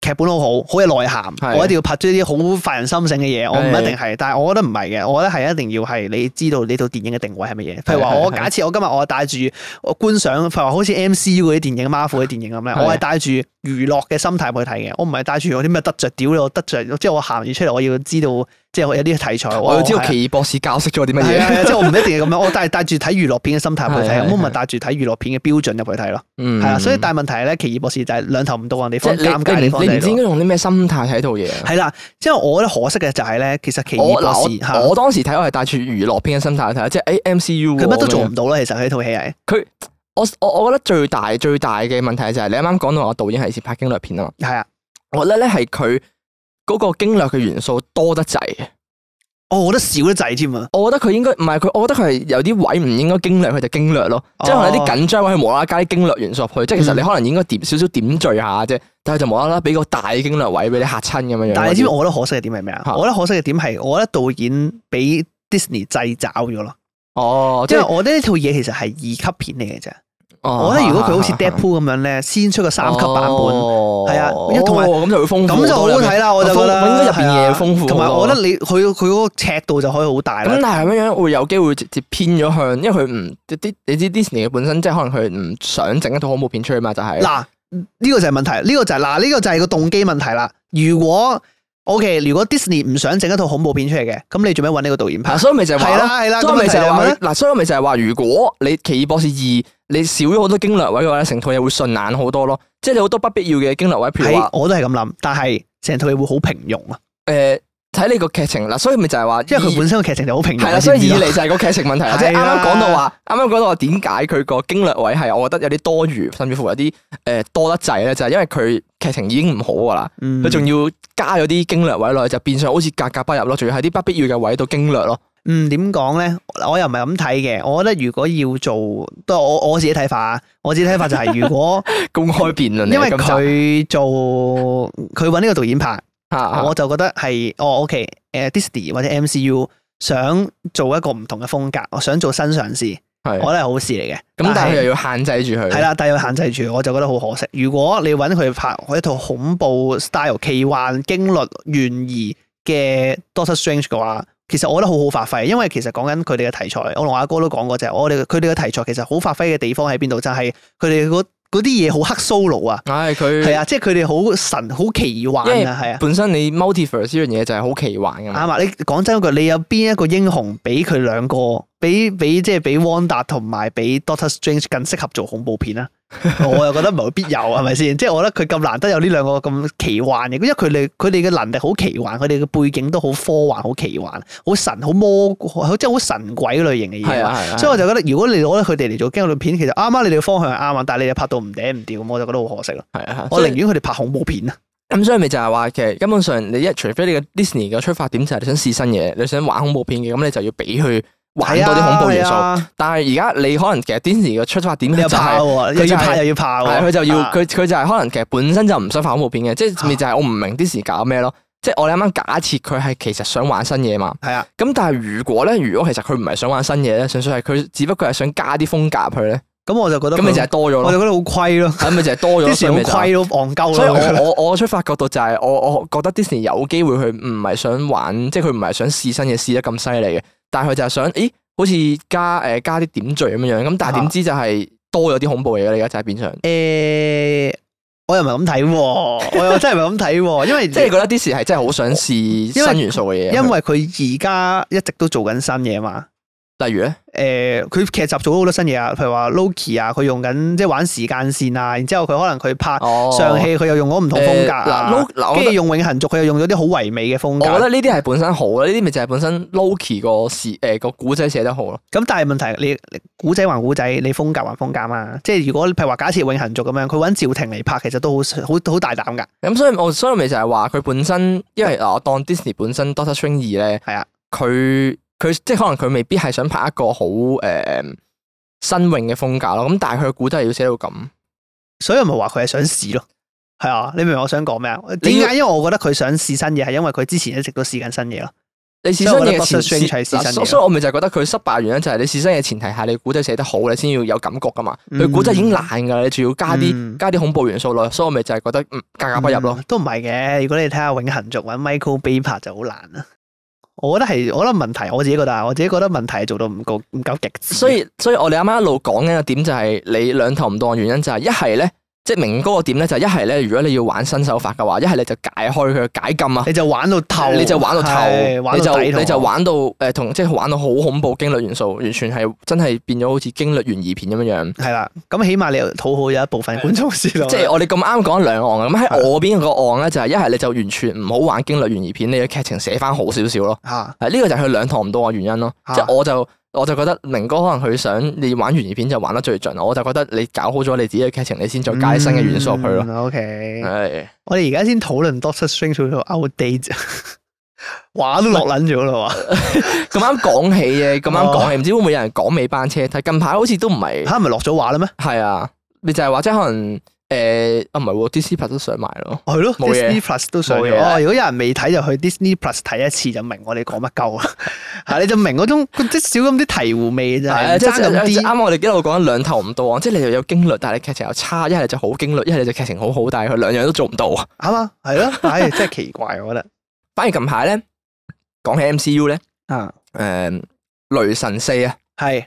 A: 劇本好好，好有內涵，
B: 係
A: 我一定要拍出啲好發人心醒嘅嘢，我唔一定係，但係我覺得唔係嘅，我覺得係一定要係你知道你套電影嘅定位係乜嘢。譬如話
B: 係係
A: 我
B: 係
A: 假設我今日我帶住我觀賞，譬如話好似 MCU 嗰啲電影、Marvel 嗰啲電影咁咧，
B: 係
A: 我係帶住娛樂嘅心態去睇嘅，我唔係帶住我啲咩得着屌你，我得着，即係我行完出嚟，我要知道，即係我有啲題材，
B: 我要知道
A: 哦係啊
B: 奇異博士教識咗啲乜
A: 係啊係
B: 嘢。
A: 啊，即係我唔一定要咁樣，我但係帶住睇娛樂片嘅心態去睇，
B: 係係
A: 咁我咪帶住睇娛樂片嘅標準入去睇咯，
B: 嗯
A: 係啊，所以但係問題係咧，奇異博士就係兩頭唔到岸地
B: 即
A: 方，尷尬
B: 係
A: 地
B: 你
A: 方
B: 你
A: 就
B: 你唔
A: 係
B: 知應
A: 呢
B: 該
A: 度
B: 用啲咩心態睇套嘢。
A: 係啦，即係我覺得可惜嘅就係咧，其實奇異
B: 我
A: 博士嚇
B: 嗱我我當時睇我係帶住娛樂片嘅心態去睇，即係哎誒 MCU
A: 佢乜都
B: 喎
A: 做
B: 咁樣
A: 唔到啦，其實佢套戲係
B: 佢我我我覺得最大最大嘅問題就係你啱啱講到話導演係似拍驚慄片啊嘛，
A: 係啊，
B: 我覺得咧係佢嗰個驚慄嘅元素多得滯，
A: 哦我覺得少得滯添啊，
B: 我覺得佢應該唔係佢，我覺得佢係有啲位唔應該驚慄佢就驚慄咯，
A: 哦
B: 即係可能有啲緊張位佢無啦啦加啲驚慄元素入去，即係其實
A: 嗯
B: 你可能應該點少少點綴下啫，但係就無啦啦俾個大驚慄位俾你嚇親咁樣樣。
A: 但係你知唔知我覺得可惜嘅點係咩啊？
B: 啊嚇
A: 我覺得可惜嘅點係，我覺得導演俾 Disney 掣找咗咯，
B: 哦，即
A: 因為
B: 係哦
A: 我覺得呢套嘢其實係二級片嚟嘅啫。
B: 我
A: 我覺得如果佢好似 Deadpool 咁樣咧，先出個三級版本，
B: 本
A: 係啊因為同埋
B: 哦咁就會豐富
A: 咁就好好睇啦。我就覺得啊
B: 應該入邊嘢豐富好多。
A: 同埋我覺得你佢佢嗰個尺度就可以好大
B: 咁
A: 啦。
B: 但係咁樣樣會有機會直接偏咗向，因為佢唔啲你知 Disney 嘅本身即係可能佢唔想整一套恐怖片出去嘛，就係、
A: 嗱，呢個就係問題，呢個就係嗱，呢個就係個動機問題啦。如果 OK，如果 Disney 唔想整一套恐怖片出嚟嘅，咁你做咩揾呢個導演
B: 啊
A: 拍？
B: 所以咪就係話
A: 係啦係
B: 咯，
A: 啦，咁
B: 所以咪
A: 咪就
B: 就係
A: 係
B: 話
A: 話咧，
B: 嗱，所以咪就係話，如果你奇異博士二你少咗好多驚慄位嘅話咧，成套嘢會順眼好多咯，即係你好多不必要嘅驚慄位，譬如
A: 係
B: 話
A: 我都係咁諗，但係成套嘢會好平庸啊，
B: 誒呃睇你個劇情嗱，所以咪就係話，
A: 因為佢本身個劇情就好平庸。
B: 係啦，
A: 你
B: 所
A: 知唔知
B: 以以
A: 啊
B: 嚟就係個劇情問題 啦，即係啱
A: 係啊啦
B: 啱講到話，啱啱講到話點解佢個驚慄位係我覺得有啲多餘，甚至乎有啲誒、呃多得滯咧，就係、因為佢劇情已經唔好噶啦。
A: 嗯
B: 佢仲要加咗啲經略位落去，就變相好似格格不入咯，仲要喺啲不必要嘅位度經略咯。
A: 嗯，點講咧？我又唔係咁睇嘅。我覺得如果要做，都係我我自己睇法啊。我自己睇法就係，如 果
B: 公開辯論嚟嘅，
A: 因為
B: 今集
A: 佢做佢揾呢個導演拍，
B: 啊啊
A: 我就覺得係哦，OK，誒 Disney 或者 MCU 想做一個唔同嘅風格，我想做新嘗試，
B: 係
A: 我覺得係好事嚟嘅。
B: 咁，但係佢啊
A: 係
B: 又要限制住佢。
A: 係，啦，但係要限制住，我就覺得好可惜。如果你揾佢拍一套恐怖 style、奇幻、驚慄、懸疑嘅 Doctor Strange 嘅話，其實我覺得好好發揮，因為其實講緊佢哋嘅題材，我同阿哥都講過就係我哋佢哋嘅題材其實好發揮嘅地方喺邊度，就係佢哋嗰嗰啲嘢好黑 solo 啊，
B: 唉，佢
A: 係啊，即係佢哋好神、好奇幻
B: 嗯因為
A: 啊，係啊。
B: 本身你 multiverse 呢樣嘢就係好奇幻噶嘛。
A: 啱啊！你講真嗰句，你有邊一個英雄比佢兩個，比比即係比 Wanda 同埋比 Doctor Strange 更適合做恐怖 片啊？我又覺得唔係必有，係咪先？即係我覺得佢咁難得有呢兩個咁奇幻嘅，因為佢哋佢哋嘅能力好奇幻，佢哋嘅背景都好科幻、好奇幻、好神、好魔，好即係好神鬼類型嘅
B: 係
A: 嘢啊。
B: 啊，係啊。
A: 所以我就覺得，如果你攞佢哋嚟做驚慄片，其實啱啱你哋嘅方向係啱啊，但係你哋拍到唔嗲唔吊，咁我就覺得好可惜咯。
B: 係啊，
A: 我
B: 所以
A: 寧願佢哋拍恐怖片啊。
B: 咁，所以咪就係話，其實根本上你一除非你嘅 Disney 嘅出發點就係你想試新嘢，你想玩恐怖片嘅，咁你就要俾佢玩多啲恐怖元素
A: 係。啊，
B: 但係而家你可能其實 Disney 嘅出發點
A: 你
B: 就
A: 又
B: 係
A: 怕喎，
B: 佢
A: 又
B: 就
A: 要
B: 係
A: 怕又要怕
B: 係
A: 喎。
B: 佢就要
A: 啊
B: 佢佢就係可能其實本身就唔想拍恐怖片嘅，即係咪就係我唔明 Disney 搞咩咯？即係我哋啱啱假設佢係其實想玩新嘢嘛，
A: 係啊。
B: 咁但係如果咧，如果其實佢唔係想玩新嘢咧，純粹係佢只不過係想加啲風格入去咧，
A: 咁我就覺得
B: 咁咪就係多咗
A: 我
B: 咯
A: 就，覺得好虧咯，
B: 咁咪就係多咗咯，
A: 啲
B: 所
A: 時
B: 以
A: 好
B: 咪就係
A: 虧咯，戇鳩
B: 所以
A: 咯，我覺得
B: 我我我出發角度就係我我覺得 Disney 有機會佢唔係想玩，即係佢唔係想試新嘢試得咁犀利嘅，但係佢就係想，咦，好似加誒、呃加啲點綴咁樣樣，咁但係點知就係多咗啲恐怖嘢啦，而家就係變相，
A: 誒，我又唔係咁睇喎， 我又真係唔係咁睇喎，因為
B: 即係覺得 Disney 係真係好想試
A: 因為
B: 新元素嘅嘢，
A: 因為佢而家一直都做緊新嘢嘛。
B: 例如咧，
A: 誒，佢、劇集做咗好多新嘢啊，譬如話 Loki 啊，佢用緊即係玩時間線啊，然之後佢可能佢拍
B: 哦，呃
A: 上戲，佢又用咗唔同風格
B: 嗱
A: 啊，
B: ，Lo- 嗱，我
A: 跟
B: 覺
A: 住
B: 得
A: 用永恆族，佢又用咗啲好唯美嘅風
B: 我覺
A: 格。
B: 得呢啲係本身好啊啦，呢啲咪就係本身 Loki 個事誒個古仔寫得好咯，
A: 咁但係問題，你你古仔還古仔，你風格還風格嘛？即係如果譬如話假設永恆族咁樣，佢揾趙婷嚟拍，其實都好好好大膽㗎。
B: 咁所以我所以咪就係話佢本身，因為嗱，我當 Disney 本身 Doctor Strange 二咧，
A: 係啊，
B: 佢佢即係可能佢未必係想拍一個好誒、呃新穎嘅風格咯，咁但係佢嘅古仔要寫到咁，
A: 所以我咪話佢係想試咯。係啊，你明唔明我想講咩啊？點
B: 你要
A: 解？因為我覺得佢想試新嘢，係因為佢之前一直都試緊新嘢咯。
B: 你試新
A: 所以我覺
B: 嘢
A: 得
B: 嘅
A: Doctor Strange 係
B: 前
A: 試新嘢
B: 嗱所
A: 咯
B: 所以我咪就係覺得佢失敗原因就係你試新嘢前提下，你古仔寫得好，你先要有感覺噶嘛。佢古仔已經爛㗎啦，你仲要加啲、
A: 嗯
B: 加啲恐怖元素落去，所以我咪就係覺得嗯格格不入咯。
A: 嗯都唔係嘅，如果你睇下永恆族揾 Michael Bay 拍就好難啦。我覺得係，我覺得問題，我自己覺得啊，我自己覺得問題係做到唔夠唔夠極致。
B: 所以所以我哋啱啱一路講緊嘅點就係你兩頭唔當嘅原因就係一係咧，即係明哥個點咧就係一係咧，如果你要玩新手法嘅話，一係你就解開佢嘅解禁啊。
A: 你就玩到透，
B: 你就玩到
A: 係
B: 透，
A: 玩到底啊
B: 你就
A: 同
B: 你就玩到誒同即係玩到好恐怖驚慄元素，完全係真係變咗好似驚慄懸疑片咁樣樣。
A: 係啦。咁啊起碼你又討好有一部分觀眾先咯。
B: 即係我哋咁啱講兩岸啊咁
A: 啊
B: 喺我邊個岸咧，就係一係你就完全唔好玩驚慄懸疑片，你嘅劇情寫翻好少少咯。
A: 嚇
B: 係呢個就係佢兩堂唔到嘅原因咯。
A: 啊
B: 即係我就我就覺得明哥可能佢想你玩懸疑片就玩得最盡，我就覺得你搞好咗你自己嘅劇情，你先再加啲新嘅元素入去咯。
A: 嗯 OK，
B: 係
A: 我哋而家先討論 Doctor Strange 到 outdate，話都落撚咗啦喎。
B: 咁啱講起嘅，咁
A: 哦
B: 啱講起，唔知會唔會有人講尾班車？睇近排好似都唔 係。
A: 嚇唔係落咗畫啦咩？
B: 係啊，你就係話即係可能誒啊唔係喎，DC 拍都上埋咯。
A: 哦係咯
B: 冇嘢
A: ，Disney Plus 都上
B: 冇
A: 咗。
B: 嘢啦
A: 哦，如果有人未睇就去 Disney Plus 睇一次就明我哋講乜鳩 啦。係你就明嗰種即少咁啲醍醐味啫，
B: 係啊，
A: 唔
B: 即
A: 爭
B: 係
A: 咁
B: 即係
A: 啲。
B: 啱我哋一路講緊兩頭唔到岸，啊即係你又有驚慄，但係你劇情又差，一係你就好驚慄，一係你就劇情好好，但係佢兩樣都做唔到啊。
A: 啱啊，係咯，唉，真係奇怪，我覺得。
B: 反而近排咧講起 MCU 咧，
A: 啊，
B: 誒雷神四啊，
A: 係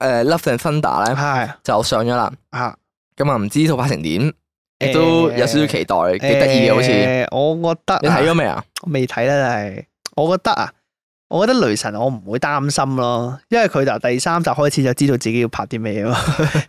B: 誒 Love and Thunder 咧
A: 係
B: 就上咗啦，
A: 啊，
B: 咁啊唔知套拍成點，亦都有少少期待，幾得意嘅好似。
A: 誒我覺得啊
B: 你睇咗未啊？
A: 我未睇啦，但係我覺得啊，我覺得雷神我唔會擔心咯，因為佢由第三集開始就知道自己要拍啲咩 咯，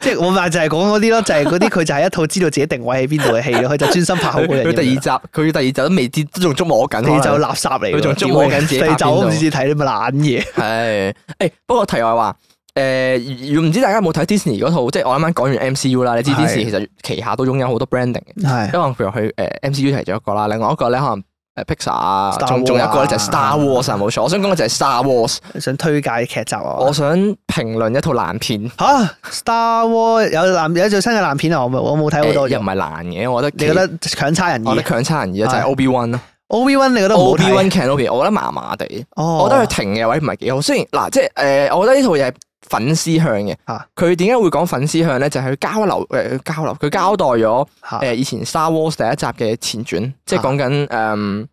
A: 即係我咪就係講嗰啲咯，就係嗰啲佢就係一套知道自己定位喺邊度嘅戲咯，佢就專心拍好
B: 佢
A: 嗰樣嘢。
B: 佢第二集，佢第二集都未知，都仲捉摸緊。
A: 地
B: 可
A: 就
B: 能
A: 垃圾嚟喎，
B: 佢仲捉摸緊自己
A: 地
B: 拍
A: 就我唔
B: 邊
A: 知睇啲乜懶嘢。
B: 係，誒、不過題外話，誒、如唔知大家有冇睇 Disney 嗰套，即係我啱啱講完 MCU 啦，你知
A: 係
B: Disney 其實旗下都擁有好多 branding 嘅，
A: 係
B: 因為譬如佢誒、MCU 呃係其中一個啦，另外一個咧可能誒 Pixar 啊，
A: Star
B: 仲仲有一個咧
A: Wars
B: 就係 Star Wars 啊，冇錯，我想講嘅就係 Star Wars，
A: 想推介劇集啊！
B: 我想評論一套爛片，
A: 吓 Star Wars 有男有最新嘅爛片啊！我冇我冇睇好
B: 誒
A: 多
B: 呃又
A: 嘢
B: 唔。係爛嘅，我覺得
A: 你覺得強差人
B: 我覺
A: 意
B: 得強差人意啊，就係
A: 係
B: Obi Wan 咯
A: ？Obi One 你覺得唔好
B: ，Obi Wan
A: 睇？
B: Kenobi，我覺得麻麻地。
A: 哦，
B: 我覺得佢停嘅位唔係幾好。雖然嗱，即係誒、呃我覺得呢套嘢係粉絲向嘅
A: 啊。
B: 佢點解會講粉絲向咧？就係、佢交流誒、呃交流，佢交代咗誒、
A: 吓
B: 呃以前 Star Wars 第一集嘅前傳，即
A: 啊
B: 係講緊誒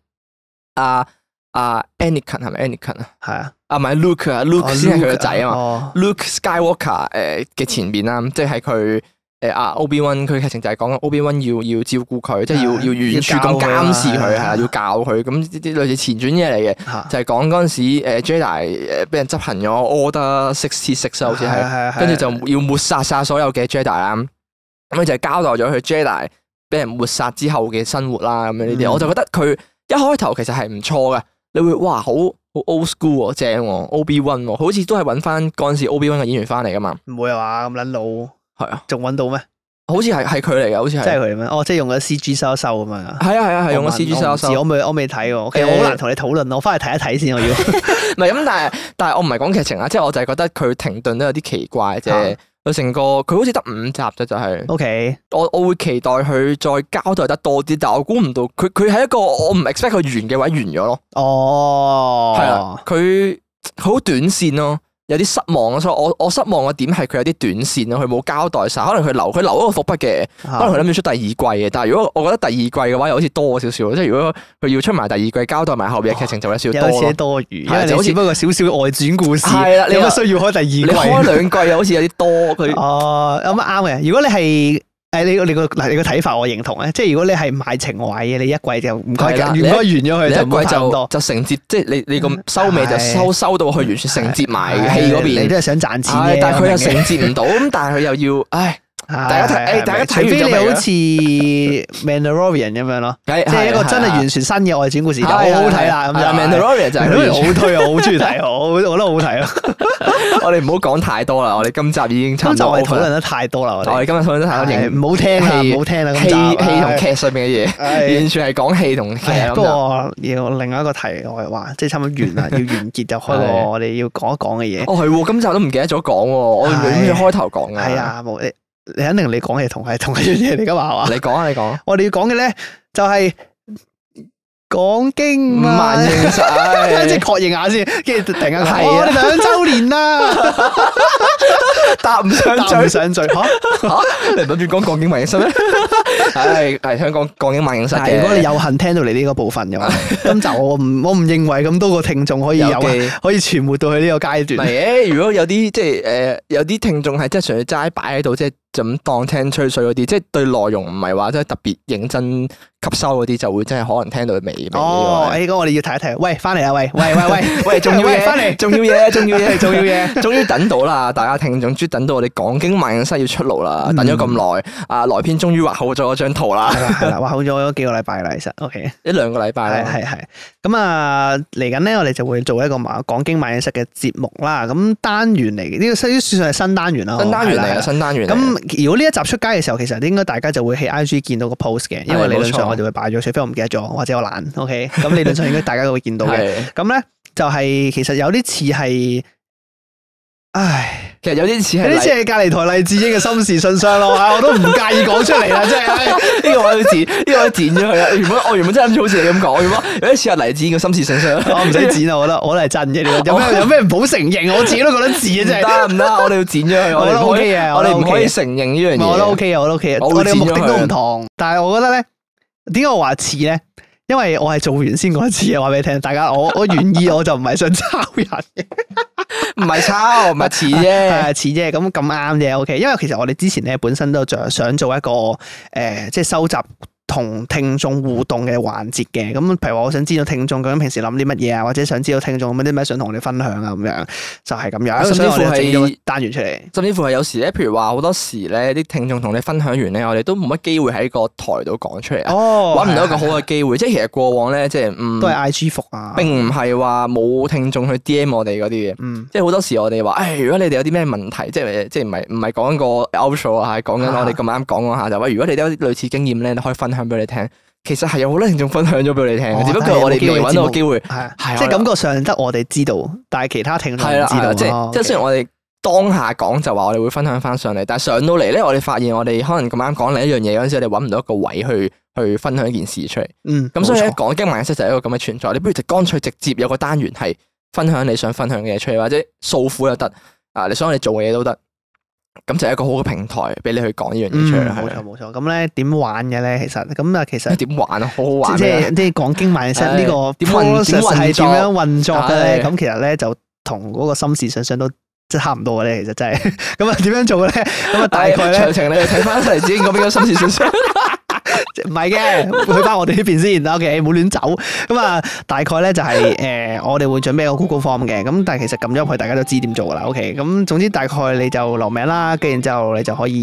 B: 阿阿 Anakin 係咪 Anakin 啊？
A: 係啊
B: 啊唔係 Luke 啊
A: 哦
B: ，Luke 先係佢個
A: Luke
B: 仔啊嘛。
A: 哦
B: Luke Skywalker 誒嘅前邊啦，即係佢。誒啊，Obi Wan 佢劇情就係講緊 Obi Wan 要要照顧佢，即係要
A: 啊
B: 要遠處
A: 要教
B: 咁
A: 佢啊
B: 監視佢，係
A: 係啊
B: 啊，要教佢咁呢啲類似前傳嘢嚟嘅。
A: 吓，
B: 就係講嗰陣時，誒 Jedi 誒俾人執行咗 Order Sixty Six 好似係，
A: 係啊
B: 跟住就要抹殺晒所有嘅 Jedi 啦。咁佢就係交代咗佢 Jedi 俾人抹殺之後嘅生活啦，咁樣呢
A: 嗯
B: 啲，我就覺得佢一開頭其實係唔錯嘅，你會哇好好 old school 喎，正喎，Obi Wan 喎，好似都係揾翻嗰陣時 Obi Wan 嘅演員翻嚟噶嘛，
A: 唔會啊嘛，咁撚老
B: 係啊，
A: 仲揾到咩？
B: 好似係係佢嚟嘅，好似
A: 即
B: 係
A: 係，佢哋咩？哦，即係用咗 C G 收一收咁樣啊。
B: 係啊係啊係用
A: 我
B: 咗
A: 問
B: C G
A: 我
B: 收
A: 唔
B: 收
A: 知，我未我未睇喎。其實我好難同你討論，我翻去睇一睇先，我 要。
B: 唔係咁，但係但係我唔係講劇情啊，即係我就係覺得佢停頓都有啲奇怪啫
A: 啊。
B: 佢成個佢好似得五集啫，就係、
A: O K，
B: 我我會期待佢再交代得多啲，但我估唔到佢佢係一個我唔 expect 佢完嘅位完咗咯，啊
A: 哦，
B: 係啊，佢佢好短線咯，有啲失望咯。所以我我失望嘅點係佢有啲短線咯，佢冇交代晒。可能佢留佢留咗個伏筆嘅，可能
A: 啊
B: 佢諗住出第二季嘅。但係如果我覺得第二季嘅話，又好似多少少咯。即係如果佢要出埋第二季，交代埋後邊
A: 啊
B: 嘅劇情就有少少
A: 有
B: 多
A: 啲
B: 咯
A: 似。多餘，因
B: 係啊
A: 為
B: 就
A: 你
B: 好似
A: 只不過少少外傳故事，
B: 係啦你
A: 你有
B: 話
A: 乜需要開第
B: 你
A: 二季
B: 開？兩季又好似有啲多佢。
A: 哦，咁啱嘅。如果你係誒你你個嗱你個睇法我認同咧，即係如果你係賣情懷嘅，你一季就唔該
B: 係啦
A: 唔該完咗佢
B: 你
A: 就唔好拍
B: 一季
A: 咁
B: 就
A: 多。
B: 就承接，即係你你個收尾就
A: 係
B: 收收到去完全承接埋戲嗰
A: 你
B: 邊
A: 都。係想賺錢
B: 唉
A: 嘅，
B: 但係佢又
A: 我明嘅
B: 承接唔到，咁但係佢又要，唉，
A: 大
B: 家睇誒大家睇完
A: 除非
B: 就
A: 你
B: 明啦
A: 好似
B: 啊
A: Mandalorian 咁樣咯，
B: 即
A: 即 係一個真係完全新嘅外展故事，就好好睇啦咁
B: 係
A: 就。
B: 《Mandalorian》就係
A: Mandalorian
B: 佢完
A: 我
B: 全
A: 好推啊，我好中意睇，我我覺得好好睇咯。
B: 我哋唔好講太多啦，我哋今集已經差
A: 今
B: 唔
A: 集
B: 多
A: 我哋
B: over
A: 討
B: 啦
A: 論得太多啦，我
B: 我哋
A: 哋
B: 今日討論得太多
A: 係
B: 型
A: 唔好聽啦，
B: 戲
A: 唔好聽啦，
B: 戲
A: 今集
B: 戲同
A: 唉
B: 劇上面嘅嘢，
A: 唉
B: 完全係講戲同啊劇
A: 係，
B: 咁
A: 不過
B: 就。
A: 我要另外一個題外話，即係差唔多完啦，要完結就開
B: 係
A: 個我哋要講一講嘅嘢。
B: 哦，係喎，今集都唔記得咗講喎，我
A: 係
B: 諗住開頭講㗎。
A: 係，啊，冇你，你肯定你講嘅同係同一樣嘢嚟噶嘛，係嘛？
B: 你講啊，你講。
A: 我哋要講嘅咧就係講經
B: 五萬
A: 萬。
B: 應
A: 啊即係
B: 實，
A: 確認下先，跟住突然間
B: 係
A: 講
B: 啊
A: 哦我哋兩週年啦，
B: 搭唔上
A: 搭唔
B: 嘴。
A: 上嘴嚇。
B: 你唔諗住講講英萬應室咩？ 係係香港講英萬應室
A: 但
B: 嘅。
A: 如果你有幸聽到你呢個部分嘅 話，今集我唔我唔認為咁多個聽眾可以有
B: 機
A: 可以傳播到去呢個階
B: 唔
A: 段。
B: 係嘅，如果有啲即係誒、呃有啲聽眾係即係純粹齋擺喺度，即係就咁當聽吹水嗰啲，即係對內容唔係話即係特別認真吸收嗰啲，就會真係可能聽到尾尾。，
A: 哦，誒，咁我哋要提一提，喂，翻嚟啦，啊喂，喂喂喂
B: 喂，重要
A: 喂翻
B: 嘢，
A: 嚟
B: 重要 嘢，重要嘢，
A: 重要嘢，
B: 終於等到啦！大家聽眾終於等到我哋講經萬應室要出爐
A: 嗯
B: 啦，等咗咁耐，啊萊編終於畫好咗嗰張圖啦，
A: 係啦係啦，哇，好咗幾個禮拜啦，其實，OK，
B: 一兩個禮拜
A: 係
B: 啦，
A: 係係。咁啊，嚟緊咧，我哋就會做一個馬講經萬應室嘅節目啦。咁單元嚟嘅，呢個算算係新單元啦，
B: 新單元
A: 哦係
B: 嚟啊
A: 啦
B: 嘅，。新單元嚟嘅。
A: 咁如果呢一集出街嘅時候，其實應該大家就會喺 IG 見到個 post 嘅，因為
B: 係
A: 理論
B: 冇錯
A: 上我哋會擺咗，除非我唔記得咗，或者我懶。OK，咁理論上應該大家都會見到嘅。
B: 係，
A: 咁咧就係其實有啲似係，唉。
B: 其實有啲似
A: 有啲似
B: 係
A: 係隔離台黎智英嘅心事信箱咯，啊我都唔介意講出嚟啦，真係唉。
B: 呢個我要剪，呢個我剪咗佢啦。原本我原本真係諗住好似你咁講，我原本有一次阿黎智英嘅心事信箱，
A: 我唔使剪啊，我覺得我覺得係真嘅，呢個有咩有咩唔好承認，我自己都覺得自嘅
B: 唔
A: 真係。
B: 得唔得，我哋要剪咗佢，
A: 我
B: 我
A: 覺
B: 哋
A: 得
B: 唔可以
A: OK 嘅
B: 我哋
A: 我
B: 唔
A: 覺得
B: 可以
A: OK
B: 承認呢樣
A: 唔
B: 嘢。
A: 係我覺得 OK 啊嘅，我覺得 OK 嘅。
B: 我會
A: 我哋嘅目
B: 剪咗
A: 的
B: 佢
A: 都唔同，但係我覺得咧，點解我話似咧？因為我係做完先講一次嘅，啊話俾你聽，大家我我願意，我就唔係想抄人 嘅，
B: 唔係抄，唔係似 啫。
A: 係似啫，咁咁啱啫，OK。因為其實我哋之前咧本身都想想做一個誒、呃即係收集。同聽眾互動嘅環節嘅，咁譬如話，我想知道聽眾究竟平時諗啲乜嘢啊，或者想知道聽眾有冇啲咩想同我哋分享啊，咁樣就係咁樣，
B: 甚至
A: 所以我
B: 乎
A: 哋
B: 係
A: 整咗個單元出嚟。
B: 甚至乎係有時咧，譬如話好多時咧，啲聽眾同你分享完咧，我哋都冇乜機會喺個台度講出嚟啊，
A: 哦
B: 揾唔到一個好嘅機會。即係其實過往咧，即係嗯
A: 都，係 I G 服啊，
B: 並唔係話冇聽眾去 D M 我哋嗰啲嘢。
A: 嗯。
B: 即係好多時我哋話，誒，如果你哋有啲咩問題，即係即係唔係唔係講緊個 outro 啊，係講緊我哋咁啱講嗰下就話，如果你都有啲類似經驗咧，你可以分享俾你聽。其實係有好多聽眾分享咗俾你聽嘅，
A: 哦
B: 只不過我哋
A: 但係有
B: 未
A: 機會
B: 揾到
A: 節
B: 個
A: 目
B: 機會。
A: 係啊
B: 係啊
A: 即係
B: 我哋
A: 感覺上得我哋知道，但係其他聽眾
B: 係
A: 唔
B: 啦，
A: 知
B: 係啦
A: 道。
B: 即係
A: 哦
B: 即係
A: OK
B: 雖然我哋當下講就話我哋會分享翻上嚟，但係上到嚟咧，我哋發現我哋可能咁啱講另一樣嘢嗰陣時，我哋揾唔到一個位去去分享一件事出嚟。
A: 嗯，
B: 咁所以
A: 冇
B: 咧，
A: 錯
B: 講經萬應室就係一個咁嘅存在。你不如就乾脆直接有個單元係分享你想分享嘅嘢出嚟，或者訴苦又得，啊，你想我哋做嘅嘢都得。咁就係一個好嘅平台俾你去講呢樣嘢
A: 嗯
B: 出嚟。
A: 冇錯
B: 係
A: 冇錯。咁咧點玩嘅咧？其實咁啊，其實
B: 啊點玩啊？好好玩
A: 即
B: 啊！
A: 係即係講經萬應室
B: 唉
A: 呢個
B: 點運
A: process 係點樣運作嘅
B: 唉
A: 咧？咁其實咧就同嗰個心事想想都即係差唔多嘅咧。其實真係 咁啊，點樣做咧？咁啊，大概咧
B: 詳情你哋睇翻 黎智英嗰邊嘅心事信箱。
A: 唔係 嘅，去翻我哋呢邊先。OK，唔好亂走。咁啊，大概咧就係誒，我哋會準備一個 Google Form 嘅。咁但係其實撳咗入去，大家都知點做噶啦。OK，咁總之大概你就留名啦，跟住之後你就可以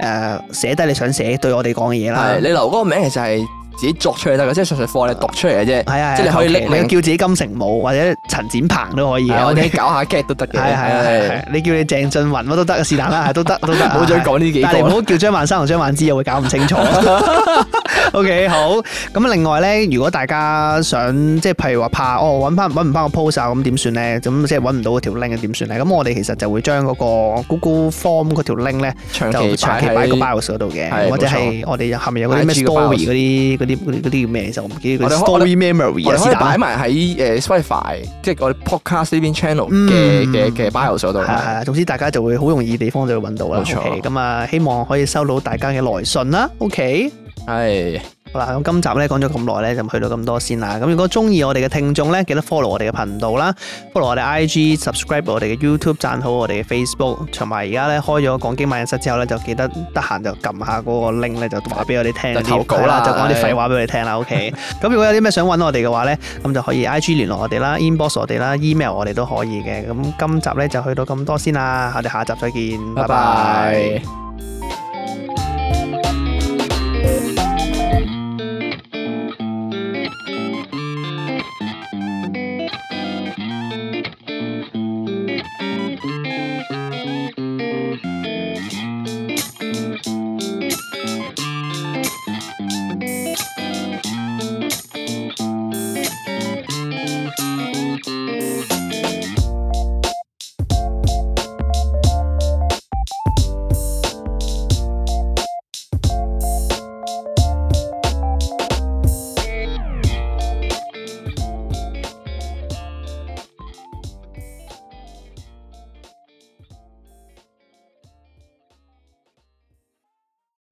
A: 誒寫低你想寫對我哋講嘅嘢啦
B: 係。你留嗰個名其實係自己作出嚟得嘅，即係純粹課你讀出嚟 嘅啫。
A: 係啊，
B: 即係你可以匿
A: 你
B: 名
A: 叫自己金城武或者陳展鵬都可以
B: 係
A: 嘅。
B: 我哋
A: OK，
B: 搞下 get 都得嘅。
A: 係係係係，你叫你鄭俊雲乜都得，是但啦，係都得都得。
B: 冇再講呢幾個
A: 但係你唔好叫張萬生同張萬之，又會搞唔清 楚。OK，好。咁另外咧，如果大家想即係譬如話怕哦揾翻揾唔翻個 post 啊，咁點算咧？咁即係揾唔到嗰條 link 點算咧？咁我哋其實就會將嗰個 Google Form 嗰條 link 咧，
B: 長
A: 就
B: 期
A: 長
B: 長
A: 期擺喺個
B: 個
A: bios 嗰度
B: 係
A: 嘅，或者
B: 冇錯
A: 係我哋後面有嗰啲咩
B: IG 嘅
A: story
B: bios
A: 嗰啲嗰啲嗰啲嗰啲叫咩？就我唔記得嗰啲
B: 我哋可
A: story memory
B: 我
A: 啊，
B: 哋可
A: 是
B: 以
A: 但
B: 擺
A: 啦
B: 埋喺誒呃 Spotify，即係我哋 podcast 呢邊 channel 嘅
A: 嗯
B: 嘅嘅 bio 嗰度。
A: 係啊係
B: 係
A: 啊，總之大家就會好容易地方就會揾到啦。
B: 冇錯
A: OK，咁啊，希望可以收到大家嘅來信啦。OK。
B: 係
A: 好啦，咁今集咧講咗咁耐咧，就去到咁多先啦。咁如果中意我哋嘅聽眾咧，記得 follow 我哋嘅頻道啦，follow 我哋 IG，subscribe 我哋嘅 YouTube，讚好我哋嘅 Facebook，同埋而家咧開咗講經萬應室之後咧，就記得得閒就撳下嗰個 link 咧，就話俾我哋聽
B: 就
A: 啲
B: 投稿啦
A: 係就講啲
B: 係
A: 廢話俾我哋聽啦。OK，咁如果有啲咩想揾我哋嘅話咧，咁就可以 IG 聯絡我哋啦，inbox 我哋啦，email 我哋都可以嘅。咁今集咧就去到咁多先啦，我哋下集再見，
B: 拜
A: 拜拜
B: 拜。